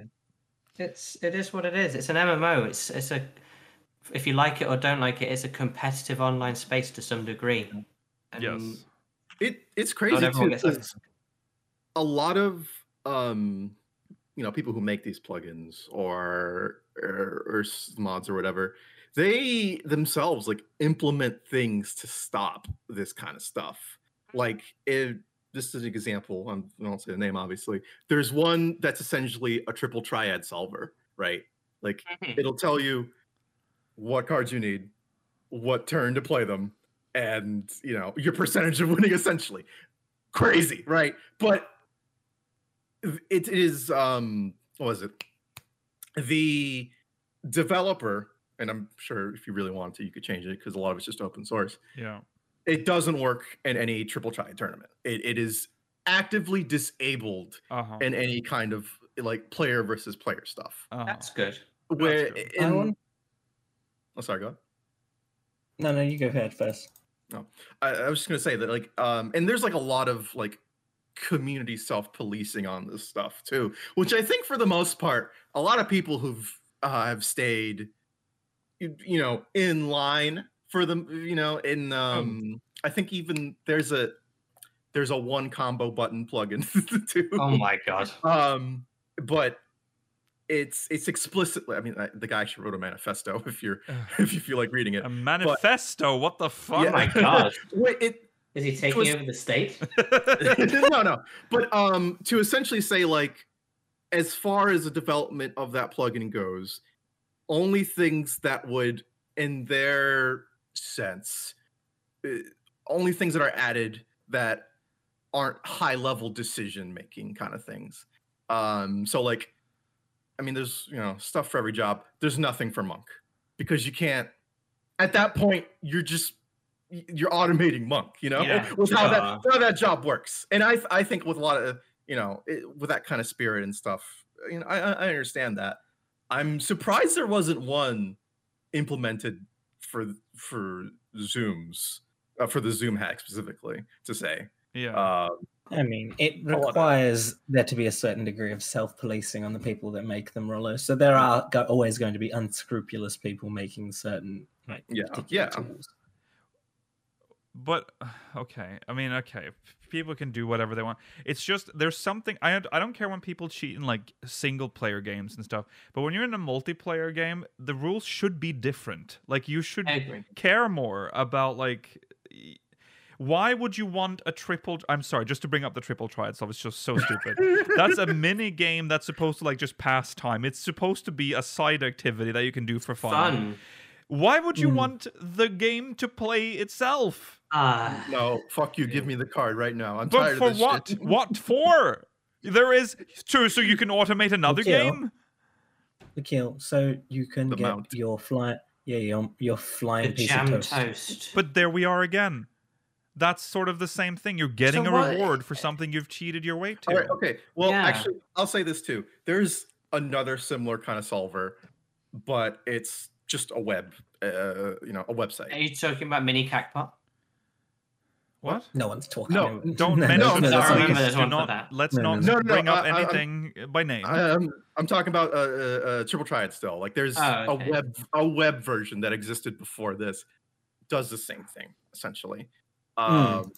D: it's it is what it is. It's an MMO. It's it's a if you like it or don't like it, it's a competitive online space to some degree. And
C: Yes.
E: It it's crazy
D: everyone
E: too.
D: gets that.
E: 'cause A lot of um, you know, people who make these plugins or or, or s- mods or whatever, they themselves like implement things to stop this kind of stuff. Like if this is an example. I'm, I won't say the name, obviously. There's one that's essentially a triple triad solver, right? Like
D: Mhm.
E: it'll tell you what cards you need, what turn to play them, and you know your percentage of winning. Essentially, crazy, right? But it is um, what was it? The developer, and I'm sure if you really wanted to, you could change it because a lot of it's just open source
C: Yeah.
E: it doesn't work in any triple try tournament. It, it is actively disabled
C: Uh huh.
E: in any kind of like player versus player stuff.
C: Uh-huh.
D: that's good.
E: Where
C: good.
F: I
E: in-
F: want-
E: oh, sorry, go ahead.
F: No, no, you go ahead first.
E: I, I was just gonna say that like um and there's like a lot of like community self-policing on this stuff too, which I think for the most part, a lot of people who've uh, have stayed you, you know in line for them, you know, in um I think even there's a there's a one combo button plugin too.
D: Oh my god.
E: um but it's it's explicitly i mean I, the guy actually wrote a manifesto if you're if you feel like reading it
C: A manifesto. What the fuck?
E: Yeah.
D: Oh my god.
E: Wait, it
D: Is he taking
E: was-
D: over the state?
E: no no but um to essentially say like as far as the development of that plugin goes only things that would in their sense uh, only things that are added that aren't high level decision making kind of things um so like i mean there's you know stuff for every job there's nothing for monk because you can't at that point you're just y- you're automating monk you know
C: Yeah.
E: with how
D: Yeah.
E: that how that job works and i i think with a lot of you know it, with that kind of spirit and stuff you know i i I understand that i'm surprised there wasn't one implemented for for zooms uh, for the zoom hack specifically to say
C: yeah.
E: uh
F: I mean, it
E: Oh, I want that.
F: requires there to be a certain degree of self-policing on the people that make them roller. So there are go- always going to be unscrupulous people making certain like
E: Yeah,
F: particular
E: yeah.
F: tools.
C: but okay i mean okay people can do whatever they want it's just there's something i don't, I don't care when people cheat in like single player games and stuff but when you're in a multiplayer game the rules should be different like you should
D: I agree.
C: care more about like y- why would you want a triple i'm sorry just to bring up the triple triad stuff it's just so stupid that's a mini game that's supposed to like just pass time it's supposed to be a side activity that you can do for fun,
D: Fun.
C: why would you
F: Mm.
C: want the game to play itself
D: Ah.
E: no fuck you give me the card right now i'm
C: But
E: tired
C: for
E: of this
C: what?
E: shit.
C: What for? There is true. So you can automate another
F: Yeah.
C: game.
F: The kill, so you can
E: The
F: get
E: mount.
F: your fly. Yeah, your your flying
D: The
F: piece
D: jam
F: of toast.
D: toast.
C: But there we are again. That's sort of the same thing. You're getting
D: So
C: a
D: what-
C: reward for something you've cheated your way to.
E: All right, okay. Well,
D: Yeah.
E: actually, I'll say this too. There's another similar kind of solver, but it's just a web, uh, you know, a
D: Are
E: website.
D: you talking about mini cacpot?
C: What?
F: No one's talking.
E: No,
F: about it.
C: Don't mention.
E: no,
F: that's
E: no,
F: not-
D: I remember
C: please
D: there's
C: do
D: one for
C: not-
D: that.
C: Let's
F: No, no,
C: not
E: no. No, no,
C: bring up
E: I- I- I'm-
C: anything by name.
E: Um, I'm talking about uh, uh, uh, Triple Triad still. Like, there's
D: Oh, okay.
E: a web a web version that existed before this. Does the same thing essentially.
C: Hmm.
E: Um,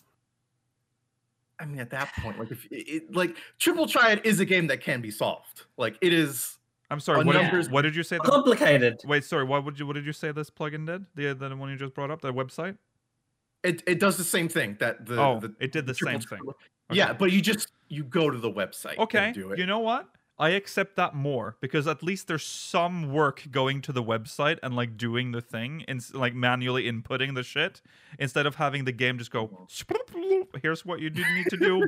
E: I mean, at that point, like, if it, like Triple Triad is a game that can be solved. Like, it is.
C: I'm sorry. What,
E: numbers-
C: did, what did you say? That,
F: complicated.
C: wait, sorry. What would you? What did you say this plugin did? The the one you just brought up, the website.
E: It, it does the same thing that the
C: oh,
E: the
C: it did the
E: Triple
C: same
E: Tri-
C: thing.
E: Yeah,
C: Okay.
E: but you just you go to the website.
C: Okay.
E: and do it.
C: You know what? I accept that more because at least there's some work going to the website and like doing the thing and like manually inputting the shit instead of having the game just go here's what you do- need to do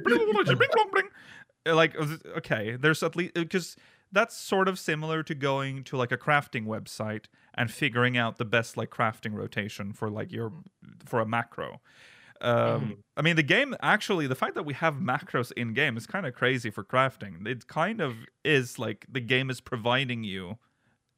C: Uh, like okay there's at least because that's sort of similar to going to like a crafting website and figuring out the best like crafting rotation for like your
E: Mm-hmm.
C: for a macro um, I mean, the game actually, the fact that we have macros in game is kind of crazy for crafting. It kind of is like the game is providing you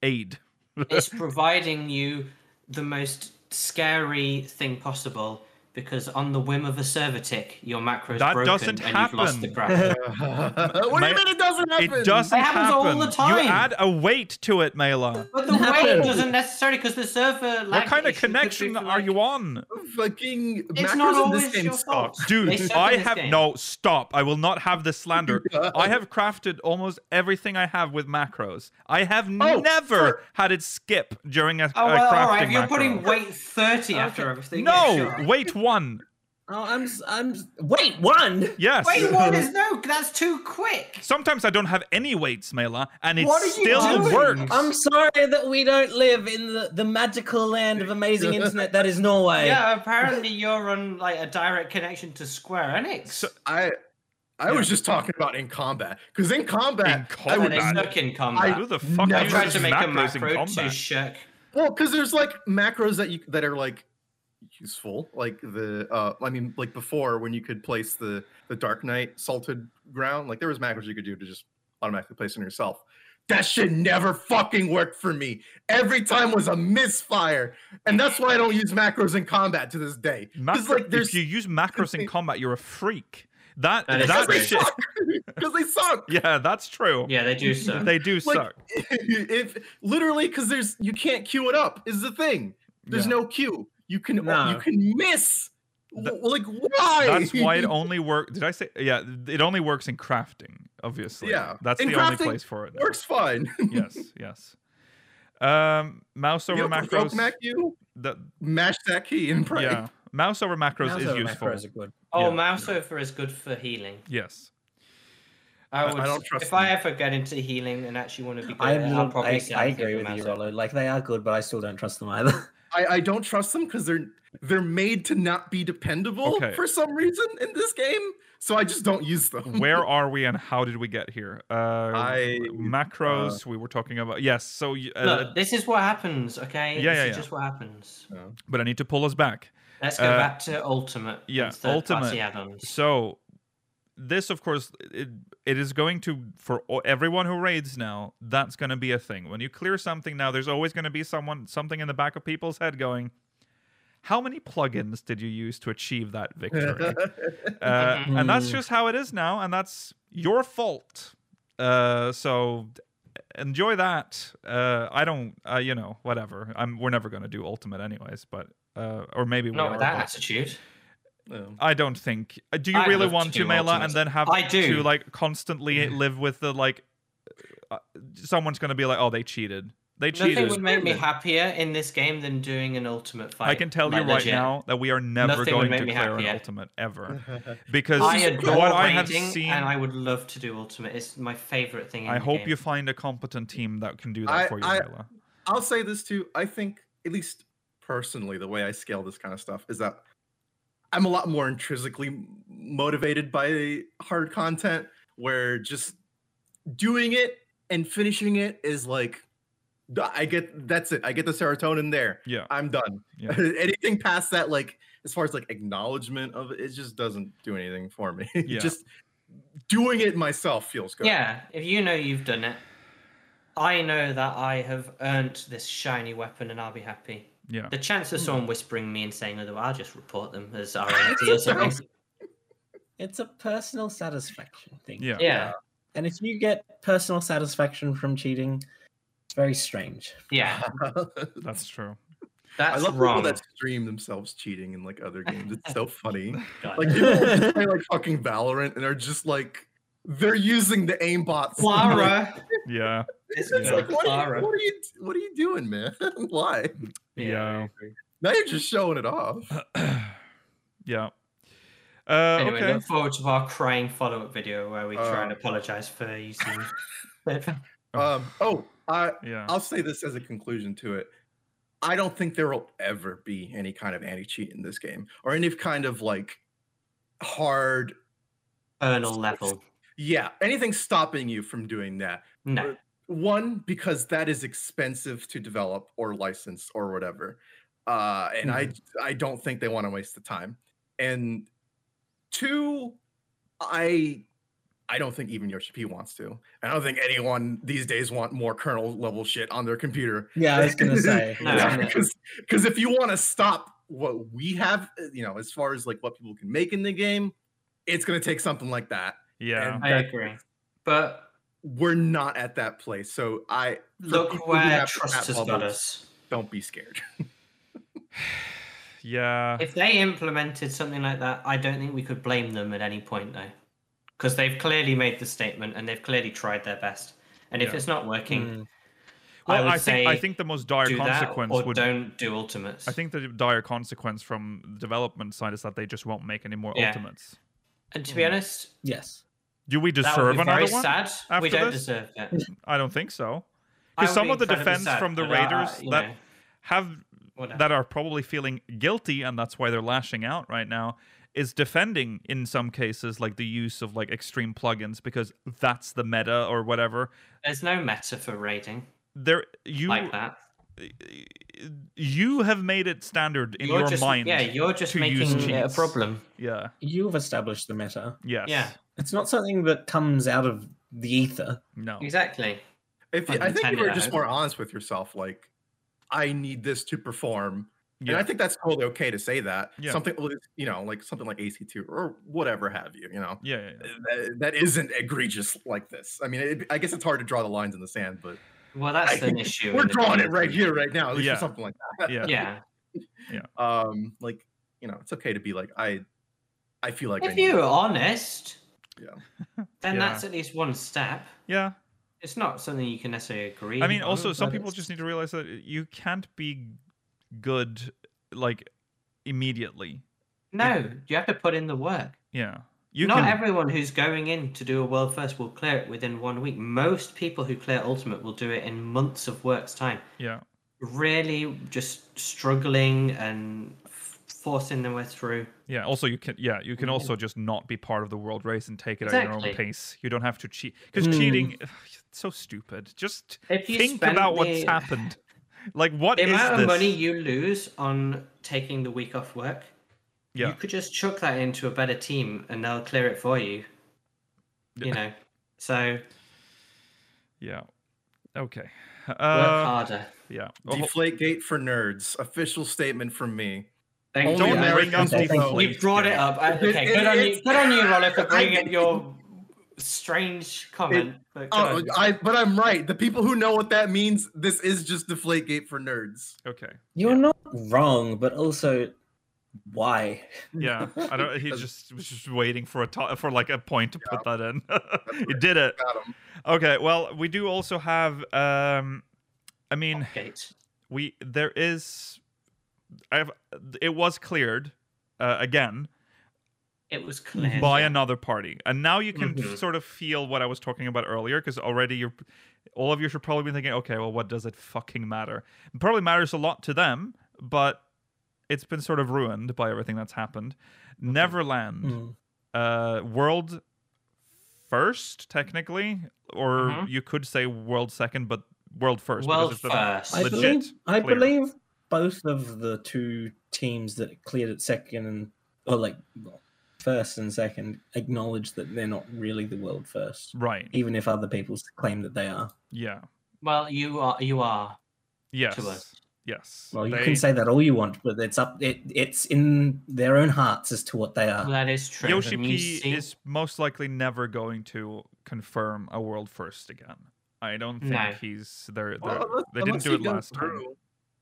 C: aid.
D: it's providing you the most scary thing possible because on the whim of a server tick, your macro's
C: That
D: broken
C: doesn't
D: and you've lost the graph.
E: what do
C: My-
E: you mean it doesn't happen?
C: It doesn't
D: It happens all
C: happen.
D: the time.
C: You add a weight to it, Mela.
D: but the
F: Happens.
D: way doesn't necessarily because the server.
C: What kind of connection are you on?
E: Fucking
D: It's
E: macros
D: not
E: in this
D: always
E: game
D: your
E: suck.
D: fault. They
C: Dude,
D: suck
C: I
D: in this
C: have
D: game.
C: no stop. I will not have this slander. I have crafted almost everything I have with macros. I have never had it skip during a,
D: Oh
C: a
D: well,
C: uh, crafting
D: all right. If you're
C: macro.
D: putting weight thirty after everything.
C: no,
D: yeah, sure.
C: wait one.
F: Oh, I'm. s- I'm. s- Wait, one.
C: Yes.
D: Weight one is no. That's too quick.
C: Sometimes I don't have any weights, Mela, and it
D: What are you
C: still
D: doing?
C: works.
F: I'm sorry that we don't live in the, the magical land of amazing internet that is Norway.
D: Yeah, apparently you're on like a direct connection to Square Enix.
C: So-
E: I I was just talking about in combat because in combat,
C: In
E: I
D: and
E: would
D: they
C: combat.
E: just-
D: snuck in
E: I-
C: Who
D: combat.
C: the fuck
E: Never
D: I,
E: I
D: tried
E: use
D: to make a
C: macros in
D: macro to
C: combat?
D: shirk.
E: well because there's like macros that you that are like useful like the uh i mean like before when you could place the the dark knight salted ground like there was macros you could do to just automatically place on yourself that shit never fucking worked for me every time was a misfire and that's why i don't use macros in combat to this day 'Cause,
C: Macro-
E: like there's
C: if you use macros in combat, you're a freak. That
D: That is
C: that
D: true.
C: shit.
E: because they suck
C: Yeah, that's true.
D: Yeah, they do so.
C: They do
E: Like,
C: suck.
E: if literally because there's you can't queue it up is the thing there's
C: Yeah.
E: no queue you can
F: No.
E: you can miss
C: Th-
E: W- like why
C: That's why it only works. Did I say? Yeah, it only works in crafting. Obviously.
E: Yeah.
C: That's
E: In
C: the only
E: crafting,
C: place for it. now.
E: works fine
C: yes. Yes. Um, mouse
E: you
C: over
E: don't provoke
C: macros.
E: Mac you
C: that-
E: mash that key and pray
C: yeah. Mouse over macros
F: Now
C: is
F: so
C: useful.
F: macros are good.
C: yeah.
D: oh, mouse over is good for healing.
C: Yes.
D: I
E: I- I
D: would.
E: don't trust
D: if I ever get into healing and actually want to be good, at
F: I'm
D: it, I'll
F: not,
D: probably
F: I,
D: say
F: I
D: I'll take
F: agree
D: the
F: with
D: mouse
F: you,
D: over.
F: Rollo. Like they are good, but I still don't trust them either.
E: I, I don't trust them because they're they're made to not be dependable
C: Okay.
E: for some reason in this game so i just don't use them
C: where are we and how did we get here? Uh,
E: I,
C: macros. we were talking about yes. So y- uh,
D: Look, this is what happens,
C: yeah,
D: okay? this
C: yeah,
D: is
C: yeah.
D: just what happens.
C: but I need to pull us back.
D: Let's go
C: Uh,
D: back to Ultimate.
C: yeah,
D: and third-party
C: Ultimate.
D: add-ons.
C: So this, of course, it, it is going to for o- everyone who raids now. That's going to be a thing. When you clear something now, there's always going to be someone something in the back of people's head going. How many plugins did you use to achieve that victory? uh,
D: Mm-hmm.
C: and that's
F: Mhm.
C: just how it is now, and that's your fault. Uh, so enjoy that. Uh, I don't, uh, you know, whatever. I'm, we're never gonna do ultimate anyways, but uh, or maybe we
D: Not
C: are,
D: with that
C: but
D: attitude.
E: Um,
C: I don't think. uh, Do you
D: I'd
C: really
D: love to
C: want
D: do
C: to, Mela,
D: Ultimate.
C: and then have
D: I do. Mm-hmm.
C: to like constantly live with the like? Uh, someone's gonna be like, "Oh, they cheated. They
D: Nothing would
C: cheated."
D: make me happier in this game than doing an Ultimate fight.
C: I can tell you
D: like,
C: right
D: legit.
C: now that we are never
D: Nothing would
C: going
D: make
C: to
D: me
C: clear an
D: happier.
C: ultimate ever because
D: I adore
C: what I have
D: raiding,
C: seen
D: and I would love to do Ultimate. It's my favorite thing in
C: I
D: the
C: hope
D: game.
C: you find a competent team that can do that
E: I-
C: for you,
E: I-
C: Mela.
E: I'll say this too. I think, at least personally, the way I scale this kind of stuff is that I'm a lot more intrinsically m- motivated by hard content, where just doing it and finishing it is like, d- I get that's it. I get the serotonin there.
C: Yeah.
E: I'm done.
C: Yeah.
E: Anything past that, like as far as like acknowledgement of it, it just doesn't do anything for me.
C: Yeah.
E: just doing it myself feels good.
D: Yeah, if you know you've done it, I know that I have earned this shiny weapon, and I'll be happy.
C: Yeah.
D: The chance of someone whispering me and saying otherwise, I'll just report them as RNT or something.
F: It's a personal satisfaction thing.
C: Yeah.
D: Yeah,
F: And if you get personal satisfaction from cheating, it's very strange.
D: yeah,
C: That's true.
D: that's
E: I love
D: wrong.
E: people that stream themselves cheating in like other games. It's so funny.
D: God.
E: Like people who just play like fucking Valorant and are just like they're using the aimbots.
D: Clara.
C: Yeah.
D: It's
E: It's
D: good,
E: like what are,
D: Clara.
E: you, what are you what are you doing, man? Why?
C: Yeah.
E: Now you're just showing it off.
C: Yeah. Uh,
D: Anyway,
C: okay. Uh.
D: look forward to our crying follow-up video where we try and
E: Um.
D: apologize for using.
E: Um, oh, I,
C: Yeah.
E: I'll say this as a conclusion to it. I don't think there will ever be any kind of anti-cheat in this game, or any kind of like hard,
D: Eternal level.
E: yeah, anything stopping you from doing that.
D: No.
E: One, because that is expensive to develop or license or whatever, uh, and I I don't think they want to waste the time. And two, I I don't think even Yoshi wants to. I don't think anyone these days want more kernel level shit on their computer.
F: Yeah, I was gonna say.
D: No.
F: yeah, no.
E: because because if you want to stop what we have, uh, you know, as far as like what people can make in the game, it's going to take something like that.
C: Yeah.
E: And
D: I
E: that-
D: agree. But
E: We're not at that place, so I for people
D: look
E: who
D: where
E: have
D: trust
E: that
D: has got
E: bubble,
D: us.
E: Don't be scared.
C: Yeah.
D: If they implemented something like that, I don't think we could blame them at any point though, because they've clearly made the statement and they've clearly tried their best. And if
C: Yeah.
D: it's not working,
F: Mm.
D: I
C: Well,
D: would
C: I, think I
D: say
C: think the most dire
D: do that
C: consequence
D: or
C: would.
D: don't do ultimates.
C: I think the dire consequence from the development side is that they just won't make any more
D: Yeah.
C: ultimates.
D: and
C: Mm.
D: to be honest,
F: Yes.
C: Do we
D: that would
C: deserve
D: be
C: another
D: very
C: one?
D: sad.
C: after
D: we don't
C: this?
D: deserve it.
C: I don't think so.
D: I
C: Because
D: would
C: some
D: be
C: of the
D: incredibly
C: defense
D: sad,
C: from the
D: but, uh,
C: Raiders
D: you
C: that
D: know,
C: have
D: whatever.
C: that are probably feeling guilty and that's why they're lashing out right now is defending in some cases like the use of like extreme plugins because that's the meta or whatever
D: There's no meta for raiding
C: there you
D: like that.
C: you have made it standard in
D: You're
C: your
D: just,
C: mind
D: yeah, you're just
C: to use
D: making it a
C: cheats.
D: problem.
C: yeah
F: You've established the meta.
C: yes
D: Yeah,
F: It's not something that comes out of the ether.
C: no
D: exactly.
E: If you,
D: Pun
E: I think if
D: intended,
E: you were
D: I
E: just
D: hope.
E: more honest with yourself, like I need this to perform. And
C: Yeah.
E: I think that's totally okay to say that.
C: Yeah.
E: Something, you know, like something like AC2 or whatever have you, you know,
C: yeah, yeah, yeah.
E: that, that isn't egregious like this. I mean, it, I guess it's hard to draw the lines in the sand, but
D: Well, that's
E: I-
D: an issue. in
E: We're
D: the
E: drawing it
D: game.
E: right here, right now, at least
C: Yeah.
E: for something like
C: yeah.
D: Yeah.
E: that. Um, like you know, it's okay to be like, I, I feel like I
D: If
E: need
D: you were honest,
E: Yeah.
D: then
C: Yeah.
D: that's at least one step.
C: Yeah.
D: It's not something you can necessarily agree.
C: I mean, also
D: on,
C: some
D: but
C: people
D: it's-
C: just need to realize that you can't be good like immediately.
D: no. You have to put in the work.
C: Yeah, you
D: not
C: can.
D: everyone who's going in to do a world first will clear it within one week. Most people who clear ultimate will do it in months of work's time.
C: yeah,
D: Really, just struggling and f- forcing their way through.
C: yeah. Also, you can. Yeah, you can also just not be part of the world race and take it at your
D: Mm-hmm. Exactly.
C: own pace. You don't have to cheat because
F: Mm.
C: cheating. ugh, It's so stupid. Just
D: If you
C: think
D: spend
C: about what's
D: the-
C: happened. Like what
D: The
C: is
D: amount
C: this?
D: of money you lose on taking the week off work,
C: Yeah.
D: you could just chuck that into a better team and they'll clear it for you. You know, so work
C: Yeah. Okay. Uh,
D: harder.
C: yeah. Oh, ho-
E: Deflate gate for nerds. Official statement from me.
D: Thank
E: Only
D: you.
C: don't
E: American
C: bring up
E: people.
C: deflate.
D: You brought it
C: yeah.
D: up. I-
E: It-
D: Okay,
E: it-
D: good on you,
E: it's-
D: good on you, Roller, for
E: I-
D: bringing up your strange comment. but good
E: Oh,
D: on you.
E: I. But I'm right. The people who know what that means, this is just deflate gate for nerds.
C: Okay.
F: You're
C: Yeah.
F: not wrong, but also, why?
C: Yeah, I don't. He
E: That's-
C: just was just waiting for a to- for like a point to put that in. he
E: right.
C: did it.
E: Got 'em.
C: Okay. Well, we do also have. Um, I mean,
D: Gate.
C: we there is. I've it was cleared uh, again
D: It was clear.
C: by another party, and now you can
D: Mhm.
C: sort of feel what I was talking about earlier because already you're. All of you should probably be thinking, okay, well, what does it fucking matter? It probably matters a lot to them, but it's been sort of ruined by everything that's happened. Neverland
F: Mm.
C: uh world first technically or
D: Mhm.
C: you could say world second but world first because
D: World
C: it's the-
D: first.
F: I
C: Legit
F: believe. I
C: clear.
F: believe both of the two teams that cleared it second and or like well, first and second acknowledge that they're not really the world first,
C: right
F: even if other people claim that they are.
C: yeah
D: Well, you are. You are.
C: yes yes
F: Well, you
C: They-
F: can say that all you want, but it's up. It, it's in their own hearts as to what they are.
D: That is true. and
C: yoshi
D: you
C: p
D: see-
C: is most likely never going to confirm a world first again i don't think
D: No.
C: he's there
E: Well, unless-
C: they didn't
E: unless
C: do
E: you
C: it
E: go
C: last time
E: through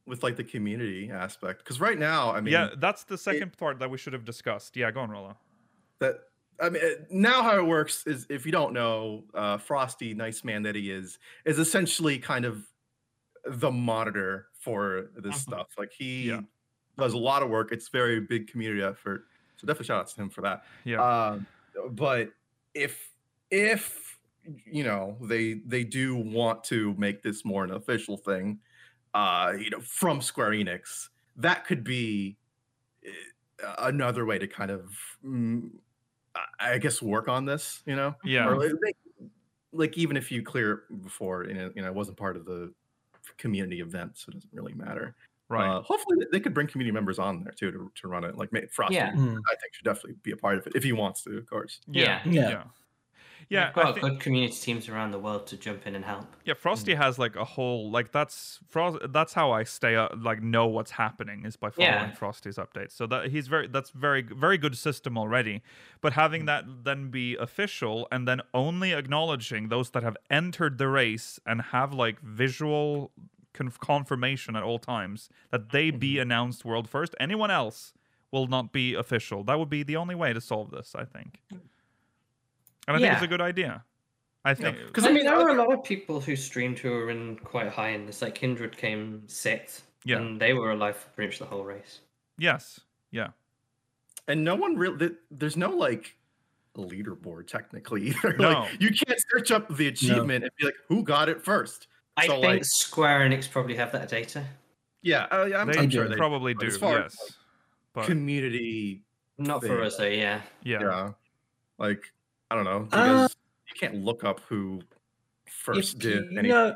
E: With like the community aspect, because right now, I mean,
C: yeah that's the second part that we should have discussed yeah go on rolla
E: that I mean uh, now how it works is if you don't know, uh, Frosty, nice man that he is, is essentially kind of the monitor for this
D: Mhm.
E: stuff. Like he
C: Yeah.
E: does a lot of work. It's very big community effort. So definitely shout out to him for that.
C: Yeah.
E: Um, but if if you know they they do want to make this more an official thing, uh, you know, from Square Enix, that could be uh, another way to kind of, mm, I- I guess, work on this. You know,
C: yeah.
E: or like, like- like even if you clear it before, you know, you know, it wasn't part of the community event, so it doesn't really matter.
C: Right.
E: Uh, hopefully, they could bring community members on there too to, to run it. Like ma- Frosty,
D: Yeah.
E: I
F: Hmm.
E: think should definitely be a part of it if he wants to, of course.
C: yeah.
D: Yeah.
C: Yeah.
F: Yeah.
C: Yeah. Yeah,
D: We've
C: I
D: got
C: thi-
D: good community teams around the world to jump in and help.
C: yeah. Frosty
D: Hmm.
C: has like a whole like that's Frost. That's how I stay up, like know what's happening is by following
D: Yeah.
C: Frosty's updates. So that he's very that's very very good system already. But
D: Hmm.
C: having that then be official and then only acknowledging those that have entered the race and have like visual conf- confirmation at all times that they be
D: Mm-hmm.
C: announced world first. Anyone else will not be official. That would be the only way to solve this, I think. And I think it's
D: Yeah.
C: a good idea. I think
E: Because
D: I
E: I mean,
D: there
E: uh,
D: were a lot of people who streamed who were in quite high in this. Like Kindred came sixth,
C: Yeah.
D: and they were alive for pretty much the whole race.
C: yes. Yeah.
E: and no one really. There's no like leaderboard technically either.
C: No.
E: Like you can't search up the achievement and be like, who got it first?
D: I
E: So,
D: think
E: like-
D: Square Enix probably have that data.
E: Yeah, uh, yeah, I'm,
C: They
E: I'm sure they
C: probably
E: but
C: do.
E: as far as,
C: Yes. But
E: community.
D: Not for
E: Yeah.
D: us, though. Yeah.
C: yeah.
E: Yeah. Like I don't know. You,
F: Uh,
E: guys- you can't look up who first
F: you,
E: did anything.
F: No,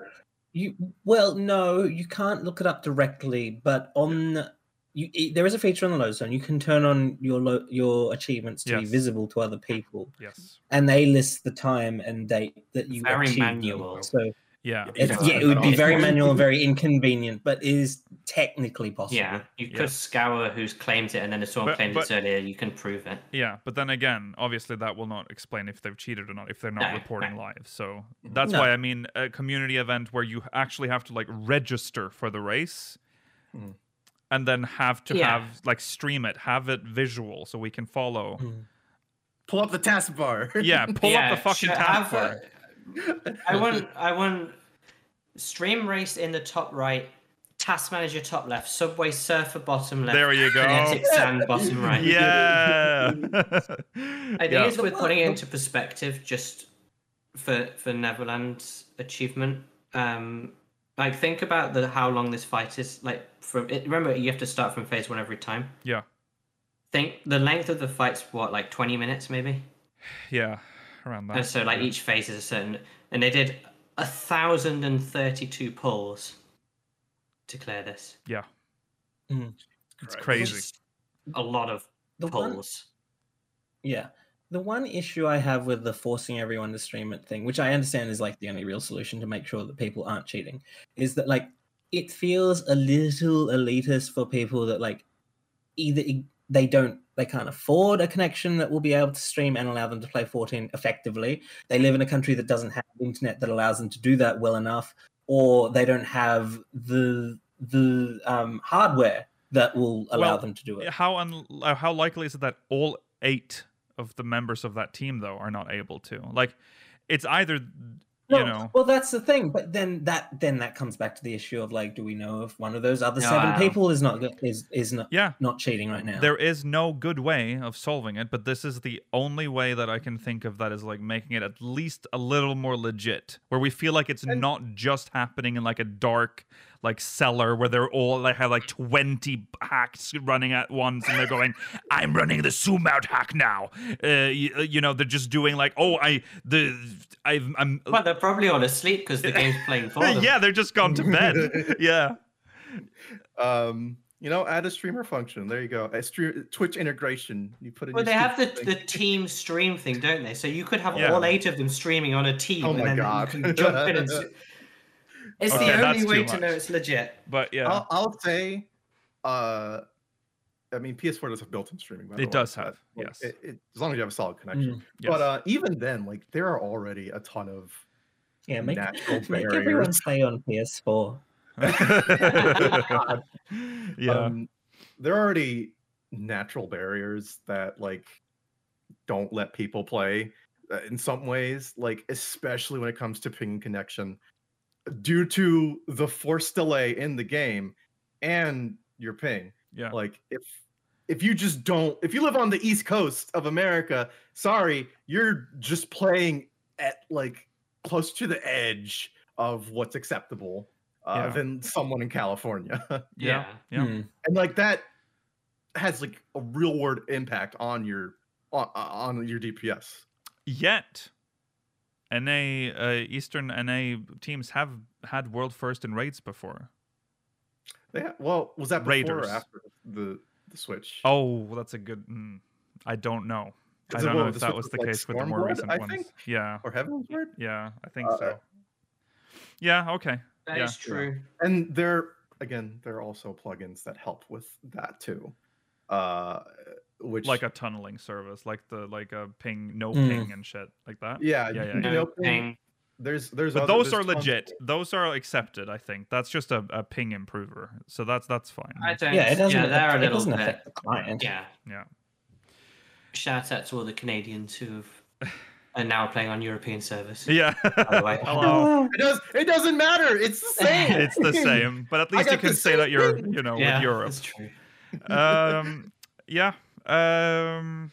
F: you well, no, you can't look it up directly, but on you, it- there is a feature on the load zone. You can turn on your lo, your achievements to be
C: Yes.
F: visible to other people,
C: Yes.
F: and they list the time and date that you
D: Very
F: achieved them.
D: manual.
F: So
C: Yeah.
E: You
F: it's,
E: don't
F: yeah,
E: have
F: it would
E: that
F: be
E: option.
F: very manual and very inconvenient, but it is technically possible.
D: Yeah. You could
C: Yeah.
D: scour who's claimed it, and then if someone
C: But-
D: claimed
C: but-
D: it earlier, you can prove it.
C: Yeah, but then again, obviously that will not explain if they've cheated or not if they're not
D: No,
C: reporting
D: no.
C: live. So that's
F: No.
C: why I mean a community event where you actually have to like register for the race
E: Mhm.
C: and then have to
D: Yeah.
C: have like stream it, have it visual so we can follow.
F: Mm.
E: Pull up the taskbar.
C: Yeah, pull
D: yeah,
C: up the fucking
D: sure,
C: tab
D: have a-
C: bar.
D: I want I want stream race in the top right, task manager top left, subway surfer bottom left.
C: There you go.
D: Kinetic sand bottom right.
C: Yeah.
D: I think
C: yeah.
D: it's worth putting it into perspective just for for Neverland's achievement. Um like think about the how long this fight is like from it, remember you have to start from phase one every time.
C: Yeah.
D: Think the length of the fight's what, like twenty minutes maybe?
C: Yeah, Around that.
D: And so like each phase is a certain and they did a thousand and thirty two pulls to clear this.
C: yeah.
F: Mm.
C: It's
E: Christ.
C: crazy.
D: Just A lot of
F: The one-
D: pulls.
F: Yeah. The one issue I have with the forcing everyone to stream it thing, which I understand is like the only real solution to make sure that people aren't cheating, is that like it feels a little elitist for people that like either ig- they don't they can't afford a connection that will be able to stream and allow them to play 14 effectively. They live in a country that doesn't have internet that allows them to do that well enough, or they don't have the the um, hardware that will allow
C: Well,
F: them to do it.
C: how un- uh, how likely is it that all eight of the members of that team though are not able to like it's either you know
F: well that's the thing but then that then that comes back to the issue of like do we know if one of those other
D: No,
F: seven
D: I know.
F: people is not go- is is not
C: yeah
F: not cheating right now
C: there is no good way of solving it but this is the only way that i can think of that is like making it at least a little more legit where we feel like it's not just happening in like a dark like cellar where they're all like have like 20 hacks running at once and they're going i'm running the zoom out hack now uh, you, you know they're just doing like oh i the i i'm
D: Well, they're probably all asleep because the game's playing for them.
C: yeah, they're just gone to bed. yeah.
E: Um, you know, add a streamer function. There you go. A stream, Twitch integration. You put in.
D: Well, they
E: your
D: have the,
E: stream thing.
D: the team stream thing, don't they? So you could have
C: Yeah.
D: all eight of them streaming on a team.
E: Oh
D: and
E: my
D: then
E: God.
D: You can jump in and... s- It's
C: Okay,
D: the
C: that's
D: only
C: too
D: way to
C: much.
D: know it's legit.
C: But yeah,
E: I'll, I'll say, uh, I mean, PS4 does have built-in streaming. by the
C: It
E: way,
C: does
E: but,
C: have,
E: like,
C: yes. Mm,
E: it- it- as long as you have a solid connection.
C: yes.
E: But uh, even then, like there are already a ton of
F: yeah make,
E: natural
F: make everyone
E: barriers.
F: play on ps4
C: yeah.
E: Um, there are already natural barriers that like don't let people play uh, in some ways, like especially when it comes to ping connection, due to the forced delay in the game and your ping.
C: yeah.
E: Like if if you just don't if you live on the east coast of america sorry you're just playing at like close to the edge of what's acceptable uh,
C: Yeah.
E: than someone in california
C: Yeah. Yeah.
F: Hmm.
E: and like that has like a real world impact on your on, on your dps
C: Yet, NA uh, Eastern NA teams have had world first in raids before.
E: they ha- well was that before
C: Raiders.
E: or after the the switch
C: Oh, well, that's a good. Mm, I don't know. I
E: 'Cause it-
C: don't know
E: well,
C: if
E: the
C: that
E: Switch
C: was the
E: like
C: case with the more
E: Stormblood,
C: recent
E: I
C: ones.
E: think,
C: Yeah,
E: or heaven's word
C: yeah, I think
E: Uh,
C: so. Yeah. Okay.
D: That is
C: Yeah.
D: true.
E: and there again there are also plugins that help with that too uh which
C: Like a tunneling service, like the like a ping, no
F: Mm.
C: ping and shit like that. yeah,
E: yeah, you
C: yeah,
E: can
C: yeah.
D: No
E: open-
D: thing.
E: there's there's
C: But
E: other-
C: those are
E: there's tons of
C: legit.
E: them.
C: Those are accepted. I think that's just a, a ping improver. So that's that's fine.
D: I don't.
F: Yeah, it doesn't.
D: they're a
F: affect, it
D: little
F: doesn't
D: bit.
F: affect the client.
D: Yeah.
C: Yeah.
D: Shout out to all the Canadians who have are now playing on European servers.
C: Yeah.
D: By the way.
C: Hello.
E: it does it doesn't matter it's the same
C: it's the same, but at
E: I
C: least you
E: got the
C: can say
E: same
C: that you're,
E: thing.
C: you know,
D: yeah,
C: with Europe.
D: that's true.
C: Um, yeah. Um,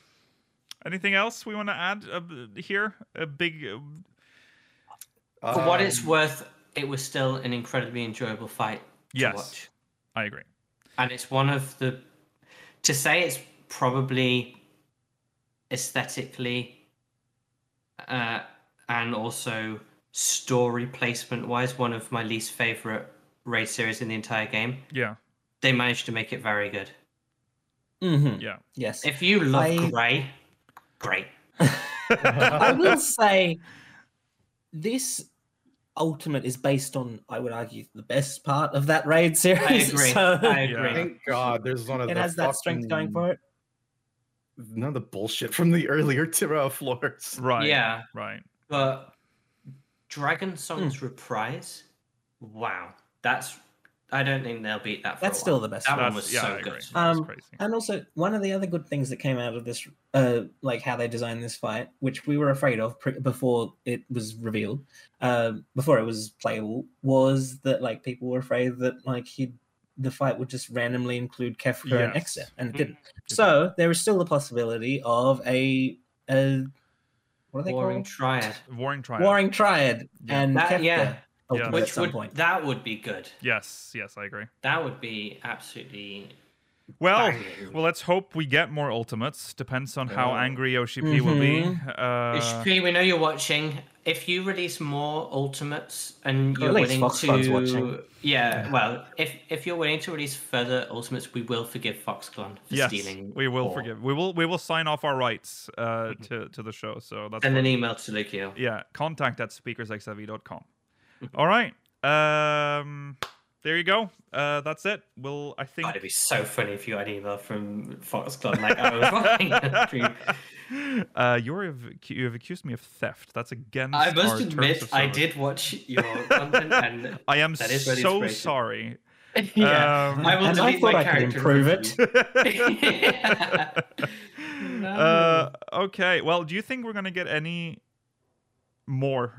C: anything else we want to add uh, b- here? A big. uh,
D: For what it's
E: Um,
D: worth, it was still an incredibly enjoyable fight to
C: Yes.
D: watch.
C: I agree.
D: and it's one of the to say it's probably aesthetically uh, and also story placement wise one of my least favorite raid series in the entire game
C: Yeah.
D: they managed to make it very good
F: Mhm.
C: Yeah.
F: Yes.
D: if you love
F: I-
D: gray great
F: I will say this ultimate is based on, I would argue, the best part of that raid series.
D: i agree
F: so
D: i
C: Yeah.
D: agree
E: thank god there's one of
F: it
E: the
F: has that strength
E: fucking-
F: going for it.
E: none of the bullshit from the earlier Tiro floors.
C: Right.
D: yeah
C: Right.
D: but
F: Hmm.
D: dragon song's reprise wow that's i don't think they'll beat that for a
F: That's
D: while.
F: still the best
D: that
F: one.
D: one
C: That's,
D: was
C: yeah,
D: so
C: I agree.
D: good
C: That's
F: Um,
C: crazy.
D: uh,
F: And also, one of the other good things that came out of this, uh, like how they designed this fight, which we were afraid of pre- before it was revealed, uh, before it was playable, was that like people were afraid that like he, the fight would just randomly include Kefka and
C: Yes.
F: Exa, and it didn't. So there is still the possibility of a, a what are they
D: Warring
F: called?
D: Triad.
C: Warring Triad.
F: Warring Triad
C: Yeah.
F: and
D: That-
F: Kefka
D: yeah.
F: ultimate
C: But
F: at
D: Which
F: some
D: would
F: point.
D: that would be good.
C: Yes. Yes, I agree.
D: That would be absolutely
C: Well,
D: banging.
C: well, let's hope we get more ultimates. Depends on how
E: Oh.
C: angry Yoshi P
D: Mm-hmm.
C: will be. Uh,
D: HP, we know you're watching. If you release more ultimates and
F: Well,
D: you're
F: at least
D: willing
F: Foxconn's
D: to
F: watching.
D: Yeah, well, if if you're willing to release further ultimates, we will forgive Foxconn for
C: yes,
D: stealing. Mm-hmm.
C: we will
D: more.
C: forgive. We will. We will sign off our rights uh, to to the show. So that's
D: Send
C: fine.
D: an email to Lucio.
C: yeah contact at speakersxlv.com
D: Mm-hmm.
C: all right um there you go uh that's it we'll i think
D: God, it'd be so funny if you had an email from Foxconn like I was watching that stream.
C: uh you're av- you have accused me of theft that's against
D: I must
C: our terms
D: admit
C: of
D: I
C: service.
D: did watch your content and
C: i am
D: that is where the
C: so
D: inspiration-
C: sorry
D: yeah.
C: um,
D: I will
F: And I
D: delete
F: thought
D: my
F: I could
D: character.
F: improve
D: review.
F: it.
C: uh okay well do you think we're gonna get any more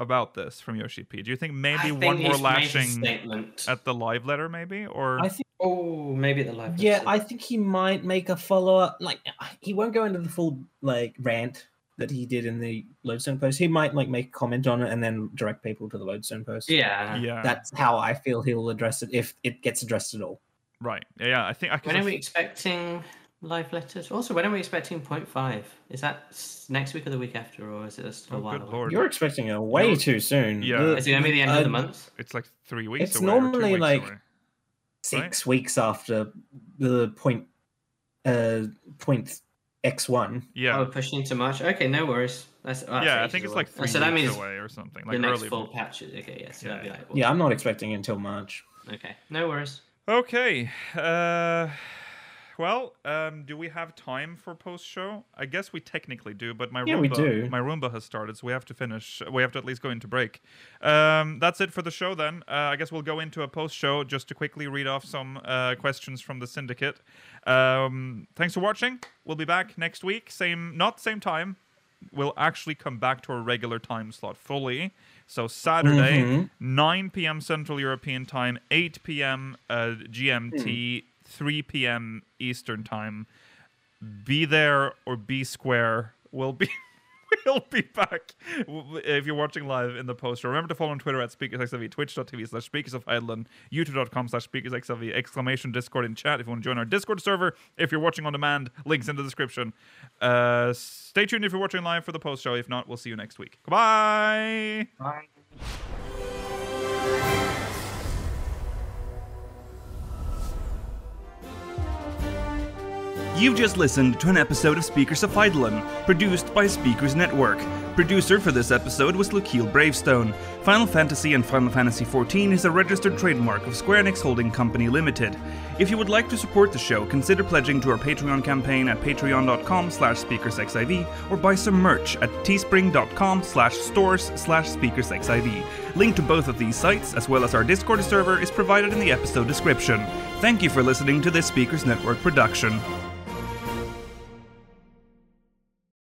C: about this from yoshi p do you think maybe
D: I
C: one
D: think
C: more
D: he's made his
C: lashing
D: statement.
C: at the live letter maybe or
F: I think.
D: oh, maybe the live.
F: Yeah, I think he might make a follow up. Like he won't go into the full like rant that he did in the Lodestone post. He might like make a comment on it and then direct people to the Lodestone post.
D: Yeah.
C: yeah
F: That's how I feel he'll address it if it gets addressed at all.
C: right yeah i think i
D: When
C: can
D: are we expecting live letters? Also, when are we expecting point five? Is that s- next week or the week after, or is it still a
C: Oh,
D: while
C: good
D: away?
C: lord.
F: You're expecting it way
C: You're-
F: too soon.
C: Yeah.
F: The-
D: Is it going to be the end of
F: uh,
D: the month?
C: It's like three weeks.
F: It's
C: away or two
F: normally,
C: weeks
F: like,
C: away.
F: six weeks after the point uh point X one.
C: yeah,
D: Oh, pushing into March. Okay, no worries. That's, oh, that's
C: yeah. I
D: ages
C: think it's
D: away.
C: like
D: Oh,
C: three
D: So
C: weeks
D: that means
C: away or something.
D: the
C: Like
D: next
C: early.
D: full patch. is- Okay, yeah. So that'd be
C: Yeah.
D: like.
F: Yeah, I'm not expecting it until March.
D: Okay, no worries.
C: Okay. Uh, well, um, do we have time for post show? I guess we technically do, but my
F: Yeah,
C: Roomba,
F: we do.
C: my Roomba has started, so we have to finish. We have to at least go into break. Um, that's it for the show. Then uh, I guess we'll go into a post show just to quickly read off some uh, questions from the syndicate. Um, thanks for watching. We'll be back next week. Same, not same time. We'll actually come back to our regular time slot fully. So Saturday, 9 p.m. Central European Time, 8 p.m. Uh, GMT, 3 p.m. Eastern time. Be there or be square. We'll be we'll be back w- if you're watching live in the poster. Remember to follow on Twitter at SpeakersXLV, twitch.tv slash speakers of Eidolon, youtube.com slash speakersXLV, exclamation Discord in chat if you want to join our Discord server. If you're watching on demand, links in the description. Uh, stay tuned if you're watching live for the post show. If not, we'll see you next week. Goodbye.
A: You've just listened to an episode of Speakers of Eidolon, produced by Speakers Network. Producer for this episode was Lucille Bravestone. Final Fantasy and Final Fantasy XIV is a registered trademark of Square Enix Holding Company Limited. If you would like to support the show, consider pledging to our Patreon campaign at patreon.com slash speakersxiv or buy some merch at teespring.com slash stores slash speakersxiv. Link to both of these sites, as well as our Discord server, is provided in the episode description. Thank you for listening to this Speakers Network production.